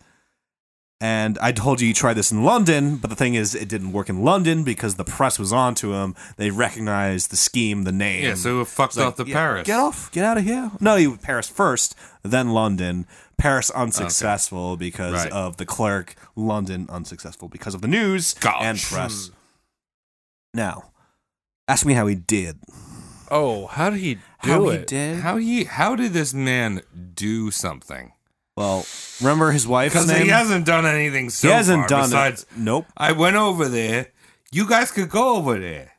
[SPEAKER 10] And I told you you tried this in London, but the thing is, it didn't work in London because the press was on to him. They recognized the scheme, the name.
[SPEAKER 9] Yeah, so it fucks
[SPEAKER 10] Like,
[SPEAKER 9] off the
[SPEAKER 10] yeah,
[SPEAKER 9] Paris.
[SPEAKER 10] Get off, get out of here. No, he went Paris first, then London. Paris unsuccessful because
[SPEAKER 9] Right.
[SPEAKER 10] of the clerk. London unsuccessful because of the news
[SPEAKER 9] Gosh. Hmm.
[SPEAKER 10] and press. Now, ask me how he did.
[SPEAKER 1] Oh, how did he do
[SPEAKER 10] How he
[SPEAKER 1] it?
[SPEAKER 10] did?
[SPEAKER 9] How he? How did this man do something?
[SPEAKER 10] Well, remember his wife's
[SPEAKER 9] Because
[SPEAKER 10] name.
[SPEAKER 9] he hasn't done anything so
[SPEAKER 10] He hasn't
[SPEAKER 9] far
[SPEAKER 10] done
[SPEAKER 9] besides
[SPEAKER 10] it. Nope.
[SPEAKER 9] I went over there. You guys could go over there.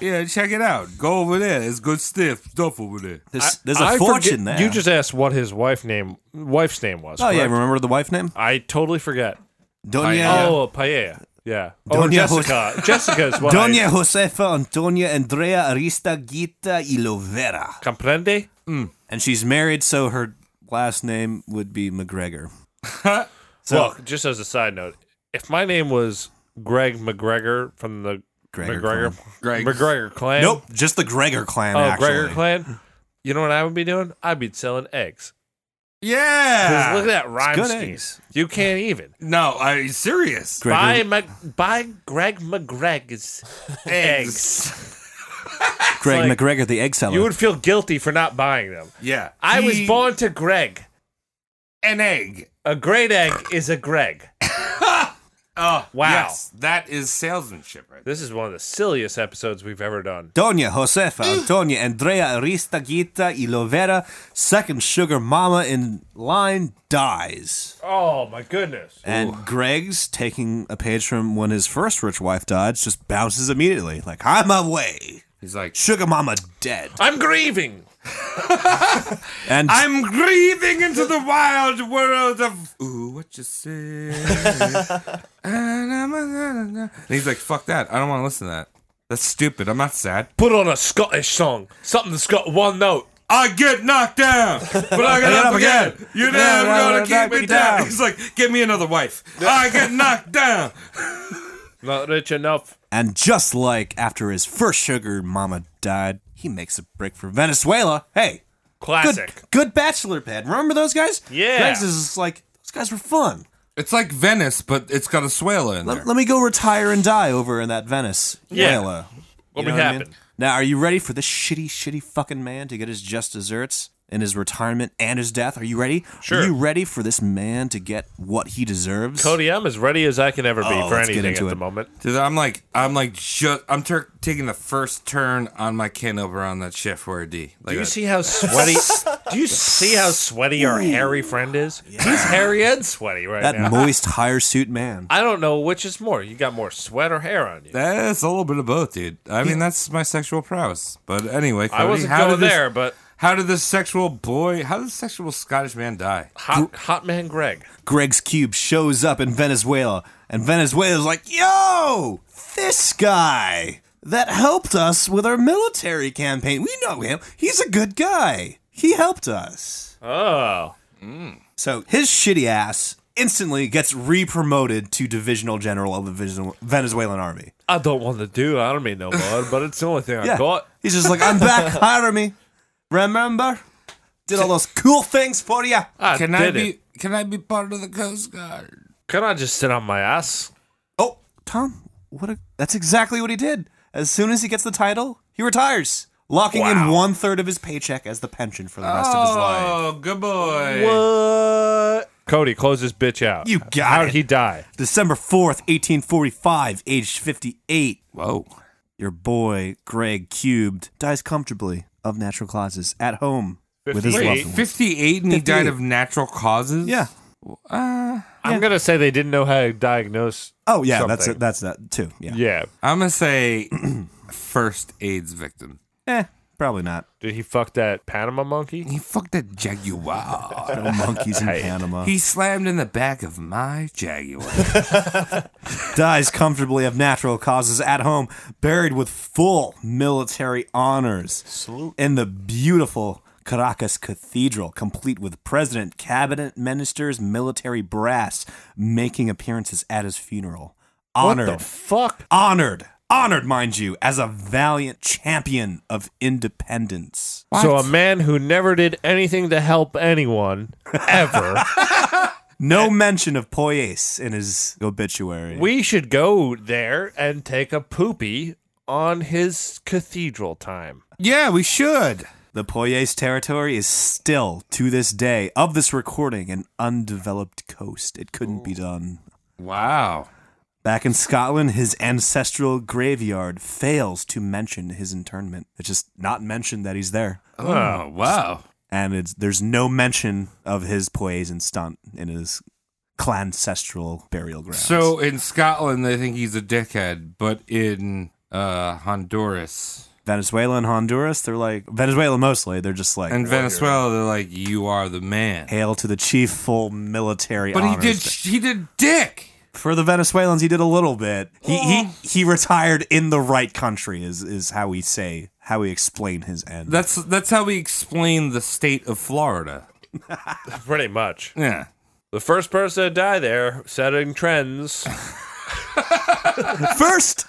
[SPEAKER 9] Yeah, check it out. Go over there. There's good stiff stuff over there.
[SPEAKER 10] There's, there's a
[SPEAKER 1] a
[SPEAKER 10] fortune there.
[SPEAKER 1] You just asked what his wife name wife's name was.
[SPEAKER 10] Oh yeah,
[SPEAKER 1] correct?
[SPEAKER 10] remember the wife name?
[SPEAKER 1] I totally forget.
[SPEAKER 10] Doña
[SPEAKER 1] Oh, Paella. Yeah. Oh,
[SPEAKER 10] Doña
[SPEAKER 1] Jessica.
[SPEAKER 10] (laughs)
[SPEAKER 1] Jessica's what I-
[SPEAKER 10] Doña Josefa Antonia Andrea Aristaguita y Lovera.
[SPEAKER 1] Comprende?
[SPEAKER 10] And she's married, so her last name would
[SPEAKER 1] (laughs)
[SPEAKER 10] be McGregor. So-
[SPEAKER 1] Well, just as a side note, if my name was Greg McGregor from the
[SPEAKER 10] Gregor
[SPEAKER 1] McGregor
[SPEAKER 9] Greg.
[SPEAKER 1] McGregor clan.
[SPEAKER 10] Nope, just the Gregor clan.
[SPEAKER 1] Oh,
[SPEAKER 10] actually.
[SPEAKER 1] Gregor clan. You know what I would be doing? I'd be selling eggs. 'Cause
[SPEAKER 9] Yeah.
[SPEAKER 1] look at that rhyme
[SPEAKER 10] Ah, good
[SPEAKER 1] scheme.
[SPEAKER 10] eggs.
[SPEAKER 1] You can't even.
[SPEAKER 9] No, I serious.
[SPEAKER 10] Gregor-
[SPEAKER 1] Buy Mc, buy Greg McGregor's eggs.
[SPEAKER 10] Greg
[SPEAKER 1] like-
[SPEAKER 10] McGregor, the egg seller.
[SPEAKER 1] You would feel guilty for not buying them.
[SPEAKER 9] Yeah.
[SPEAKER 1] I was
[SPEAKER 9] He-
[SPEAKER 1] born to Greg.
[SPEAKER 9] an egg.
[SPEAKER 1] A great egg is a Greg.
[SPEAKER 9] Oh
[SPEAKER 1] Wow.
[SPEAKER 9] Yes, that is salesmanship right there.
[SPEAKER 1] This is one of the silliest episodes we've ever done.
[SPEAKER 10] Doña Josefa Antonia Andrea Aristaguita y Lovera, second sugar mama in line, dies.
[SPEAKER 1] Oh my goodness.
[SPEAKER 10] And Greg's taking a page from when his first rich wife died, just bounces immediately. Like, I'm away.
[SPEAKER 9] He's like,
[SPEAKER 10] Sugar Mama dead.
[SPEAKER 1] I'm grieving.
[SPEAKER 10] And
[SPEAKER 9] I'm grieving into the wild world of Ooh, what
[SPEAKER 1] (laughs)
[SPEAKER 9] you say? and he's like, fuck that. I don't want to listen to that. That's stupid. I'm not sad.
[SPEAKER 1] Put on a Scottish song. Something that's got one note.
[SPEAKER 9] I get knocked down,
[SPEAKER 1] (laughs)
[SPEAKER 9] but I get up again. You're never gonna
[SPEAKER 10] knock
[SPEAKER 9] keep me
[SPEAKER 10] me
[SPEAKER 9] down.
[SPEAKER 10] down.
[SPEAKER 9] He's like, give me another wife. I get knocked down.
[SPEAKER 1] Not rich enough.
[SPEAKER 10] and just like after his first sugar mama died, he makes a break for Venezuela. Hey, good,
[SPEAKER 1] Classic.
[SPEAKER 10] good bachelor pad. Remember those guys?
[SPEAKER 1] Yeah.
[SPEAKER 10] Greg's is just like, those guys were fun.
[SPEAKER 9] It's like Venice, but it's got a suela in there.
[SPEAKER 10] Let, let me go retire and die over in that Venice.
[SPEAKER 1] Yeah.
[SPEAKER 10] Whala.
[SPEAKER 1] What would
[SPEAKER 10] You know what I
[SPEAKER 1] happen?
[SPEAKER 10] mean? Now, are you ready for this shitty, shitty fucking man to get his just desserts? in his retirement and his death. Are you ready? Sure. Are you ready for this man to get what he deserves?
[SPEAKER 1] Cody, I'm as ready as I can ever be
[SPEAKER 10] Oh,
[SPEAKER 1] for
[SPEAKER 10] let's get
[SPEAKER 1] anything at
[SPEAKER 10] into it.
[SPEAKER 1] the moment.
[SPEAKER 9] Dude, I'm like, I'm like, just, I'm tur taking the first turn on my can over on that shift for a D. Like
[SPEAKER 1] Do you
[SPEAKER 9] a-
[SPEAKER 1] see (laughs) how sweaty? (laughs) do you see how sweaty our hairy friend is? He's hairy and sweaty right
[SPEAKER 10] That
[SPEAKER 1] now.
[SPEAKER 10] moist hire suit man.
[SPEAKER 1] (laughs) I don't know which is more. You got more sweat or hair on you?
[SPEAKER 9] That's a little bit of both, dude. I mean, that's my sexual prowess. But anyway, Cody,
[SPEAKER 1] I wasn't
[SPEAKER 9] how
[SPEAKER 1] going
[SPEAKER 9] did this,
[SPEAKER 1] there, but
[SPEAKER 9] How did this sexual boy? How did this sexual Scottish man die?
[SPEAKER 1] hot, hot man Greg.
[SPEAKER 10] Greg's Cube shows up in Venezuela, and Venezuela's like, yo, this guy that helped us with our military campaign. We know him. He's a good guy. He helped us.
[SPEAKER 1] Oh,
[SPEAKER 10] So his shitty ass instantly gets re promoted to divisional general of the Vis- Venezuelan army.
[SPEAKER 1] I don't want to do army no more, but it's the only thing I got.
[SPEAKER 10] He's just like, I'm back,
[SPEAKER 1] (laughs)
[SPEAKER 10] hire me. Remember? Did all those cool things for you.
[SPEAKER 1] I
[SPEAKER 9] Can
[SPEAKER 1] did
[SPEAKER 9] I
[SPEAKER 1] it.
[SPEAKER 9] be? Can I be part of the Coast Guard?
[SPEAKER 1] Can I just sit on my ass?
[SPEAKER 10] Oh, Tom, what a, that's exactly what he did. As soon as he gets the title, he retires, locking in one third of his paycheck as the pension for the rest of his life. Uh,
[SPEAKER 9] Oh, good boy.
[SPEAKER 1] What? Cody, close this bitch out.
[SPEAKER 10] You got
[SPEAKER 1] How'd
[SPEAKER 10] it.
[SPEAKER 1] he die?
[SPEAKER 10] December 4th, 1845, aged 58.
[SPEAKER 9] Whoa.
[SPEAKER 10] Your boy, Greg Cubed, dies comfortably of natural causes at home with his loved
[SPEAKER 9] Wait,
[SPEAKER 10] ones.
[SPEAKER 9] 58 and he
[SPEAKER 10] 58.
[SPEAKER 9] died of natural causes?
[SPEAKER 10] Yeah.
[SPEAKER 1] I'm gonna say they didn't know how to diagnose.
[SPEAKER 10] Oh, yeah, that's
[SPEAKER 1] Something.
[SPEAKER 10] it. That's that too. Yeah.
[SPEAKER 1] Yeah,
[SPEAKER 9] I'm going to say (clears throat) first AIDS victim.
[SPEAKER 10] Eh, probably not.
[SPEAKER 1] did he fuck that Panama monkey?
[SPEAKER 9] He fucked a (laughs) Jaguar.
[SPEAKER 1] (laughs)
[SPEAKER 10] No monkeys in Panama.
[SPEAKER 9] he slammed in the back of my Jaguar.
[SPEAKER 10] (laughs) dies comfortably of natural causes at home, buried with full military honors in the beautiful Caracas Cathedral, complete with president, cabinet ministers, military brass making appearances at his funeral. Honored,
[SPEAKER 1] What the fuck?
[SPEAKER 10] honored, honored, mind you, as a valiant champion of independence.
[SPEAKER 1] So a man who never did anything to help
[SPEAKER 10] (laughs)
[SPEAKER 1] anyone ever.
[SPEAKER 10] No mention of Poyes in his obituary.
[SPEAKER 1] we should go there and take a poopy on his cathedral time.
[SPEAKER 9] yeah, we should.
[SPEAKER 10] The Poyes territory is still, to this day, of this recording, an undeveloped coast. It couldn't be done.
[SPEAKER 9] Wow.
[SPEAKER 10] Back in Scotland, his ancestral graveyard fails to mention his internment. It's just not mentioned that he's there.
[SPEAKER 9] Oh, wow.
[SPEAKER 10] And it's, there's no mention of his Poyes and stunt in his clancestral burial ground.
[SPEAKER 9] So in Scotland, they think he's a dickhead, but in uh, Honduras
[SPEAKER 10] Venezuela and Honduras, they're like, Venezuela mostly, they're just like,
[SPEAKER 9] and Venezuela, they're like, "You are the man."
[SPEAKER 10] hail to the chief full military
[SPEAKER 9] But he
[SPEAKER 10] honors
[SPEAKER 9] did.
[SPEAKER 10] that-
[SPEAKER 9] He did dick.
[SPEAKER 10] For the Venezuelans, he did a little bit. He
[SPEAKER 9] Oh.
[SPEAKER 10] he he retired in the right country is is how we say how we explain his end.
[SPEAKER 9] That's that's how we explain the state of Florida.
[SPEAKER 1] Pretty much.
[SPEAKER 9] Yeah.
[SPEAKER 1] The first person to die there, setting trends.
[SPEAKER 10] (laughs) first.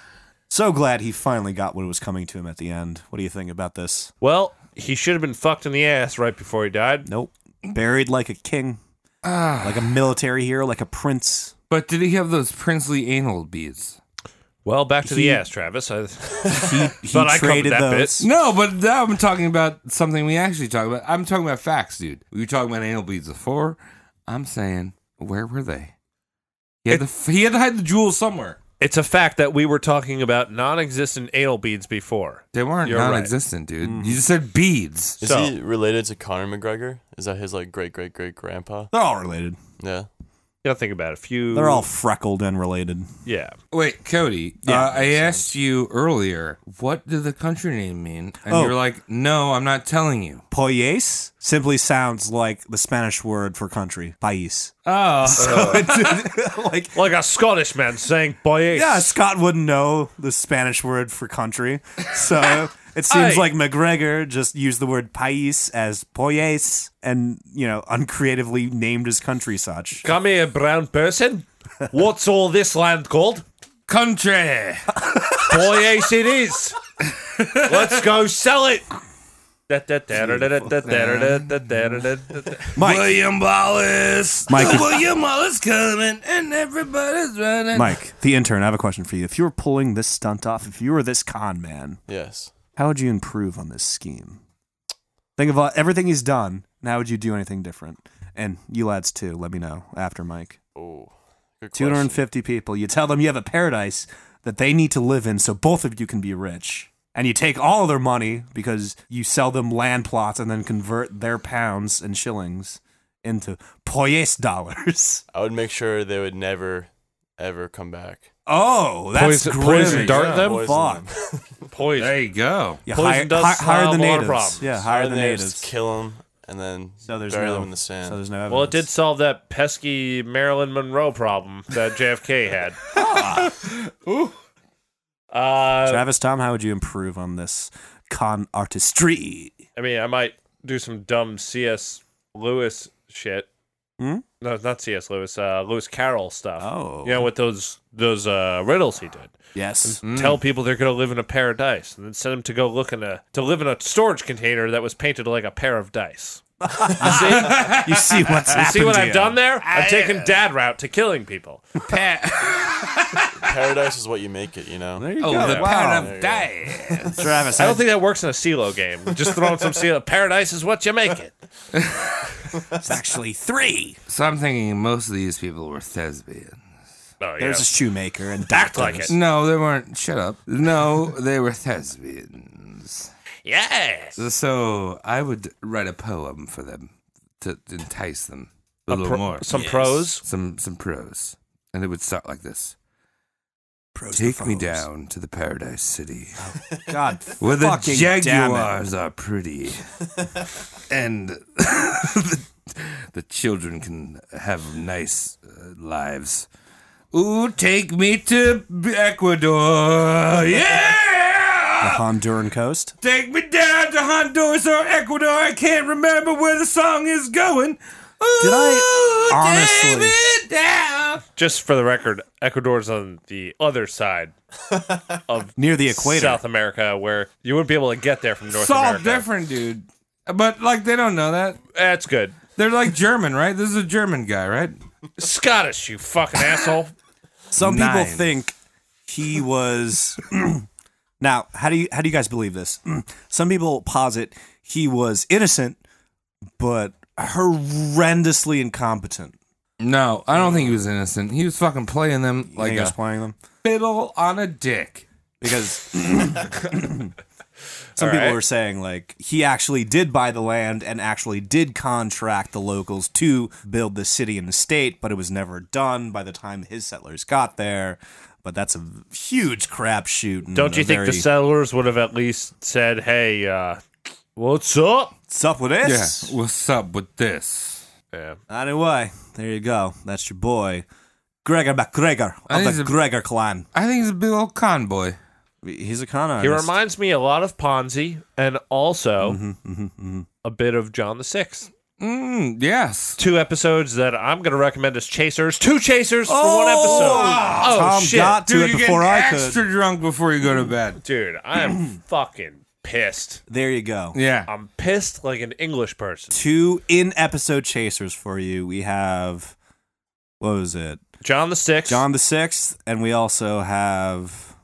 [SPEAKER 10] So glad he finally got what was coming to him at the end. What do you think about this?
[SPEAKER 1] Well, he should have been fucked in the ass right before he died.
[SPEAKER 10] Nope. Buried like a king,
[SPEAKER 9] Ah.
[SPEAKER 10] like a military hero, like a prince.
[SPEAKER 9] But did he have those princely anal beads?
[SPEAKER 1] Well, back to
[SPEAKER 10] He-
[SPEAKER 1] the ass, Travis. Uh, I,
[SPEAKER 9] (laughs)
[SPEAKER 10] He, he
[SPEAKER 1] But I covered
[SPEAKER 10] traded
[SPEAKER 1] that bit.
[SPEAKER 10] those.
[SPEAKER 9] No, but now I'm talking about something we actually talk about. I'm talking about facts, dude. We were talking about anal beads before. I'm saying, where were they? He had, to, he had to hide the jewels somewhere.
[SPEAKER 1] it's a fact that we were talking about non-existent anal beads before.
[SPEAKER 9] They weren't
[SPEAKER 1] You're right.
[SPEAKER 9] non-existent, dude. You just said beads.
[SPEAKER 8] Is
[SPEAKER 1] So-
[SPEAKER 8] he related to Conor McGregor? Is that his like great great great grandpa?
[SPEAKER 10] They're all related.
[SPEAKER 8] Yeah.
[SPEAKER 1] You gotta think about it. Few.
[SPEAKER 10] They're all freckled and related.
[SPEAKER 1] Yeah.
[SPEAKER 9] Wait, Cody,
[SPEAKER 10] Yeah,
[SPEAKER 9] uh, I asked you earlier, what did the country name mean? And
[SPEAKER 10] Oh.
[SPEAKER 9] you were like, no, I'm not telling you.
[SPEAKER 10] Poyes simply sounds like the Spanish word for country, país.
[SPEAKER 9] Oh.
[SPEAKER 10] (laughs) So it- (laughs) like
[SPEAKER 1] Like a Scottish man saying boy.
[SPEAKER 10] Yeah, Scott wouldn't know the Spanish word for country. So it seems
[SPEAKER 1] Aye.
[SPEAKER 10] like McGregor just used the word país as poyes and, you know, uncreatively named his country such.
[SPEAKER 1] Come here, brown person. What's all this land called?
[SPEAKER 9] Country.
[SPEAKER 1] (laughs) Boy, yes, it is. Let's go sell it.
[SPEAKER 10] Mike,
[SPEAKER 9] William Wallace.
[SPEAKER 10] Mike is-
[SPEAKER 9] William Wallace coming and everybody's running.
[SPEAKER 10] Mike, the intern, I have a question for you. If you were pulling this stunt off, if you were this con man,
[SPEAKER 8] Yes.
[SPEAKER 10] how would you improve on this scheme? Think of uh, everything he's done, and how would you do anything different? And you lads too. Let me know after Mike.
[SPEAKER 8] Oh, good
[SPEAKER 10] Two hundred and fifty people. You tell them you have a paradise that they need to live in, so both of you can be rich. And you take all of their money because you sell them land plots and then convert their pounds and shillings into poyes dollars. (laughs)
[SPEAKER 8] I would make sure they would never, ever come back.
[SPEAKER 10] Oh, that's
[SPEAKER 13] Poison-
[SPEAKER 10] grim.
[SPEAKER 13] poison dart
[SPEAKER 8] Yeah,
[SPEAKER 13] them?
[SPEAKER 8] poison
[SPEAKER 10] Fuck.
[SPEAKER 13] Poison.
[SPEAKER 9] There you go.
[SPEAKER 10] Yeah,
[SPEAKER 13] Poison
[SPEAKER 10] hire,
[SPEAKER 13] does
[SPEAKER 10] hi- hire
[SPEAKER 13] solve
[SPEAKER 10] the
[SPEAKER 13] a lot of
[SPEAKER 10] natives.
[SPEAKER 13] problems.
[SPEAKER 10] Yeah,
[SPEAKER 8] Hire
[SPEAKER 10] (laughs) hire the
[SPEAKER 8] them,
[SPEAKER 10] natives.
[SPEAKER 8] Just kill them and then
[SPEAKER 10] so there's
[SPEAKER 8] bury
[SPEAKER 10] no
[SPEAKER 8] them in the sand.
[SPEAKER 10] So there's no evidence.
[SPEAKER 1] Well, it did solve that pesky Marilyn Monroe problem that JFK had. Uh,
[SPEAKER 10] Travis Tom, how would you improve on this con artistry?
[SPEAKER 1] I mean, I might do some dumb C.S. Lewis shit.
[SPEAKER 10] Hmm?
[SPEAKER 1] No, not C.S. Lewis. Uh, Lewis Carroll stuff.
[SPEAKER 10] Oh.
[SPEAKER 1] you know, with those those uh, riddles he did. (laughs)
[SPEAKER 10] Yes. Mm-hmm.
[SPEAKER 1] Tell people they're going to live in a pair of dice, and then send them to go look in a to live in a storage container that was painted like a pair of dice. You see, (laughs)
[SPEAKER 10] You see what's
[SPEAKER 1] you
[SPEAKER 10] happened.
[SPEAKER 1] see what
[SPEAKER 10] to
[SPEAKER 1] I've
[SPEAKER 10] you.
[SPEAKER 1] done there?
[SPEAKER 10] Ah,
[SPEAKER 1] uh, I've taken dad route to killing people.
[SPEAKER 8] Paradise is what you make it, you know.
[SPEAKER 10] There you
[SPEAKER 9] Oh,
[SPEAKER 10] go.
[SPEAKER 9] the
[SPEAKER 10] wow.
[SPEAKER 9] pound of dice.
[SPEAKER 10] (laughs) Travis,
[SPEAKER 1] I don't think that works in a CeeLo game. Just throwing some CeeLo. Paradise is what you make it.
[SPEAKER 10] that's actually three.
[SPEAKER 9] So I'm thinking most of these people were thespians.
[SPEAKER 1] Oh, yeah.
[SPEAKER 10] There's a shoemaker and
[SPEAKER 1] Act
[SPEAKER 10] doctors.
[SPEAKER 1] like it.
[SPEAKER 9] No, they weren't. Shut up. No, they were thespians.
[SPEAKER 1] Yes.
[SPEAKER 9] So I would write a poem for them to entice them a, little
[SPEAKER 1] Pro-
[SPEAKER 9] more.
[SPEAKER 1] Some pros.
[SPEAKER 9] some some prose, and it would start like this:
[SPEAKER 10] Pros to
[SPEAKER 9] Take me
[SPEAKER 10] foes.
[SPEAKER 9] down to the paradise city,
[SPEAKER 10] God,
[SPEAKER 9] where the
[SPEAKER 10] fucking damn it.
[SPEAKER 9] jaguars are pretty, and (laughs) the, the children can have nice uh, lives. Ooh, take me to Ecuador,
[SPEAKER 10] The
[SPEAKER 9] yeah!
[SPEAKER 10] Honduran coast.
[SPEAKER 9] Take me down to Honduras or Ecuador. I can't remember where the song is going.
[SPEAKER 10] Did
[SPEAKER 9] Ooh,
[SPEAKER 10] I-
[SPEAKER 9] take
[SPEAKER 10] honestly-
[SPEAKER 9] me down.
[SPEAKER 1] Just for the record, Ecuador's on the other side of
[SPEAKER 10] Near the equator.
[SPEAKER 1] South America, where you wouldn't be able to get there from North
[SPEAKER 9] it's all
[SPEAKER 1] America.
[SPEAKER 9] different, dude. But like, they don't know that.
[SPEAKER 1] That's good.
[SPEAKER 9] They're like German, right? This is a German guy, right?
[SPEAKER 1] Scottish, you fucking asshole.
[SPEAKER 10] Some
[SPEAKER 9] Nine.
[SPEAKER 10] people think he was. (clears throat) now, how do you how do you guys believe this? (clears throat) Some people posit he was innocent, but horrendously incompetent.
[SPEAKER 9] No, I don't think he was innocent. He was fucking playing them
[SPEAKER 10] Like
[SPEAKER 9] like
[SPEAKER 10] he was
[SPEAKER 9] a
[SPEAKER 10] playing them
[SPEAKER 9] fiddle on a dick.
[SPEAKER 1] (laughs)
[SPEAKER 10] because some people were saying like he actually did buy the land and actually did contract the locals to build the city and the state, but it was never done by the time his settlers got there. But that's a huge crapshoot. and
[SPEAKER 1] Don't
[SPEAKER 10] a
[SPEAKER 1] you think the
[SPEAKER 10] very-
[SPEAKER 1] settlers would have at least said, "Hey, uh, what's up?"
[SPEAKER 10] What's up with
[SPEAKER 9] Yeah,
[SPEAKER 10] this?
[SPEAKER 9] what's up with this?
[SPEAKER 10] Anyway, there you go. That's your boy, Gregor MacGregor of
[SPEAKER 9] think
[SPEAKER 10] the
[SPEAKER 9] he's a-
[SPEAKER 10] Gregor clan.
[SPEAKER 9] I think he's a big old con boy.
[SPEAKER 10] He's a con artist.
[SPEAKER 1] He reminds me a lot of Ponzi, and also
[SPEAKER 10] Mm-hmm.
[SPEAKER 1] a bit of John the Sixth.
[SPEAKER 9] Mm, yes.
[SPEAKER 1] Two episodes that I'm going to recommend as chasers. Two chasers for one episode. Oh
[SPEAKER 10] Tom
[SPEAKER 1] shit,
[SPEAKER 10] got to
[SPEAKER 9] Dude,
[SPEAKER 10] it
[SPEAKER 9] you
[SPEAKER 10] before
[SPEAKER 9] get
[SPEAKER 10] I could.
[SPEAKER 9] extra drunk before you go to bed.
[SPEAKER 1] dude, I
[SPEAKER 10] (clears throat)
[SPEAKER 1] am fucking pissed.
[SPEAKER 10] There you go.
[SPEAKER 9] Yeah.
[SPEAKER 1] I'm pissed like an English person.
[SPEAKER 10] Two in episode chasers for you. We have what was it?
[SPEAKER 1] John the Sixth.
[SPEAKER 10] John the Sixth, and we also have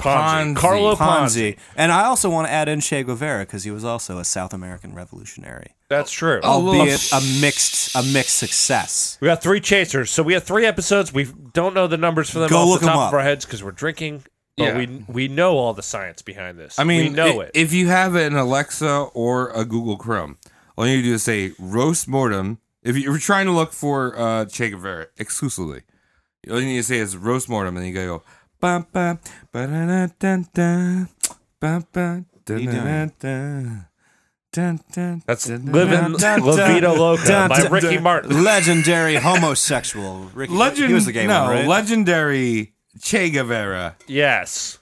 [SPEAKER 1] Ponzi.
[SPEAKER 9] Ponzi.
[SPEAKER 1] Carlo Oh, Ponzi.
[SPEAKER 10] Ponzi. And I also want to add in Che Guevara because he was also a South American revolutionary,
[SPEAKER 1] That's true.
[SPEAKER 10] Oh. albeit a mixed a mixed success.
[SPEAKER 1] We got three chasers, so we have three episodes. We don't know the numbers for them
[SPEAKER 10] Go
[SPEAKER 1] off
[SPEAKER 10] look
[SPEAKER 1] the
[SPEAKER 10] 'em
[SPEAKER 1] top
[SPEAKER 10] up.
[SPEAKER 1] of our heads because we're drinking, but
[SPEAKER 9] Yeah.
[SPEAKER 1] we we know all the science behind this.
[SPEAKER 9] I mean,
[SPEAKER 1] we know
[SPEAKER 9] i-
[SPEAKER 1] it.
[SPEAKER 9] If you have an Alexa or a Google Chrome, all you do is say roast mortem. If you're trying to look for uh, Che Guevara exclusively, all you need to say is roast mortem, and you gotta go. Ba, ba, ba, da, da, da, da, ba, ba, da,
[SPEAKER 10] you
[SPEAKER 9] da, da, da, da, da,
[SPEAKER 1] That's
[SPEAKER 9] da, da,
[SPEAKER 1] living
[SPEAKER 9] da,
[SPEAKER 1] La
[SPEAKER 9] da, da.
[SPEAKER 1] Vida Loca
[SPEAKER 10] Dun,
[SPEAKER 1] by
[SPEAKER 10] dun,
[SPEAKER 1] Ricky
[SPEAKER 10] dun.
[SPEAKER 1] Martin.
[SPEAKER 10] Legendary homosexual. Ricky,
[SPEAKER 9] Legend,
[SPEAKER 10] He was the gay
[SPEAKER 9] no,
[SPEAKER 10] one, right?
[SPEAKER 9] legendary Che Guevara.
[SPEAKER 1] Yes,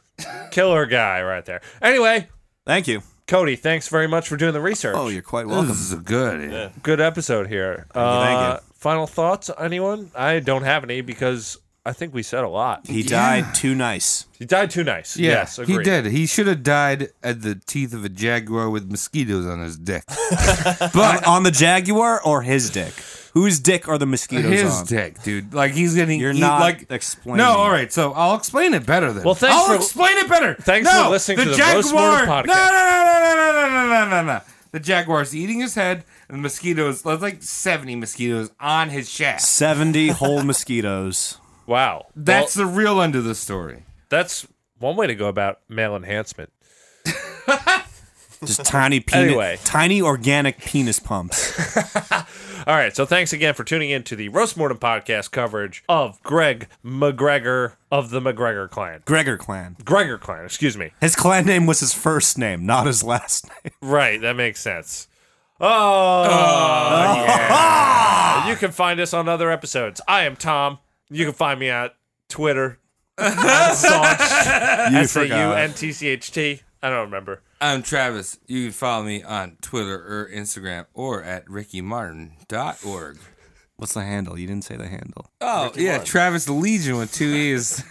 [SPEAKER 1] killer guy right there. Anyway,
[SPEAKER 10] Thank you.
[SPEAKER 1] Cody, thanks very much for doing the research.
[SPEAKER 10] Oh, you're quite
[SPEAKER 9] This
[SPEAKER 10] welcome.
[SPEAKER 9] is good.
[SPEAKER 1] Good episode here.
[SPEAKER 10] you, thank
[SPEAKER 1] Uh, Final thoughts, anyone? I don't have any because I think we said a lot.
[SPEAKER 10] He died too
[SPEAKER 1] (laughs)
[SPEAKER 10] nice.
[SPEAKER 1] He died too nice.
[SPEAKER 9] Yeah,
[SPEAKER 1] yes, agreed.
[SPEAKER 9] he did. He should have died at the teeth of a jaguar with mosquitoes on his dick.
[SPEAKER 10] on, on the Jaguar or his dick? Whose dick are
[SPEAKER 1] (laughs)
[SPEAKER 10] the mosquitoes
[SPEAKER 9] his
[SPEAKER 10] on?
[SPEAKER 9] dick, dude. Like he's getting.
[SPEAKER 10] You're
[SPEAKER 9] eat-
[SPEAKER 10] not
[SPEAKER 9] like
[SPEAKER 10] explaining.
[SPEAKER 9] No, all right. So I'll explain it better then.
[SPEAKER 1] Well, thanks
[SPEAKER 9] I'll
[SPEAKER 1] for-
[SPEAKER 9] explain it better.
[SPEAKER 1] thanks
[SPEAKER 9] no,
[SPEAKER 1] for listening
[SPEAKER 9] the
[SPEAKER 1] to the Roast Mortar
[SPEAKER 9] Jaguar.
[SPEAKER 1] podcast.
[SPEAKER 9] No, no, no, no, no, no, no, no, no, no. The jaguar's eating his head, and the mosquitoes, there's like 70 mosquitoes on his shaft.
[SPEAKER 10] 70 whole mosquitoes.
[SPEAKER 1] Wow.
[SPEAKER 9] That's the real end of the story.
[SPEAKER 1] That's one way to go about male enhancement.
[SPEAKER 10] Just tiny penis,
[SPEAKER 1] Anyway.
[SPEAKER 10] tiny organic penis pumps.
[SPEAKER 1] All right. So thanks again for tuning in to the Roast Mortem podcast coverage of Greg McGregor of the McGregor clan.
[SPEAKER 10] Gregor clan.
[SPEAKER 1] Gregor clan, excuse me.
[SPEAKER 10] His clan name was his first name, not his last
[SPEAKER 1] (laughs)
[SPEAKER 10] name.
[SPEAKER 1] Right. That makes sense. Oh, yeah. you can find us on other episodes. I am Tom. You can find me at Twitter. I'm Saunch,
[SPEAKER 10] You
[SPEAKER 1] S-A-U-N-T-C-H-T. I don't remember.
[SPEAKER 9] I'm Travis. You can follow me on Twitter or Instagram or at rickymartin.org.
[SPEAKER 10] What's the handle? You didn't say the handle.
[SPEAKER 9] Oh, yeah, Travis Legion with two E's.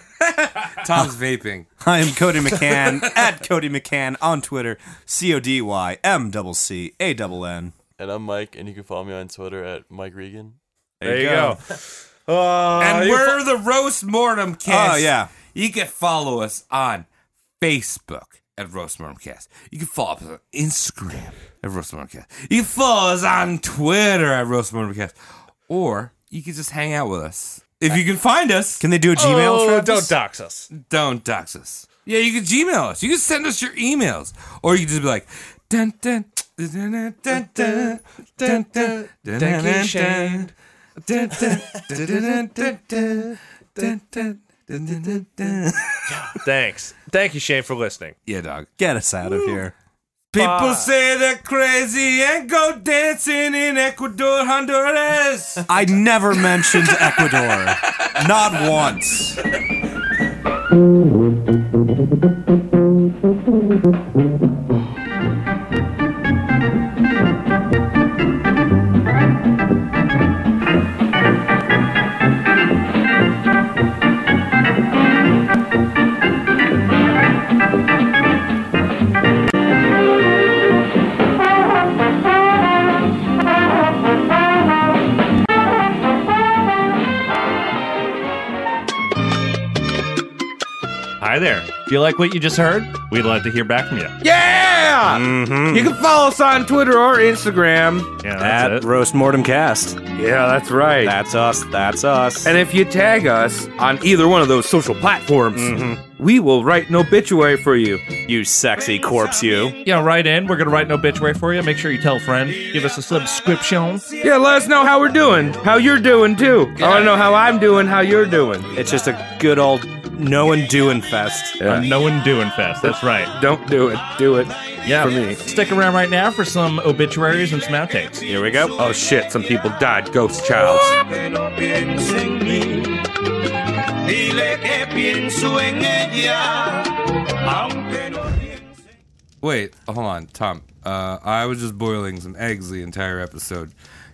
[SPEAKER 9] (laughs) Tom's vaping.
[SPEAKER 10] I am Cody McCann (laughs) at Cody McCann on Twitter. C O D Y M double C A double N.
[SPEAKER 8] And I'm Mike, and you can follow me on Twitter at Mike Regan.
[SPEAKER 1] There, you go. Uh,
[SPEAKER 9] and
[SPEAKER 1] you
[SPEAKER 9] we're the Roast Mortem Cast.
[SPEAKER 10] Oh, yeah.
[SPEAKER 9] You can follow us on Facebook at Roast Mortem Cast. You can follow us on Instagram at Roast Mortem Cast. You can follow us on Twitter at Roast Mortem Cast. Or you can just hang out with us. If you can find us,
[SPEAKER 10] Can they do a Gmail?
[SPEAKER 1] Oh,
[SPEAKER 10] Travis?
[SPEAKER 1] don't dox us.
[SPEAKER 9] don't dox us. Yeah, you can Gmail us. You can send us your emails. Or you can just be like, dun dun dun dun dun dun dun dun dun dun dun dun dun dun dun dun dun dun dun dun dun dun dun
[SPEAKER 1] Thanks. Thank you, Shane, for listening.
[SPEAKER 9] Yeah, dog.
[SPEAKER 10] Get us out of here.
[SPEAKER 9] People say they're crazy and go dancing in Ecuador, Honduras.
[SPEAKER 10] I never mentioned Ecuador. Not once.
[SPEAKER 1] Hi there. Do you like what you just heard? We'd love to hear back from you.
[SPEAKER 9] Yeah! You can follow us on Twitter or Instagram.
[SPEAKER 1] Yeah,
[SPEAKER 10] At
[SPEAKER 1] that's it.
[SPEAKER 10] Roast Mortem Cast.
[SPEAKER 9] Yeah, that's right.
[SPEAKER 10] That's us. That's us.
[SPEAKER 9] And if you tag us on either one of those social platforms, we will write an obituary for you.
[SPEAKER 10] you sexy corpse, you.
[SPEAKER 1] Yeah, right in. We're gonna write an obituary for you. Make sure you tell a friend. Give us a subscription.
[SPEAKER 9] Yeah, let us know how we're doing, how you're doing too. I want to know how I'm doing, how you're doing.
[SPEAKER 10] It's just a good old no and doing fest.
[SPEAKER 1] A no one doing fest. That's right.
[SPEAKER 9] Don't do it. Do it.
[SPEAKER 1] Yeah.
[SPEAKER 9] For me.
[SPEAKER 1] Stick around right now for some obituaries and some outtakes.
[SPEAKER 9] Here we go. Oh shit, some people died. Ghost childs. Wait, hold on, Tom. Uh, I was just boiling some eggs the entire episode.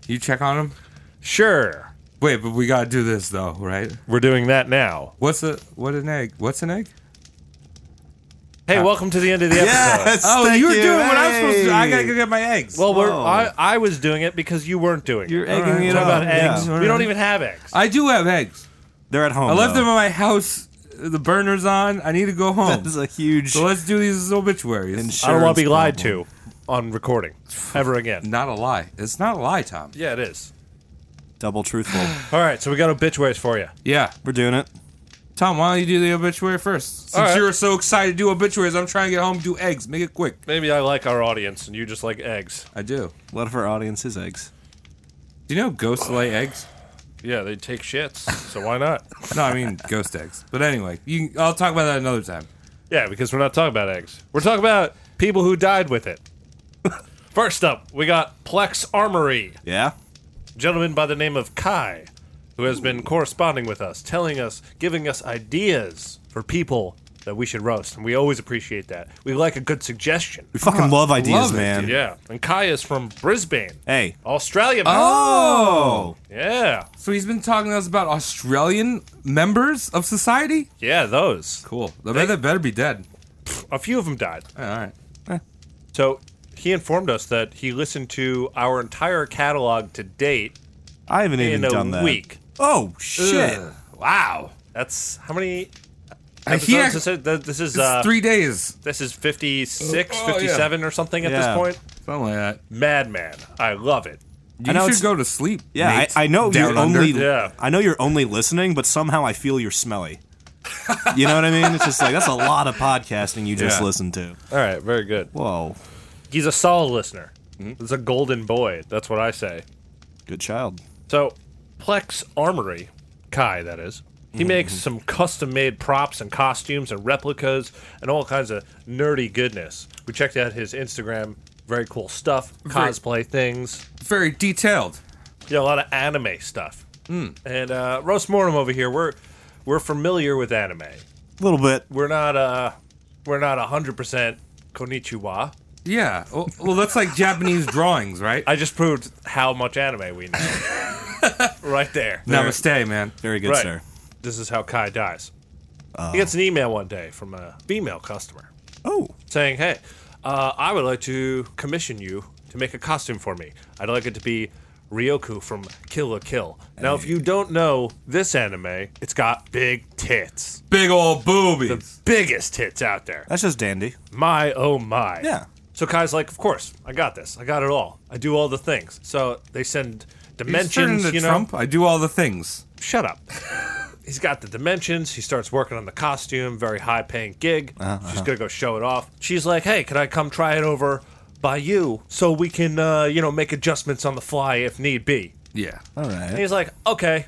[SPEAKER 9] You check on them?
[SPEAKER 1] Sure.
[SPEAKER 9] Wait, but we gotta do this though, right?
[SPEAKER 1] We're doing that now.
[SPEAKER 9] What's a what an egg? What's an egg?
[SPEAKER 1] Hey, welcome to the end of the episode.
[SPEAKER 9] Oh,
[SPEAKER 10] thank
[SPEAKER 9] you were doing what I was
[SPEAKER 10] Hey.
[SPEAKER 9] supposed to. do. I gotta go get my eggs.
[SPEAKER 1] Well, we're,
[SPEAKER 10] Whoa.
[SPEAKER 1] I, I was doing it because you weren't doing it.
[SPEAKER 10] You're egging it
[SPEAKER 1] Talk
[SPEAKER 10] up.
[SPEAKER 1] about
[SPEAKER 10] yeah.
[SPEAKER 1] eggs. We don't even have eggs.
[SPEAKER 9] I do have eggs.
[SPEAKER 10] They're at home.
[SPEAKER 9] I left
[SPEAKER 10] though.
[SPEAKER 9] them at my house. The burner's on. I need to go home.
[SPEAKER 10] That's a huge.
[SPEAKER 9] so let's do these obituaries.
[SPEAKER 10] insurance
[SPEAKER 1] I don't want to be lied
[SPEAKER 10] problem.
[SPEAKER 1] to on recording ever again.
[SPEAKER 9] not a lie. It's not a lie, Tom.
[SPEAKER 1] Yeah, it is.
[SPEAKER 10] Double truthful.
[SPEAKER 1] All right, so we got obituaries for you.
[SPEAKER 9] Yeah,
[SPEAKER 10] We're doing it.
[SPEAKER 9] Tom. Why don't you do the obituary first? Since
[SPEAKER 1] right.
[SPEAKER 9] you were so excited to do obituaries, I'm trying to get home. Do eggs. Make it quick.
[SPEAKER 1] Maybe I like our audience and you just like eggs.
[SPEAKER 9] I do.
[SPEAKER 10] What if our audience is eggs?
[SPEAKER 9] Do you know ghosts lay eggs?
[SPEAKER 1] Yeah, they take shits, so why not?
[SPEAKER 9] No, I (laughs) mean ghost eggs. But anyway, you, I'll talk about that another time.
[SPEAKER 1] Yeah, because we're not talking about eggs. We're talking about people who died with it. First up, we got Plex Armory,
[SPEAKER 10] Yeah.
[SPEAKER 1] a gentleman by the name of Kai, who has been corresponding with us, telling us, giving us ideas for people that we should roast, and we always appreciate that. We like a good suggestion.
[SPEAKER 10] We fucking love ideas,
[SPEAKER 9] love it,
[SPEAKER 10] man.
[SPEAKER 1] Yeah, and Kai is from Brisbane,
[SPEAKER 10] Hey.
[SPEAKER 1] Australia. man.
[SPEAKER 9] Oh,
[SPEAKER 1] Yeah,
[SPEAKER 9] so he's been talking to us about Australian members of society.
[SPEAKER 1] yeah, those.
[SPEAKER 9] Cool. I bet they better be dead.
[SPEAKER 1] A few of them died.
[SPEAKER 9] All right.
[SPEAKER 1] So he informed us that he listened to our entire catalog to date
[SPEAKER 10] I haven't
[SPEAKER 1] in
[SPEAKER 10] even Oh,
[SPEAKER 1] a
[SPEAKER 10] done that.
[SPEAKER 1] week.
[SPEAKER 10] Oh shit.
[SPEAKER 9] Wow.
[SPEAKER 1] That's how many
[SPEAKER 9] he
[SPEAKER 1] episodes?
[SPEAKER 9] ac-
[SPEAKER 1] This is- this is
[SPEAKER 9] It's
[SPEAKER 1] uh,
[SPEAKER 9] three days.
[SPEAKER 1] this is 56,
[SPEAKER 9] Oh, yeah.
[SPEAKER 1] 57 or something at
[SPEAKER 10] Yeah.
[SPEAKER 1] this point.
[SPEAKER 9] Something like that.
[SPEAKER 1] Madman, I love it.
[SPEAKER 9] You
[SPEAKER 10] know
[SPEAKER 9] should
[SPEAKER 10] it's-
[SPEAKER 9] go to sleep.
[SPEAKER 10] Yeah, I,
[SPEAKER 9] mate.
[SPEAKER 10] I know
[SPEAKER 9] Down
[SPEAKER 10] you're
[SPEAKER 9] under.
[SPEAKER 10] only.
[SPEAKER 1] Yeah.
[SPEAKER 10] I know you're only listening, but somehow I feel you're smelly. You know what I mean? It's just like that's a lot of podcasting you just
[SPEAKER 9] Yeah.
[SPEAKER 10] listened to.
[SPEAKER 1] All right, very good. Mm-hmm.
[SPEAKER 10] Whoa,
[SPEAKER 1] He's a solid listener. He's a golden boy. That's what I say.
[SPEAKER 10] good child.
[SPEAKER 1] So, Plex Armory, Kai, that is, he makes some custom made props and costumes and replicas and all kinds of nerdy goodness. We checked out his Instagram. Very cool stuff, cosplay things.
[SPEAKER 9] Very detailed.
[SPEAKER 1] Yeah, a lot of anime stuff. And uh, Roast Mortem over here, we're we're familiar with anime.
[SPEAKER 10] A little bit.
[SPEAKER 1] We're not uh we're not hundred percent Konichiwa.
[SPEAKER 9] Yeah. Well, well, that's like Japanese drawings, right?
[SPEAKER 1] I just proved how much anime we know. right there.
[SPEAKER 9] Namaste, man.
[SPEAKER 10] Very good,
[SPEAKER 1] Right.
[SPEAKER 10] sir.
[SPEAKER 1] This is how Kai dies. he gets an email one day from a female customer
[SPEAKER 10] Oh,
[SPEAKER 1] saying, "Hey, uh, I would like to commission you to make a costume for me. I'd like it to be Ryoku from Kill la Kill." Now, if you don't know this anime, it's got big tits,
[SPEAKER 9] Big old boobies.
[SPEAKER 1] biggest tits out there.
[SPEAKER 10] that's just dandy.
[SPEAKER 1] My oh my.
[SPEAKER 10] Yeah.
[SPEAKER 1] So Kai's like, "Of course, I got this. I got it all. I do all the things." So they send
[SPEAKER 9] He's turning
[SPEAKER 1] dimensions,
[SPEAKER 9] to
[SPEAKER 1] you know.
[SPEAKER 9] Trump. I do all the things.
[SPEAKER 1] shut up. (laughs) He's got the dimensions. He starts working on the costume, very high paying gig.
[SPEAKER 9] Uh-huh,
[SPEAKER 1] She's going to go show it off. She's like, hey, can I come try it over by you so we can, uh, you know, make adjustments on the fly if need be?
[SPEAKER 9] Yeah.
[SPEAKER 10] All
[SPEAKER 1] And
[SPEAKER 10] right.
[SPEAKER 1] he's like, okay,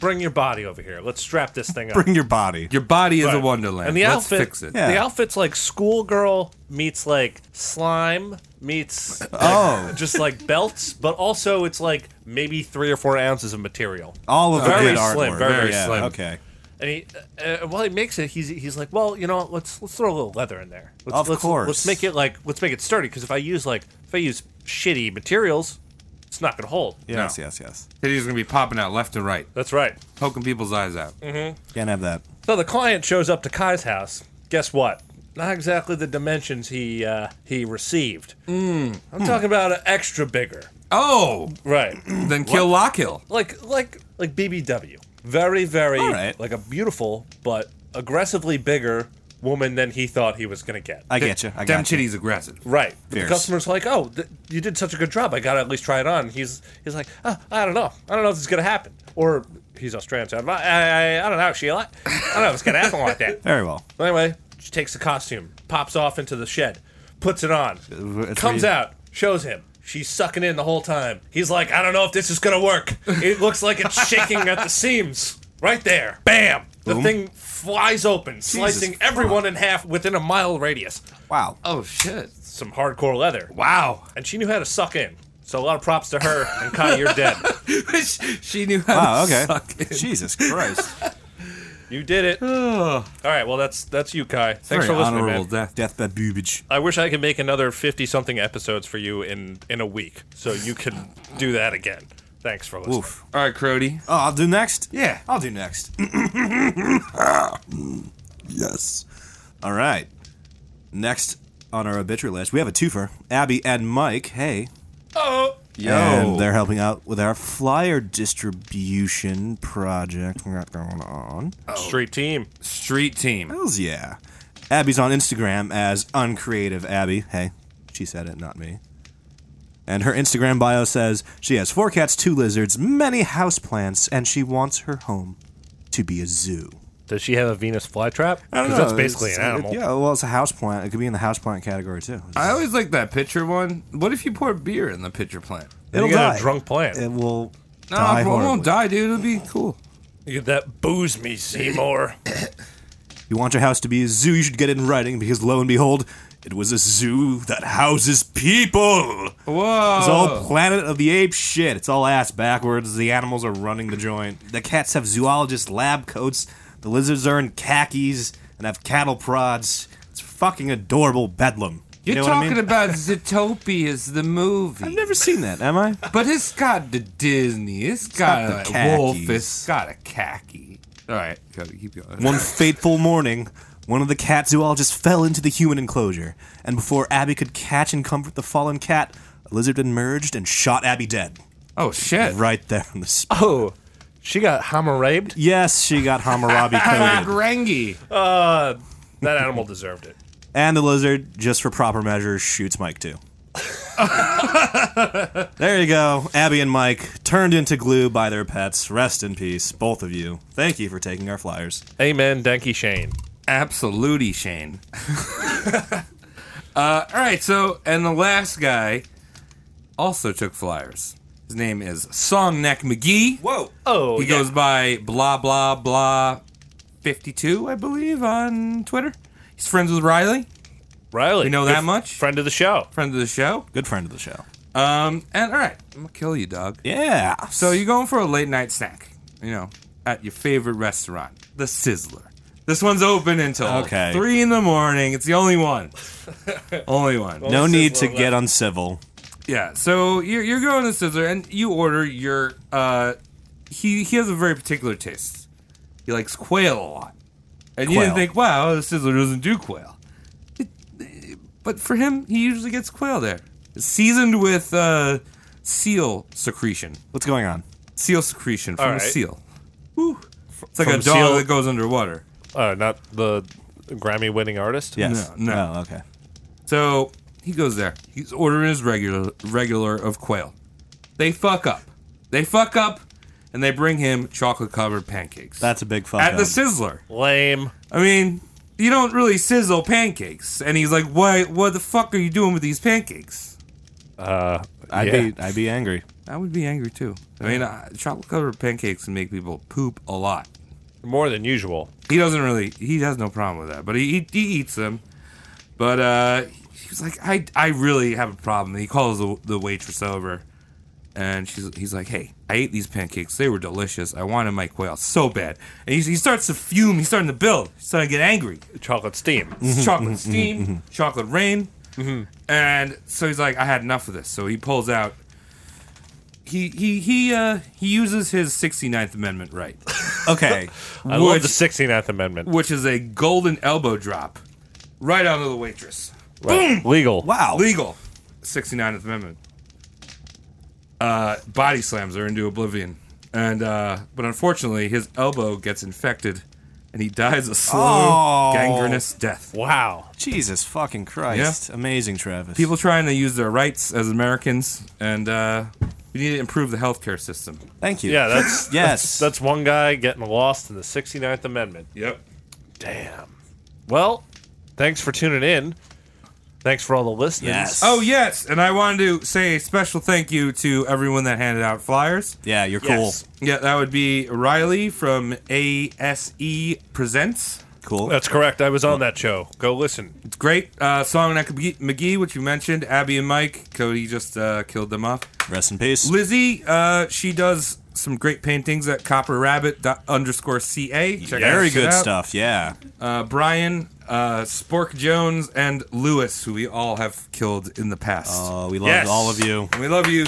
[SPEAKER 1] bring your body over here. Let's strap this thing up.
[SPEAKER 10] Bring your body.
[SPEAKER 9] Your body is a
[SPEAKER 1] Right.
[SPEAKER 9] wonderland.
[SPEAKER 1] And the
[SPEAKER 9] Let's
[SPEAKER 1] outfit,
[SPEAKER 9] fix it.
[SPEAKER 10] Yeah.
[SPEAKER 1] the outfit's like schoolgirl meets like slime meets
[SPEAKER 10] Oh,
[SPEAKER 1] (laughs) just like belts, but also it's like maybe three or four ounces of material.
[SPEAKER 10] all of the
[SPEAKER 1] Very
[SPEAKER 10] good
[SPEAKER 1] slim,
[SPEAKER 10] artwork.
[SPEAKER 1] very,
[SPEAKER 9] very
[SPEAKER 10] yeah,
[SPEAKER 9] slim.
[SPEAKER 10] Okay.
[SPEAKER 1] And he, uh, uh, while he makes it, he's he's like, well, you know, what, let's let's throw a little leather in there. Let's,
[SPEAKER 10] Of
[SPEAKER 1] let's,
[SPEAKER 10] course.
[SPEAKER 1] Let's make it like let's make it sturdy because if I use like if I use shitty materials, it's not gonna hold.
[SPEAKER 10] Yes, yes, yes.
[SPEAKER 9] Titties gonna be popping out left and right,
[SPEAKER 1] That's right.
[SPEAKER 9] poking people's eyes out.
[SPEAKER 10] Can't have that.
[SPEAKER 1] So the client shows up to Kai's house. Guess what? Not exactly the dimensions he uh, he received.
[SPEAKER 10] Mm. Hmm.
[SPEAKER 1] I'm talking about an extra bigger,
[SPEAKER 9] Oh,
[SPEAKER 1] right?
[SPEAKER 9] then kill lock hill.
[SPEAKER 1] like like like BBW. Very very
[SPEAKER 10] All right.
[SPEAKER 1] like a beautiful but aggressively bigger woman than he thought he was gonna get.
[SPEAKER 10] I get you. I
[SPEAKER 9] Damn
[SPEAKER 10] got you.
[SPEAKER 9] chitty's aggressive.
[SPEAKER 1] Right. But
[SPEAKER 10] Fierce.
[SPEAKER 1] The customer's like, "Oh, th- you did such a good job. I gotta at least try it on." He's he's like, oh, "I don't know. I don't know if this is gonna happen." Or he's Australian, so I'm not- I, I, I don't know, Sheila. I don't know if it's gonna happen like
[SPEAKER 10] (laughs)
[SPEAKER 1] that.
[SPEAKER 10] Very well.
[SPEAKER 1] But anyway, she takes the costume, pops off into the shed, puts it on,
[SPEAKER 10] It's
[SPEAKER 1] comes
[SPEAKER 10] re-
[SPEAKER 1] out, shows him. She's sucking in the whole time. He's like, "I don't know if this is gonna work. It looks like it's shaking at the seams." Right there, bam! The
[SPEAKER 10] Boom.
[SPEAKER 1] thing flies open, slicing everyone in half within a mile radius.
[SPEAKER 10] Wow.
[SPEAKER 9] Oh shit!
[SPEAKER 1] Some hardcore leather
[SPEAKER 9] Wow. (laughs)
[SPEAKER 1] and she knew how to suck in. So a lot of props to her. And Kai, you're dead.
[SPEAKER 9] she knew how
[SPEAKER 10] Wow.
[SPEAKER 9] to
[SPEAKER 10] Okay.
[SPEAKER 9] suck it.
[SPEAKER 10] Jesus Christ.
[SPEAKER 1] You did it. All right. Well, that's that's you, Kai. Thanks
[SPEAKER 9] Very
[SPEAKER 1] for listening,
[SPEAKER 9] honorable
[SPEAKER 1] man.
[SPEAKER 9] death.
[SPEAKER 10] Deathbed boobage.
[SPEAKER 1] I wish I could make another fifty something episodes for you in in a week, so you can do that again. Thanks for listening.
[SPEAKER 10] Oof.
[SPEAKER 9] All right, Crody.
[SPEAKER 10] Oh, I'll do next.
[SPEAKER 9] Yeah.
[SPEAKER 10] I'll
[SPEAKER 9] (coughs)
[SPEAKER 10] do next. yes. All right. Next on our obituary list, we have a twofer. Abby and Mike. Hey.
[SPEAKER 9] Yo.
[SPEAKER 10] And they're helping out with our flyer distribution project we got going on.
[SPEAKER 1] Street Oh. team.
[SPEAKER 9] Street team.
[SPEAKER 10] Hells yeah. Abby's on Instagram as uncreative Abby. Hey, she said it, not me. And her Instagram bio says she has four cats, two lizards, many houseplants, and she wants her home to be a zoo.
[SPEAKER 1] Does she have a Venus flytrap? Because
[SPEAKER 10] know,
[SPEAKER 1] that's basically
[SPEAKER 10] it's-
[SPEAKER 1] an animal.
[SPEAKER 10] it- yeah, well, it's a houseplant. It could be in the houseplant category too.
[SPEAKER 9] I always like that pitcher one. What if you pour beer in the pitcher plant?
[SPEAKER 1] You
[SPEAKER 10] It'll
[SPEAKER 1] got
[SPEAKER 10] die.
[SPEAKER 1] a drunk plant.
[SPEAKER 10] It will
[SPEAKER 9] No,
[SPEAKER 10] die
[SPEAKER 9] it
[SPEAKER 10] horribly.
[SPEAKER 9] won't die, dude. It'll be cool.
[SPEAKER 1] You get that booze me, Seymour.
[SPEAKER 10] You want your house to be a zoo? You should get it in writing because lo and behold, it was a zoo that houses people.
[SPEAKER 9] Whoa.
[SPEAKER 10] It's all Planet of the Apes shit. It's all ass backwards. The animals are running the joint. The cats have zoologist lab coats. The lizards are in khakis and have cattle prods. It's fucking adorable bedlam. You
[SPEAKER 9] You're
[SPEAKER 10] know
[SPEAKER 9] talking
[SPEAKER 10] what I mean?
[SPEAKER 9] about Zootopia, the movie.
[SPEAKER 10] I've never seen that, am I?
[SPEAKER 9] But it's got the Disney. It's
[SPEAKER 10] got
[SPEAKER 9] got,
[SPEAKER 10] the
[SPEAKER 9] a wolf.
[SPEAKER 10] khakis.
[SPEAKER 9] It's got a khaki. All right, gotta keep going.
[SPEAKER 10] (laughs) One fateful morning, one of the cat zoologists fell into the human enclosure, and before Abby could catch and comfort the fallen cat, a lizard emerged and shot Abby dead.
[SPEAKER 9] Oh shit!
[SPEAKER 10] Right there on the spot.
[SPEAKER 1] Oh, She got hammer raped.
[SPEAKER 10] Yes, she
[SPEAKER 9] (laughs)
[SPEAKER 10] got Hammurabi coded.
[SPEAKER 2] Grangi.
[SPEAKER 1] Uh, that animal deserved it.
[SPEAKER 10] And the lizard, just for proper measure, shoots Mike too. there you go. Abby and Mike turned into glue by their pets. Rest in peace, both of you. Thank you for taking our flyers.
[SPEAKER 1] Amen, Danky Shane.
[SPEAKER 9] Absolutely, Shane. (laughs) uh, all right, so, and the last guy also took flyers. His name is Songneck McGee.
[SPEAKER 1] Whoa. Oh,
[SPEAKER 9] he
[SPEAKER 1] yeah.
[SPEAKER 9] goes by blah, blah, blah 52, I believe, on Twitter. He's friends with Riley,
[SPEAKER 1] Riley.
[SPEAKER 9] We know that
[SPEAKER 1] good f-
[SPEAKER 9] much.
[SPEAKER 1] Friend of the show.
[SPEAKER 9] friend of the show.
[SPEAKER 10] Good friend of the show.
[SPEAKER 9] Um, and all right, I'm going to kill you, dog.
[SPEAKER 10] Yeah.
[SPEAKER 9] So you're going for a late night snack, you know, at your favorite restaurant, the Sizzler. This one's open until
[SPEAKER 10] Okay.
[SPEAKER 9] three in the morning. It's the only one. only one.
[SPEAKER 10] no need to get uncivil.
[SPEAKER 9] Yeah. So you're, you're going to Sizzler and you order your. Uh, he he has a very particular taste. He likes quail a lot, and you didn't
[SPEAKER 10] Quail.
[SPEAKER 9] think, wow, the Sizzler doesn't do quail. It, but for him, he usually gets quail there, seasoned with uh, seal secretion.
[SPEAKER 10] What's going on?
[SPEAKER 9] seal secretion from
[SPEAKER 1] All
[SPEAKER 9] a
[SPEAKER 1] right.
[SPEAKER 9] seal. Woo. It's like
[SPEAKER 1] From
[SPEAKER 9] a dog
[SPEAKER 1] seal-
[SPEAKER 9] that goes underwater.
[SPEAKER 1] Uh, not the Grammy winning artist.
[SPEAKER 10] Yes.
[SPEAKER 9] No, no.
[SPEAKER 10] Oh, okay.
[SPEAKER 9] So he goes there. He's ordering his regular regular of quail. They fuck up. They fuck up, and they bring him chocolate covered pancakes
[SPEAKER 10] That's a big fuck
[SPEAKER 9] at the
[SPEAKER 10] up.
[SPEAKER 9] Sizzler.
[SPEAKER 1] Lame.
[SPEAKER 9] I mean, you don't really sizzle pancakes. And he's like, "Why? What the fuck are you doing with these pancakes?"
[SPEAKER 1] Uh,
[SPEAKER 10] I'd
[SPEAKER 1] yeah.
[SPEAKER 10] be I'd be angry.
[SPEAKER 9] I would be angry too. I mean, uh, chocolate covered pancakes can make people poop a lot.
[SPEAKER 1] more than usual.
[SPEAKER 9] he doesn't really he has no problem with that but he he, he eats them but uh he was like i i really have a problem he calls the, the waitress over and she's he's like hey i ate these pancakes they were delicious i wanted my quail so bad and he, he starts to fume he's starting to build he's starting to get angry
[SPEAKER 1] Chocolate steam.
[SPEAKER 9] It's
[SPEAKER 1] mm-hmm,
[SPEAKER 9] chocolate steam chocolate rain and so he's like i had enough of this so he pulls out he he he uh he uses his 69th amendment right (laughs)
[SPEAKER 10] Okay.
[SPEAKER 1] I love
[SPEAKER 9] Which-
[SPEAKER 1] the 69th Amendment.
[SPEAKER 9] which is a golden elbow drop right onto the waitress. Mm.
[SPEAKER 1] Right. Legal.
[SPEAKER 10] wow.
[SPEAKER 9] Legal. 69th Amendment. Uh, body slams her into oblivion. And uh, but unfortunately his elbow gets infected and he dies a slow
[SPEAKER 10] Oh.
[SPEAKER 9] gangrenous death.
[SPEAKER 1] Wow.
[SPEAKER 10] Jesus fucking Christ. Amazing, Travis.
[SPEAKER 9] People trying to use their rights as Americans and uh, we need to improve the healthcare system.
[SPEAKER 10] Thank you.
[SPEAKER 1] Yeah,
[SPEAKER 9] (laughs)
[SPEAKER 1] that's
[SPEAKER 10] Yes.
[SPEAKER 1] that's one guy getting lost in the 69th Amendment.
[SPEAKER 9] Yep.
[SPEAKER 1] Damn. Well, thanks for tuning in. Thanks for all the listeners.
[SPEAKER 10] Yes.
[SPEAKER 9] Oh yes, and I wanted to say a special thank you to everyone that handed out flyers.
[SPEAKER 10] yeah, you're cool.
[SPEAKER 1] Yes.
[SPEAKER 9] Yeah, that would be Riley from ASE Presents.
[SPEAKER 10] Cool.
[SPEAKER 1] That's correct. I was on that show. Go listen.
[SPEAKER 9] It's great. Uh, Song and McGee, which you mentioned. Abby and Mike. Cody just uh, killed them off.
[SPEAKER 10] Rest in peace.
[SPEAKER 9] Lizzie, uh, she does some great paintings at copper rabbit underscore ca. Check that
[SPEAKER 10] Very
[SPEAKER 9] shit
[SPEAKER 10] good
[SPEAKER 9] out.
[SPEAKER 10] stuff. Yeah.
[SPEAKER 9] Uh, Brian, uh, Spork Jones, and Lewis, who we all have killed in the past.
[SPEAKER 10] Oh, we love
[SPEAKER 1] Yes.
[SPEAKER 10] all of you.
[SPEAKER 9] we love you.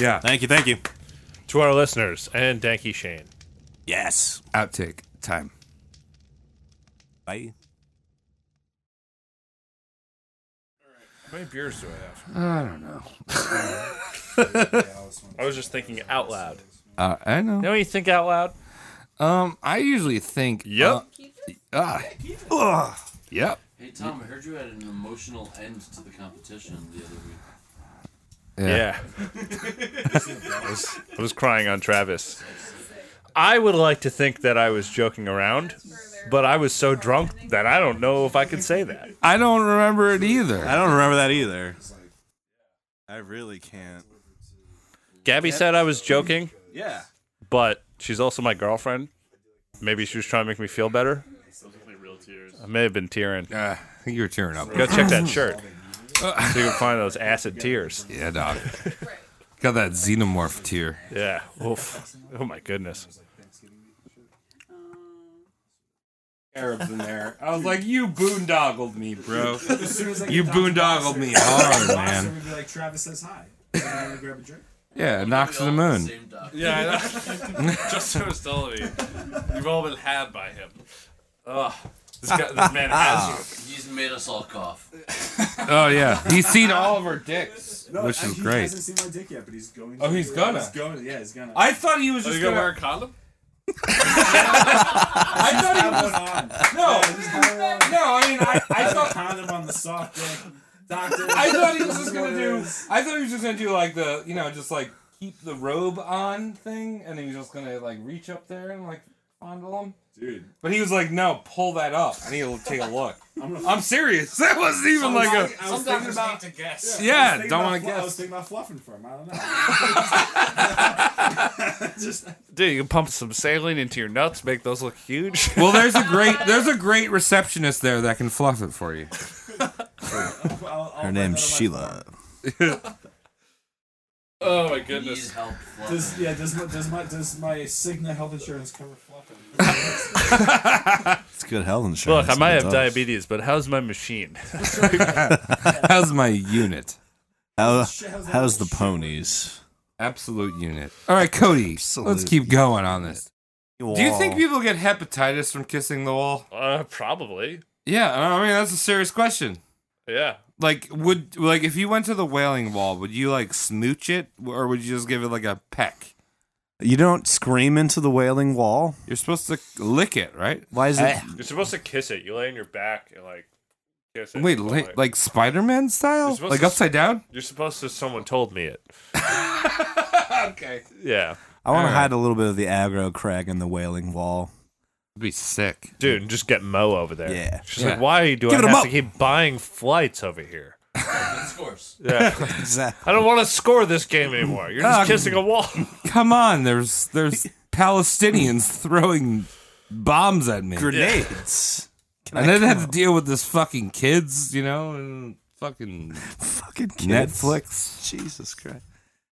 [SPEAKER 9] Yeah.
[SPEAKER 10] Thank you. Thank you.
[SPEAKER 1] To our listeners and Danky Shane.
[SPEAKER 10] Yes.
[SPEAKER 9] Outtake time.
[SPEAKER 10] Bye.
[SPEAKER 2] How many beers do I have? I don't know. I was just thinking out loud.
[SPEAKER 9] Uh, I know.
[SPEAKER 1] You know what you think out loud?
[SPEAKER 9] Um, I usually think. uh,
[SPEAKER 1] Yep.
[SPEAKER 9] Ah. Yep.
[SPEAKER 4] Hey Tom, I heard you had an emotional end to the competition the other week.
[SPEAKER 2] Yeah. I, was, I was crying on Travis.
[SPEAKER 1] I would like to think that I was joking around, but I was so drunk that I don't know if I could say that.
[SPEAKER 9] I don't remember it (laughs) either.
[SPEAKER 10] I don't remember that either. I really can't.
[SPEAKER 1] Gabby said I was joking,
[SPEAKER 10] Yeah.
[SPEAKER 1] but she's also my girlfriend. Maybe she was trying to make me feel better. I may have been tearing.
[SPEAKER 9] Uh, I think you were tearing up.
[SPEAKER 1] Go check that
[SPEAKER 2] (laughs)
[SPEAKER 1] shirt. So you can find those acid tears.
[SPEAKER 9] Yeah, dog. Got that xenomorph tear.
[SPEAKER 1] Yeah. Oof. Oh my goodness.
[SPEAKER 9] Arabs in there. I was like, you boondoggled me, bro. you boondoggled me hard, man.
[SPEAKER 14] be like, Travis says hi. grab a
[SPEAKER 10] (laughs)
[SPEAKER 14] drink.
[SPEAKER 9] Yeah, knocks to the moon.
[SPEAKER 4] Same doc.
[SPEAKER 2] Yeah, Justin was telling me. You've all been had by him. Ugh. This, guy, this man (laughs) has you.
[SPEAKER 4] He's made us all cough.
[SPEAKER 9] Oh yeah, he's seen all of her dicks, which is
[SPEAKER 14] he
[SPEAKER 9] great.
[SPEAKER 14] hasn't seen my dick yet, but he's going.
[SPEAKER 9] Oh, he's
[SPEAKER 14] He's
[SPEAKER 9] gonna.
[SPEAKER 14] going. Yeah, he's gonna.
[SPEAKER 9] I thought he was just
[SPEAKER 2] you gonna wear
[SPEAKER 9] gonna.
[SPEAKER 2] a condom?
[SPEAKER 15] I
[SPEAKER 9] thought he was- No,
[SPEAKER 15] no,
[SPEAKER 9] I mean, I- I thought-
[SPEAKER 15] condom on the soft dick. Doctor,
[SPEAKER 9] (laughs) I thought he was just gonna do. I thought he was just gonna do like the, you know, just like keep the robe on thing, and he was just gonna like reach up there and like fondle him.
[SPEAKER 15] Dude.
[SPEAKER 9] But he was like, no, pull that up. I need to take a look.
[SPEAKER 15] I'm
[SPEAKER 9] I'm,
[SPEAKER 15] gonna-
[SPEAKER 9] serious. (laughs) That wasn't even like a.
[SPEAKER 15] I was thinking about to guess.
[SPEAKER 9] Yeah,
[SPEAKER 15] I was thinking
[SPEAKER 9] don't
[SPEAKER 15] about
[SPEAKER 9] wanna
[SPEAKER 15] fl- I was
[SPEAKER 9] guess.
[SPEAKER 15] thinking about fluffing for him. I don't know.
[SPEAKER 10] (laughs)
[SPEAKER 1] Dude, you can pump some saline into your nuts, make those look huge.
[SPEAKER 9] well, there's a great there's a great receptionist there that can fluff it for you.
[SPEAKER 10] Her name's Sheila.
[SPEAKER 1] (laughs) Oh my goodness.
[SPEAKER 15] Does, yeah, does my, does my does my Cigna health insurance cover fluffing?
[SPEAKER 10] It's good health insurance.
[SPEAKER 1] Look, I might
[SPEAKER 10] It's
[SPEAKER 1] have
[SPEAKER 10] us.
[SPEAKER 1] diabetes, but how's my machine?
[SPEAKER 9] How's my unit?
[SPEAKER 10] How, how's the ponies?
[SPEAKER 9] Absolute unit. All right, Cody, let's keep going on this. Do you think
[SPEAKER 10] Wall.
[SPEAKER 9] people get hepatitis from kissing the wall?
[SPEAKER 1] uh, probably.
[SPEAKER 9] Yeah, I mean that's a serious question.
[SPEAKER 1] Yeah.
[SPEAKER 9] Like, would like if you went to the wailing wall, would you like smooch it, or would you just give it like a peck?
[SPEAKER 10] You don't scream into the wailing wall.
[SPEAKER 9] You're supposed to lick it, right?
[SPEAKER 10] Why is
[SPEAKER 9] Eh.
[SPEAKER 10] it?
[SPEAKER 1] You're supposed to kiss it. You lay on your back and like kiss it.
[SPEAKER 9] Wait,
[SPEAKER 1] But,
[SPEAKER 9] li- like Spider Man style,
[SPEAKER 1] You're supposed
[SPEAKER 9] like
[SPEAKER 1] to-
[SPEAKER 9] upside down?
[SPEAKER 1] You're supposed to. Someone told me it.
[SPEAKER 9] (laughs) Okay,
[SPEAKER 1] Yeah,
[SPEAKER 10] I want
[SPEAKER 9] All
[SPEAKER 10] to
[SPEAKER 9] right.
[SPEAKER 10] hide a little bit of the aggro crag in the wailing wall.
[SPEAKER 9] It'd be sick.
[SPEAKER 1] dude, and just get Mo over there.
[SPEAKER 10] Yeah.
[SPEAKER 1] She's
[SPEAKER 9] Yeah.
[SPEAKER 1] like, why do
[SPEAKER 10] Give it
[SPEAKER 1] I
[SPEAKER 10] a
[SPEAKER 1] have to
[SPEAKER 10] Mo."
[SPEAKER 1] keep buying flights over
[SPEAKER 10] (laughs)
[SPEAKER 1] here?
[SPEAKER 16] Of course.
[SPEAKER 1] Yeah,
[SPEAKER 10] Exactly.
[SPEAKER 1] I don't want to score this game anymore.
[SPEAKER 10] (laughs)
[SPEAKER 1] You're just
[SPEAKER 9] Ah.
[SPEAKER 1] kissing a wall.
[SPEAKER 9] Come on, there's there's Palestinians throwing bombs at me,
[SPEAKER 10] Grenades. Can
[SPEAKER 9] and
[SPEAKER 10] I
[SPEAKER 9] then
[SPEAKER 10] come
[SPEAKER 9] have to
[SPEAKER 10] up?
[SPEAKER 9] deal with this fucking kids, you know, and fucking
[SPEAKER 10] fucking kids.
[SPEAKER 9] Netflix.
[SPEAKER 10] Jesus Christ.